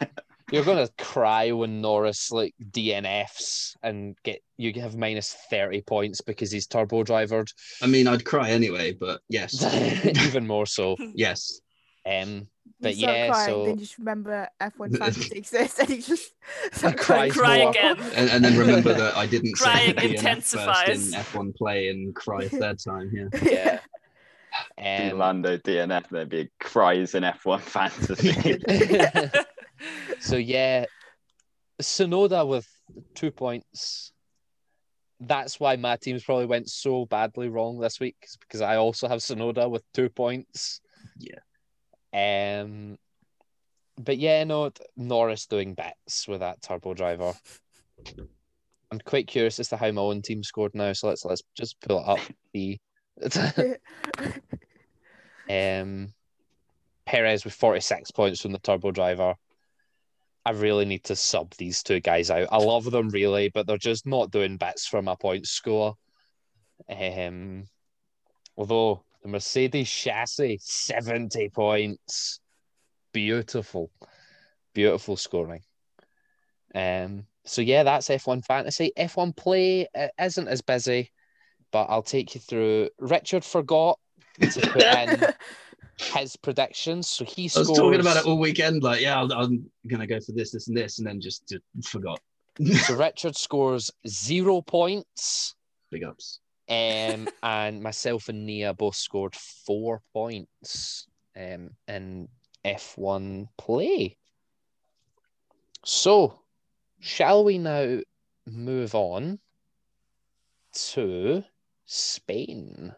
Speaker 1: You're going to cry when Norris like DNFs and get you have minus 30 points because he's turbo drivered.
Speaker 4: I mean, I'd cry anyway, but yes,
Speaker 1: (laughs) Even more so.
Speaker 4: yes.
Speaker 1: Um,
Speaker 5: You
Speaker 1: But
Speaker 5: start
Speaker 1: yeah,
Speaker 5: crying,
Speaker 1: so-
Speaker 5: then you just remember F1 fantasy exists and you just start
Speaker 1: cries
Speaker 2: Cry
Speaker 5: (laughs)
Speaker 1: more.
Speaker 2: again.
Speaker 4: And, and then remember that I didn't say
Speaker 2: Crying
Speaker 4: DNF
Speaker 2: intensifies.
Speaker 4: first in F1 play and cry a third time. Yeah.
Speaker 1: Yeah.
Speaker 6: Be
Speaker 1: Um,
Speaker 6: Lando DNF, there'd be cries in
Speaker 4: (laughs)
Speaker 6: F1 fantasy.
Speaker 1: (laughs) so yeah, Sonoda with two points. That's why my teams probably went so badly wrong this week is because I also have Sonoda with two points.
Speaker 4: Yeah.
Speaker 1: Um, but yeah, no, t- Norris doing bits with that turbo driver. I'm quite curious as to how my own team scored now, so let's let's just pull it up. (laughs) The
Speaker 5: (laughs)
Speaker 1: um, Perez with 46 points from the turbo driver. I really need to sub these two guys out. I love them really, but they're just not doing bits for my point score. Um, although the Mercedes chassis, 70 points. Beautiful. Beautiful scoring. Um, so yeah, that's F1 fantasy. F1 play uh, isn't as busy, but I'll take you through. Richard forgot to put
Speaker 5: (laughs)
Speaker 1: in his predictions. So he
Speaker 4: I
Speaker 1: scores.
Speaker 4: was talking about it all weekend. Like, yeah, I'm, I'm gonna go for this, this, and this, and then just, just forgot.
Speaker 1: (laughs) So Richard scores zero points,
Speaker 4: Big ups.
Speaker 1: um, and myself and Nia both scored four points um, in F1 play. So, shall we now move on to
Speaker 4: (laughs)
Speaker 1: Spain?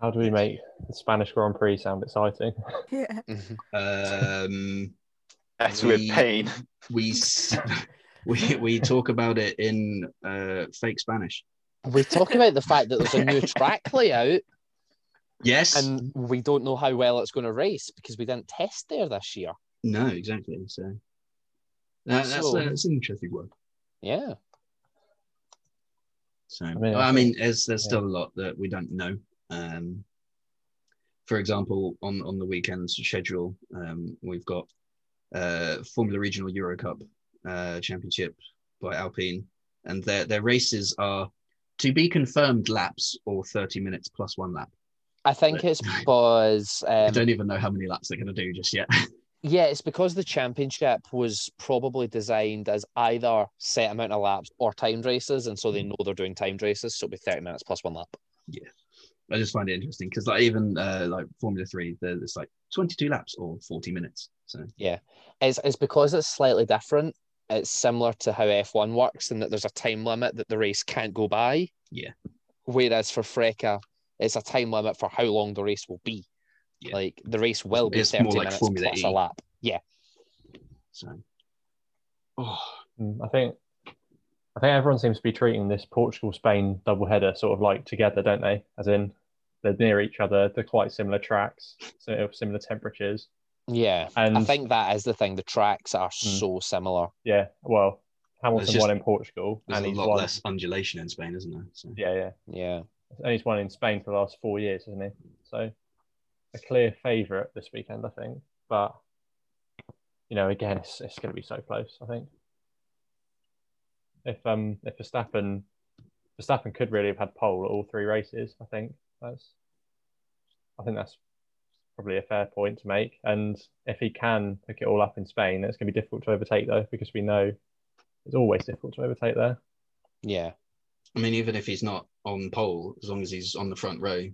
Speaker 3: How do we make the Spanish Grand Prix sound exciting?
Speaker 5: yeah.
Speaker 4: Um,
Speaker 6: That's with pain.
Speaker 4: we s- (laughs) we we talk about it in uh, fake Spanish.
Speaker 1: We talk about the fact that there's a
Speaker 4: (laughs)
Speaker 1: new track layout,
Speaker 4: Yes.
Speaker 1: and we don't know how well it's going to race because we didn't test there this year.
Speaker 4: No, exactly. So that, that's,
Speaker 1: So-
Speaker 4: uh, that's an interesting one.
Speaker 1: Yeah.
Speaker 4: So I
Speaker 3: mean,
Speaker 4: mean,
Speaker 3: I
Speaker 4: there's there's
Speaker 3: yeah.
Speaker 4: still a lot that we don't know. Um, for example, on on the weekend's schedule, um, we've got uh, Formula Regional Euro Cup uh, Championship by Alpine, and their their races are to be confirmed laps or 30 minutes plus one lap.
Speaker 1: I think
Speaker 4: But-
Speaker 1: it's because
Speaker 4: (laughs) I
Speaker 1: um,
Speaker 4: don't even know how many laps they're going to do just yet. (laughs)
Speaker 1: Yeah, it's because the championship was probably designed as either set amount of laps or timed races, and so they
Speaker 4: Mm.
Speaker 1: know they're doing timed races, so it'll be thirty minutes plus one lap.
Speaker 4: I just find it interesting because like even uh, like Formula Three, there- there's like 22 laps or 40 minutes. So
Speaker 1: It's it's because it's slightly different. It's similar to how F one works in that there's a time limit that the race can't go by.
Speaker 4: Yeah.
Speaker 1: Whereas for Freca, it's a time limit for how long the race will be.
Speaker 4: Yeah.
Speaker 1: Like the race will be
Speaker 4: It's more
Speaker 1: thirty
Speaker 4: like
Speaker 1: minutes
Speaker 4: Formula
Speaker 1: plus
Speaker 4: E.
Speaker 1: a lap. Yeah.
Speaker 4: so
Speaker 3: Mm, I think I think everyone seems to be treating this Portugal Spain doubleheader sort of like together, don't they? As in they're near each other, they're quite similar tracks, so similar temperatures,
Speaker 1: Yeah. I
Speaker 3: and
Speaker 1: think that is the thing. The tracks are
Speaker 4: Mm.
Speaker 1: so similar.
Speaker 3: yeah, well, Hamilton
Speaker 4: just-
Speaker 3: won in Portugal,
Speaker 4: there's
Speaker 3: and
Speaker 4: a
Speaker 3: he's
Speaker 4: lot
Speaker 3: won.
Speaker 4: less undulation in Spain, isn't there? So
Speaker 3: Yeah, yeah,
Speaker 1: Yeah.
Speaker 3: and he's won in Spain for the last four years, isn't he? So a clear favourite this weekend, I think. But you know, again, it's, it's going to be so close. I think if um if Verstappen Verstappen could really have had pole at all three races, I think that's I think that's probably a fair point to make. And if he can pick it all up in Spain, it's going to be difficult to overtake though, because we know it's always difficult to overtake there.
Speaker 1: Yeah.
Speaker 4: I mean, even if he's not on pole as long as he's on the front row.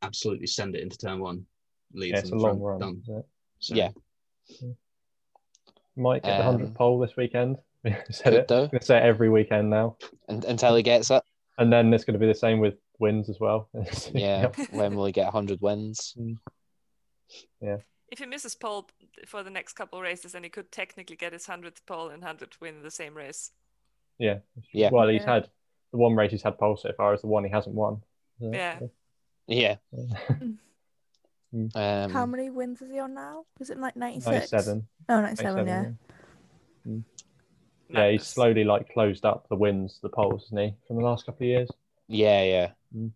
Speaker 4: Absolutely send it into turn one. Lead
Speaker 3: Yeah,
Speaker 4: from
Speaker 3: it's a
Speaker 4: the front,
Speaker 3: long run.
Speaker 4: done.
Speaker 3: isn't it?
Speaker 4: So,
Speaker 1: Yeah.
Speaker 3: Might get the
Speaker 1: Um,
Speaker 3: hundredth pole this weekend. (laughs) Said it.
Speaker 1: do.
Speaker 3: I'm gonna say it every weekend now,
Speaker 1: un- until he gets
Speaker 4: (laughs)
Speaker 1: it.
Speaker 3: and then it's gonna be the same with wins as well. (laughs)
Speaker 1: Yeah. when will he get 100
Speaker 4: (laughs)
Speaker 1: wins?
Speaker 4: Mm.
Speaker 2: If he misses pole for the next couple of races, then he could technically get his 100th pole and 100th win in the same race.
Speaker 3: Yeah.
Speaker 1: Yeah.
Speaker 3: Well, he's
Speaker 5: Yeah.
Speaker 3: had the one race he's had pole so far is the one he hasn't won. So-
Speaker 2: Yeah.
Speaker 1: Yeah.
Speaker 5: Mm.
Speaker 4: Mm.
Speaker 1: Um,
Speaker 5: How many wins is he on now? Was it like 96?
Speaker 3: 97.
Speaker 5: Oh, 97,
Speaker 3: 97,
Speaker 5: yeah.
Speaker 3: yeah. Mm. Yeah, he's
Speaker 2: Madness.
Speaker 3: slowly like closed up the wins, the polls, isn't he, from the last couple of years?
Speaker 1: Yeah, yeah.
Speaker 3: Mm.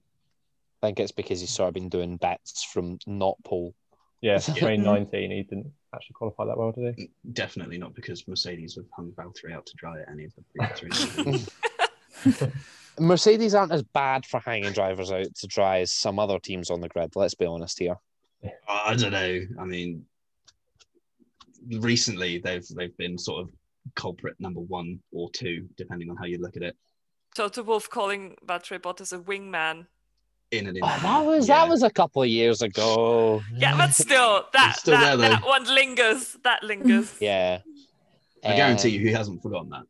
Speaker 1: I think it's because he's sort of been doing bets from not Paul. (laughs)
Speaker 3: Yeah, 2019, he didn't actually qualify that well, did he?
Speaker 4: Definitely not because Mercedes have hung Valtteri out to dry at any of
Speaker 3: (laughs)
Speaker 4: the previous races.
Speaker 1: Mercedes aren't as bad for hanging drivers out to dry as some other teams on the grid. Let's be honest here.
Speaker 4: I don't know. I mean, recently they've they've been sort of culprit number one or two, depending on how you look at it.
Speaker 2: Toto Wolf calling Valtteri Bottas a wingman.
Speaker 4: In and in.
Speaker 1: Oh, that was that
Speaker 4: Yeah.
Speaker 1: was a couple of years ago.
Speaker 2: Yeah, but still, that,
Speaker 4: still
Speaker 2: that,
Speaker 4: there, though.
Speaker 2: that one lingers. That lingers.
Speaker 1: Yeah.
Speaker 4: I guarantee
Speaker 1: Um,
Speaker 4: you, he hasn't forgotten that.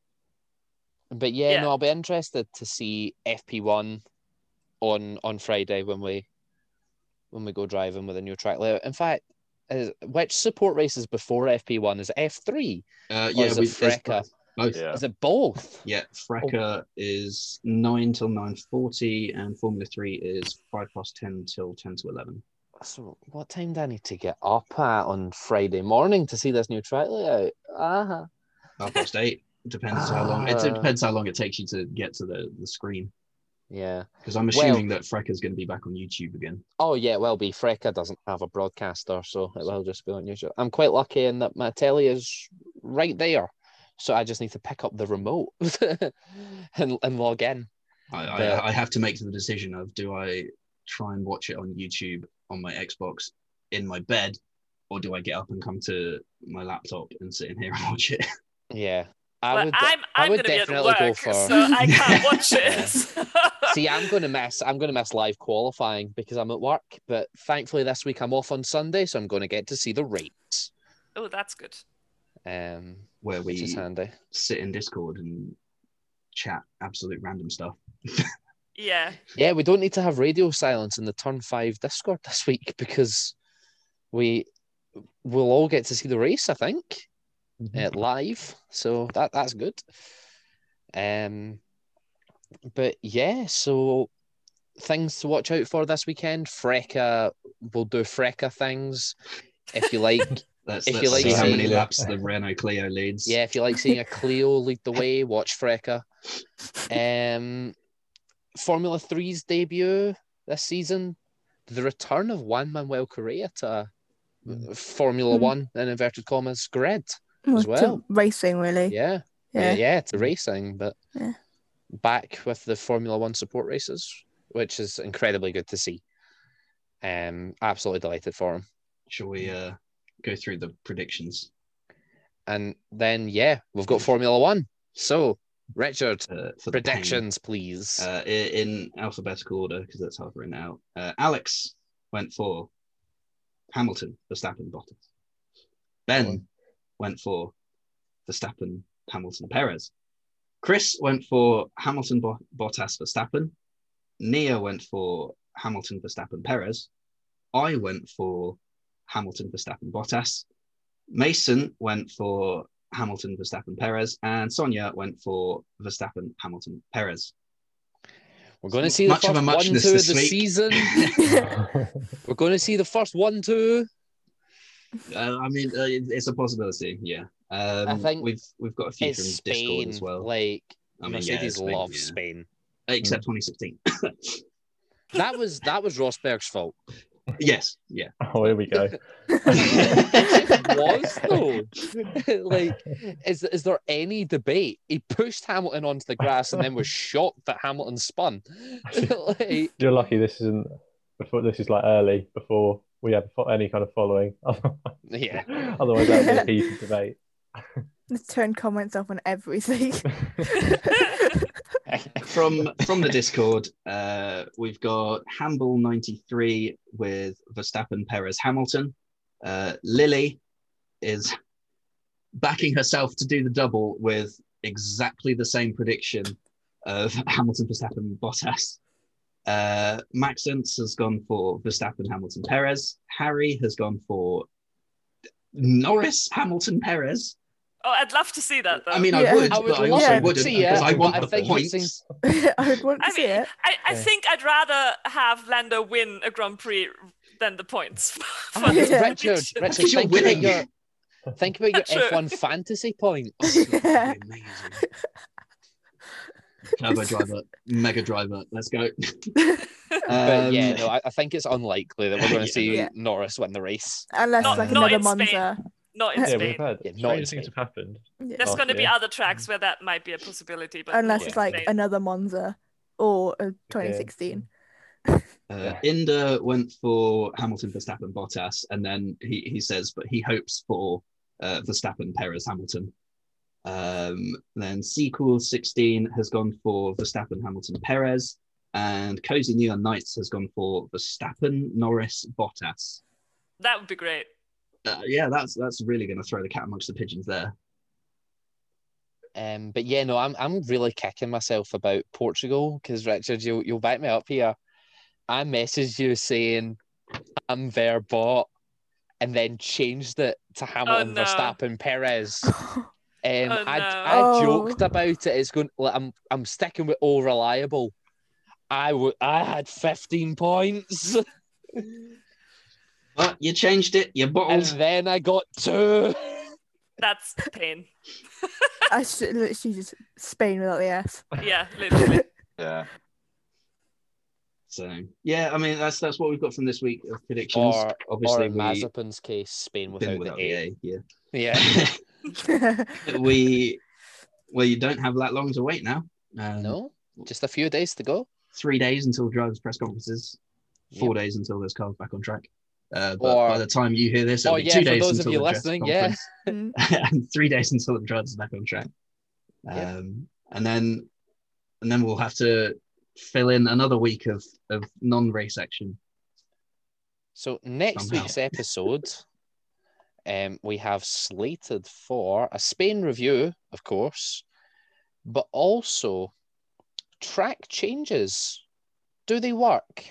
Speaker 1: But yeah,
Speaker 2: Yeah.
Speaker 1: no, I'll be interested to see FP1 on on Friday when we when we go driving with a new track layout. In fact, is, which support races before FP1 is it F3?
Speaker 4: Uh,
Speaker 1: Or
Speaker 4: yeah,
Speaker 1: is it
Speaker 4: we, there's
Speaker 1: Freca?
Speaker 4: Both.
Speaker 6: Yeah.
Speaker 1: Is it both?
Speaker 4: Yeah, Freca is nine till nine forty, and Formula Three is five past ten till ten to eleven.
Speaker 1: So what time do I need to get up at on Friday morning to see this new track layout? Ah,
Speaker 4: Half past eight depends how long. It,
Speaker 1: Ah.
Speaker 4: depends how long it takes you to get to the, the screen.
Speaker 1: yeah.
Speaker 4: Because I'm assuming that Freca is going to be back on YouTube again.
Speaker 1: Oh yeah, it will be. Freca doesn't have a broadcaster, so it will just be on YouTube. I'm quite lucky in that my telly is right there, so I just need to pick up the remote (laughs) and, and log in.
Speaker 4: I,
Speaker 1: But-
Speaker 4: I, I have to make the decision of do I try and watch it on YouTube on my Xbox in my bed, or do I get up and come to my laptop and sit in here and (laughs) watch it?
Speaker 1: Yeah, I
Speaker 2: But
Speaker 1: would.
Speaker 2: I'm,
Speaker 1: I
Speaker 2: I'm
Speaker 1: would
Speaker 2: gonna be at
Speaker 1: definitely
Speaker 2: work,
Speaker 1: go for-
Speaker 2: so I can't watch
Speaker 1: Yeah.
Speaker 2: it. (laughs)
Speaker 1: See, I'm going to miss. I'm going to miss live qualifying because I'm at work. But thankfully, this week I'm off on Sunday, so I'm going to get to see the rates,
Speaker 2: oh, that's good.
Speaker 1: um,
Speaker 4: Where
Speaker 1: which is
Speaker 4: we
Speaker 1: handy.
Speaker 4: sit in Discord and chat absolute random stuff.
Speaker 2: Yeah.
Speaker 1: Yeah, we don't need to have radio silence in the Turn Five Discord this week (laughs) because we will all get to see the race. I think. uh, live. So that that's good. Um, but yeah, so things to watch out for this weekend. Freca will do Freca things. If you like,
Speaker 4: Let's,
Speaker 1: If
Speaker 4: let's
Speaker 1: you like
Speaker 4: see how
Speaker 1: seeing
Speaker 4: many
Speaker 1: it.
Speaker 4: laps the Renault Clio leads.
Speaker 1: yeah, if you like seeing a Clio lead the way, watch Freca. Um, Formula Three's debut this season, the return of Juan Manuel Correa to uh, Formula
Speaker 5: Mm.
Speaker 1: One in inverted commas grid.
Speaker 5: Well,
Speaker 1: As
Speaker 5: to
Speaker 1: well.
Speaker 5: racing, really.
Speaker 1: Yeah. yeah,
Speaker 5: Yeah.
Speaker 1: yeah, to racing, but
Speaker 5: Yeah.
Speaker 1: back with the Formula One support races, which is incredibly good to see. Um, absolutely delighted for him.
Speaker 4: Shall we uh, go through the predictions?
Speaker 1: And then, yeah, we've got Formula One. So, Richard,
Speaker 4: Uh, for the pain?
Speaker 1: predictions, please.
Speaker 4: uh, i- in alphabetical order because that's how I've written it out. Uh, Alex went for Hamilton, Verstappen, Bottas. Ben went for Verstappen, Hamilton, Perez. Chris went for Hamilton, Bo- Bottas, Verstappen. Nia went for Hamilton, Verstappen, Perez. I went for Hamilton, Verstappen, Bottas. Mason went for Hamilton, Verstappen, Perez, and Sonia went for Verstappen, Hamilton, Perez.
Speaker 1: We're going to see the
Speaker 4: much of a
Speaker 1: first one two of
Speaker 4: muchness
Speaker 1: the
Speaker 4: this week. (laughs)
Speaker 1: season. We're going to see the first one two.
Speaker 4: Uh, I mean, uh, it- it's a possibility. Yeah. Um,
Speaker 1: I think
Speaker 4: we've we've got a few from
Speaker 1: It's
Speaker 4: Discord
Speaker 1: Spain.
Speaker 4: as well.
Speaker 1: Like
Speaker 4: I mean, yeah,
Speaker 1: Mercedes
Speaker 4: it's Spain,
Speaker 1: loves
Speaker 4: yeah.
Speaker 1: Spain.
Speaker 4: except 2016.
Speaker 1: That was that was Rosberg's fault.
Speaker 4: (laughs) yes.
Speaker 1: (laughs)
Speaker 4: Yeah.
Speaker 3: (laughs) oh, here we go.
Speaker 5: (laughs)
Speaker 1: it was
Speaker 4: (laughs)
Speaker 1: though. (laughs) like,
Speaker 3: (laughs)
Speaker 1: is is there any debate? He pushed Hamilton onto the grass and then
Speaker 4: (laughs)
Speaker 1: was shocked that Hamilton spun. (laughs) like,
Speaker 3: You're lucky this isn't before. This is like early before we have fo- any kind of following. (laughs)
Speaker 1: yeah,
Speaker 3: Otherwise, that'd be a heated debate.
Speaker 2: (laughs)
Speaker 5: Let's turn comments off on everything.
Speaker 4: (laughs) from from the Discord, uh, we've got Hamble ninety three with Verstappen, Perez, Hamilton. Uh, Lily is backing herself to do the double with exactly the same prediction of Hamilton, Verstappen, Bottas. Uh, Maxence has gone for Verstappen, Hamilton, Perez. Harry has gone for Norris, Hamilton, Perez.
Speaker 2: Oh, I'd love to see that though.
Speaker 4: I mean, I
Speaker 5: Yeah.
Speaker 4: would,
Speaker 1: Uh, I would
Speaker 4: but I
Speaker 1: love
Speaker 4: also
Speaker 5: to
Speaker 4: wouldn't
Speaker 1: see it,
Speaker 4: because I want
Speaker 1: but I
Speaker 4: the
Speaker 1: think
Speaker 4: points.
Speaker 1: it's in-
Speaker 5: (laughs) I would want to
Speaker 2: I
Speaker 5: see
Speaker 2: mean,
Speaker 5: it.
Speaker 2: I, I
Speaker 3: Yeah.
Speaker 2: think I'd rather have Lando win a Grand Prix than the points. (laughs) for
Speaker 5: Yeah.
Speaker 2: this
Speaker 1: Richard,
Speaker 2: prediction.
Speaker 1: Richard,
Speaker 4: Because you're
Speaker 1: think about
Speaker 4: winning.
Speaker 1: your think about your
Speaker 2: Sure.
Speaker 1: F1 fantasy point.
Speaker 5: Yeah.
Speaker 4: Amazing. Turbo driver, mega driver. Let's go.
Speaker 1: (laughs) But
Speaker 4: Um,
Speaker 1: yeah, no, I, I think it's unlikely that we're going to
Speaker 4: (laughs) Yeah.
Speaker 1: see
Speaker 5: Yeah.
Speaker 1: Norris win the race.
Speaker 5: Unless
Speaker 4: Not-
Speaker 5: like
Speaker 4: not
Speaker 5: another
Speaker 2: in Spain.
Speaker 5: Monza.
Speaker 2: Not in
Speaker 3: (laughs) yeah,
Speaker 2: Spain.
Speaker 3: we've heard
Speaker 1: Yeah, not in Spain.
Speaker 3: strange things have happened.
Speaker 5: Yeah.
Speaker 2: There's
Speaker 3: last
Speaker 2: going to be
Speaker 3: year.
Speaker 2: other tracks where that might be a possibility, but
Speaker 5: Unless
Speaker 1: Yeah.
Speaker 5: it's like another Monza or a 2016.
Speaker 4: Uh, Inda went for Hamilton, Verstappen, Bottas, and then he, he says, but he hopes for uh, Verstappen, Perez, Hamilton. Um, then Sequel 16 has gone for Verstappen, Hamilton, Perez, and Cozy Neon Knights has gone for Verstappen, Norris, Bottas.
Speaker 2: that would be great.
Speaker 4: Uh, yeah, that's that's really going to throw the cat amongst the pigeons there.
Speaker 1: Um, but yeah, no, I'm I'm really kicking myself about Portugal because Richard, you'll you'll back me up here. I messaged you saying I'm their bot, and then changed it to Hamilton,
Speaker 2: no.
Speaker 1: Verstappen, Perez. Um,
Speaker 2: Oh,
Speaker 1: I,
Speaker 2: no.
Speaker 1: I
Speaker 5: Oh.
Speaker 1: joked about it. It's going. Like, I'm I'm sticking with all reliable. I would. I had 15 points,
Speaker 4: Oh. But you changed it, you
Speaker 1: and
Speaker 4: bottled.
Speaker 1: then I got two.
Speaker 2: That's pain.
Speaker 5: I should literally just Spain without
Speaker 2: (laughs)
Speaker 5: the S. (laughs)
Speaker 2: Yeah, literally.
Speaker 6: Yeah.
Speaker 4: So yeah, I mean that's that's what we've got from this week of predictions.
Speaker 1: Or- or
Speaker 4: Obviously,
Speaker 1: in
Speaker 4: we
Speaker 1: Mazepin's case, Spain without,
Speaker 4: been without
Speaker 1: the A.
Speaker 4: the A, yeah.
Speaker 1: Yeah.
Speaker 4: (laughs) we well you don't have that long to wait now um,
Speaker 1: no, just a few days to go.
Speaker 4: three days until drivers press conferences four days until those cars back on track uh, but
Speaker 1: Or-
Speaker 4: by the time you hear this it'll
Speaker 1: Oh,
Speaker 4: be
Speaker 1: yeah,
Speaker 4: two
Speaker 1: for
Speaker 4: days
Speaker 1: those of
Speaker 4: until
Speaker 1: you
Speaker 4: the dress
Speaker 1: listening, yeah.
Speaker 4: conference. (laughs) and three days until the drivers are back on track um,
Speaker 1: Yeah.
Speaker 4: and then and then we'll have to fill in another week of of non-race action
Speaker 1: So next
Speaker 4: Somehow.
Speaker 1: week's episode, um, we have slated for a Spain review, of course, but also track changes. Do they work?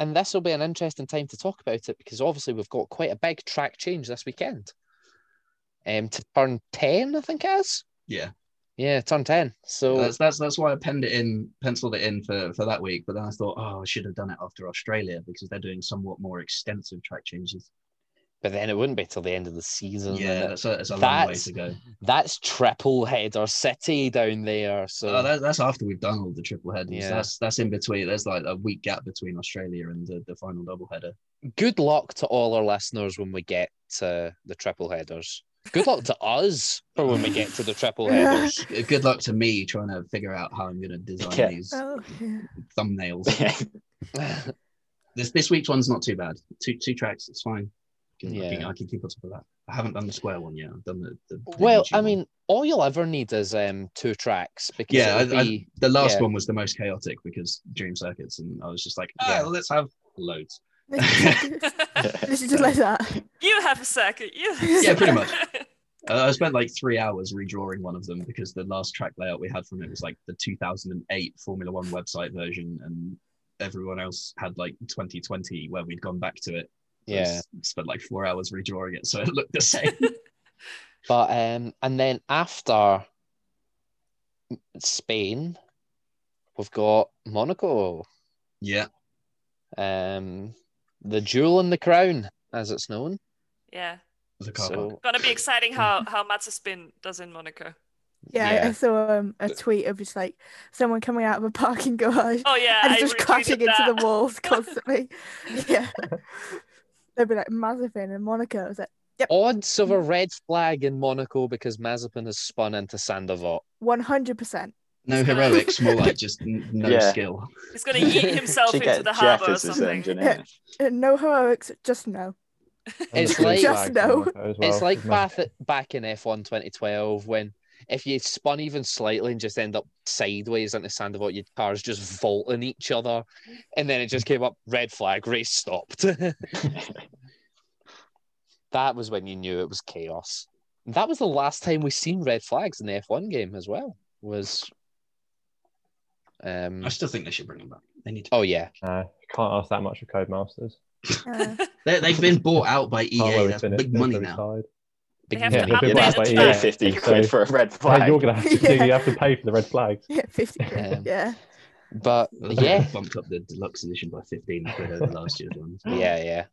Speaker 1: And this will be an interesting time to talk about it because obviously we've got quite a big track change this weekend. Um, to turn ten, I think it is.
Speaker 4: yeah
Speaker 1: Yeah, turn ten. So
Speaker 4: that's that's that's why i penned it in penciled it in for for that week but then i thought oh i should have done it after australia because they're doing somewhat more extensive track changes
Speaker 1: but then it wouldn't be till the end of the season.
Speaker 4: Yeah,
Speaker 1: and
Speaker 4: that's a, that's a long way
Speaker 1: Oh, That's-
Speaker 4: to go.
Speaker 1: That's triple header city down there. So
Speaker 4: Oh, that, that's after we've done all the triple headers.
Speaker 1: Yeah.
Speaker 4: That's that's in between. There's like a week gap between Australia and the, the final double header.
Speaker 1: good luck to all our listeners when we get to the triple headers. Good luck to us for when we get to the
Speaker 4: (laughs)
Speaker 1: triple
Speaker 5: (laughs)
Speaker 1: headers.
Speaker 4: G- Good luck to me trying to figure out how I'm going to design
Speaker 1: Yeah.
Speaker 4: these
Speaker 5: oh, yeah. (laughs)
Speaker 6: (laughs)
Speaker 4: thumbnails.
Speaker 1: (laughs)
Speaker 4: this this week's one's not too bad. Two two tracks, it's fine. I can, I, can,
Speaker 1: Yeah.
Speaker 4: I can keep up with that. I haven't done the square one yet. I've done the, the the
Speaker 1: well,
Speaker 4: YouTube
Speaker 1: I
Speaker 4: one.
Speaker 1: mean, all you'll ever need is um two tracks because
Speaker 4: Yeah,
Speaker 1: it'll
Speaker 4: I- I-
Speaker 1: be-
Speaker 4: the last
Speaker 1: yeah.
Speaker 4: one was the most chaotic because Dream Circuits, and I was just like, ah,
Speaker 1: Yeah.
Speaker 4: let's have loads.
Speaker 5: Literally just like that.
Speaker 2: (laughs) you have a circuit. You have a
Speaker 4: Yeah, pretty much.
Speaker 2: circuit.
Speaker 4: Uh, I spent like three hours redrawing one of them because the last track layout we had from it was like the 2008 Formula One website version, and everyone else had like 2020 where we'd gone back to it. So I
Speaker 1: yeah.
Speaker 4: s- spent like four hours redrawing it so it looked the (laughs) same.
Speaker 1: But um, and then after Spain, we've got Monaco,
Speaker 4: yeah,
Speaker 1: um, the jewel in the crown, as it's known.
Speaker 2: (laughs) yeah.
Speaker 4: the car park.
Speaker 1: So
Speaker 2: Gonna be exciting how how Mats Spin does in Monaco.
Speaker 5: Yeah, I- I
Speaker 1: Yeah.
Speaker 5: saw um, a tweet of just like someone coming out of a parking garage
Speaker 2: Oh (laughs) yeah,
Speaker 5: and
Speaker 2: I
Speaker 5: it's just
Speaker 2: retweeted
Speaker 5: crashing into
Speaker 2: that.
Speaker 5: the
Speaker 2: (laughs)
Speaker 5: walls constantly. (laughs) yeah. They'd be like Mazepin and Monaco. It's like
Speaker 1: odds of a red flag in Monaco because Mazepin has spun into Sandoval.
Speaker 5: 100%.
Speaker 4: No (laughs) heroics, more like just n- no
Speaker 6: Yeah.
Speaker 4: skill.
Speaker 2: He's gonna yeet himself
Speaker 6: Should
Speaker 2: into
Speaker 6: get
Speaker 2: the
Speaker 6: Jeff
Speaker 2: harbour or
Speaker 6: as his
Speaker 2: something.
Speaker 6: engineer.
Speaker 2: (laughs)
Speaker 5: Uh, No heroics,
Speaker 1: (laughs)
Speaker 5: just no.
Speaker 3: And
Speaker 1: It's
Speaker 3: the blue
Speaker 1: like-
Speaker 5: Just
Speaker 3: flags
Speaker 5: no.
Speaker 3: in Monaco as well.
Speaker 1: It's like
Speaker 3: Mad-
Speaker 1: back, back in F1 2012 when if you spun even slightly and just end up sideways into Sandoval, your cars just vaulting each other. And then it just came up red flag, race stopped. (laughs) that was when you knew it was chaos. And that was the last time we seen red flags in the F1 game as well. Was um
Speaker 4: I still think they should bring them back. They need to.
Speaker 1: oh yeah.
Speaker 3: Uh, can't ask that much of Codemasters.
Speaker 5: Uh,
Speaker 4: They, they've been bought out by EA.
Speaker 3: Oh, well,
Speaker 4: That's
Speaker 3: it's in it.
Speaker 4: big
Speaker 3: It's
Speaker 4: money
Speaker 3: on
Speaker 4: now.
Speaker 3: side.
Speaker 1: Big
Speaker 2: have
Speaker 1: money.
Speaker 2: to
Speaker 3: Yeah,
Speaker 2: update the
Speaker 3: but- but yeah.
Speaker 6: Pay
Speaker 2: track.
Speaker 6: 50
Speaker 3: So-
Speaker 6: quid for a red
Speaker 3: Hey, (laughs)
Speaker 6: flag.
Speaker 3: you're gonna have to
Speaker 5: Yeah.
Speaker 3: you have to pay for the red flags.
Speaker 5: yeah, 50 quid.
Speaker 1: Um,
Speaker 5: yeah.
Speaker 1: But
Speaker 4: Well, they
Speaker 1: yeah,
Speaker 4: bumped up the deluxe edition by fifteen quid over last year's one.
Speaker 1: (laughs) yeah, yeah.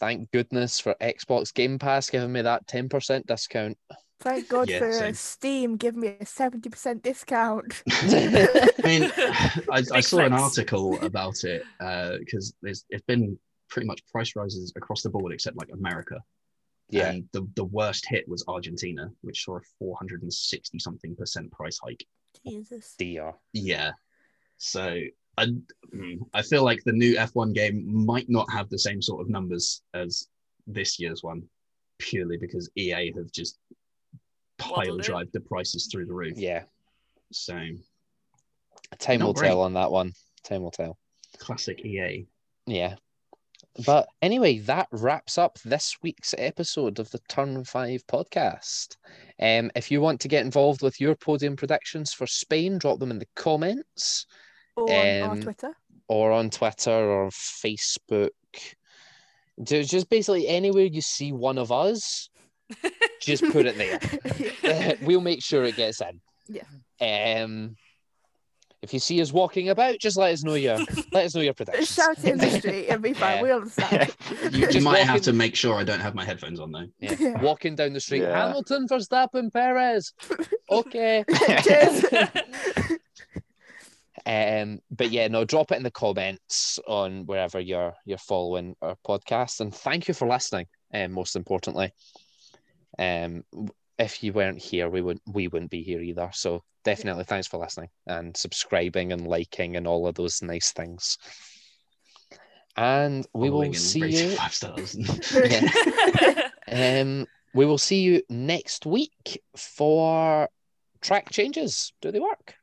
Speaker 1: Thank goodness for Xbox Game Pass giving me that ten percent discount.
Speaker 5: Thank God
Speaker 4: Yeah,
Speaker 5: for uh,
Speaker 4: same.
Speaker 5: Steam giving me a
Speaker 1: (laughs)
Speaker 5: 70% discount.
Speaker 4: I mean, I, I
Speaker 2: Big
Speaker 4: saw an
Speaker 2: flex.
Speaker 4: article about it because there's it's been pretty much price rises across the board except like America.
Speaker 1: Yeah,
Speaker 4: And the, the worst hit was Argentina, which saw a 460 something percent price hike.
Speaker 5: Jesus.
Speaker 1: dear.
Speaker 4: Yeah. So I, mm, I feel like the new F1 game might not have the same sort of numbers as this year's one, purely because EA have just pile
Speaker 2: Bottled it.
Speaker 4: drive the prices through the roof.
Speaker 1: Yeah,
Speaker 4: So
Speaker 1: time
Speaker 4: Not
Speaker 1: will
Speaker 4: great.
Speaker 1: tell on that one. Time will tell.
Speaker 4: classic E EA.
Speaker 1: Yeah. But anyway, that wraps up this week's episode of the Turn 5 podcast. Um, if you want to get involved with your podium predictions for Spain, drop them in the comments
Speaker 5: Or on our
Speaker 1: Um,
Speaker 5: Twitter.
Speaker 1: or on Twitter or Facebook. Ju- Just basically anywhere you see one of us, just put it there. (laughs) we'll make sure it gets in. Yeah. Um, if you see us walking about, just let us know your let us know
Speaker 5: (laughs)
Speaker 1: your predictions.
Speaker 5: (laughs) Shout it
Speaker 1: (laughs)
Speaker 5: in the street. It'll be fine.
Speaker 1: Yeah.
Speaker 5: We
Speaker 6: (laughs)
Speaker 5: understand.
Speaker 4: You, you
Speaker 1: Just
Speaker 4: might have
Speaker 1: walking-
Speaker 4: to make sure I don't have my headphones on though.
Speaker 1: Yeah.
Speaker 5: Yeah.
Speaker 1: Walking down the street,
Speaker 6: Yeah.
Speaker 1: Hamilton, Verstappen,
Speaker 5: (laughs)
Speaker 1: Perez. Okay.
Speaker 5: Cheers.
Speaker 1: (laughs) Um, but yeah, no, drop it in the comments on wherever you're you're following our podcast, and thank you for listening. Um, most importantly, um, w- if you weren't here, we would we wouldn't be here either. So definitely, thanks for listening and subscribing and liking and all of those nice things. And we
Speaker 4: Following
Speaker 1: will
Speaker 4: and
Speaker 1: see
Speaker 4: rating
Speaker 1: you.
Speaker 4: five stars.
Speaker 1: (laughs) Yeah.
Speaker 2: (laughs)
Speaker 5: (laughs)
Speaker 1: Um, we will see you next week for track changes. Do they work?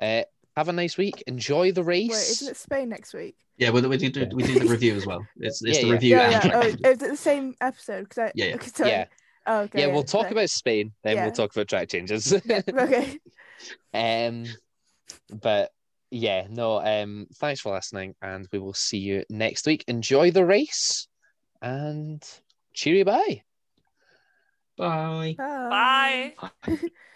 Speaker 1: Uh, have a nice week. Enjoy the race.
Speaker 5: Wait, isn't it Spain next week?
Speaker 4: yeah, we, we, do, we do the review as well. It's,
Speaker 1: Yeah,
Speaker 4: it's the
Speaker 1: yeah.
Speaker 4: review.
Speaker 5: Yeah,
Speaker 4: and
Speaker 5: yeah.
Speaker 4: track
Speaker 5: Oh,
Speaker 4: changes.
Speaker 5: is it the same episode? Cause I,
Speaker 4: Yeah, yeah.
Speaker 5: okay, (laughs) sorry.
Speaker 1: Yeah.
Speaker 5: Oh, okay,
Speaker 1: yeah, we'll talk
Speaker 5: so-
Speaker 1: about Spain, then
Speaker 5: Yeah.
Speaker 1: we'll talk about track
Speaker 5: (laughs)
Speaker 1: changes.
Speaker 5: Okay.
Speaker 1: (laughs) um, but yeah, no. Um, thanks for listening, and we will see you next week. Enjoy the race, and cheery bye. Oh,
Speaker 4: Bye.
Speaker 5: Bye. (laughs)
Speaker 2: Bye.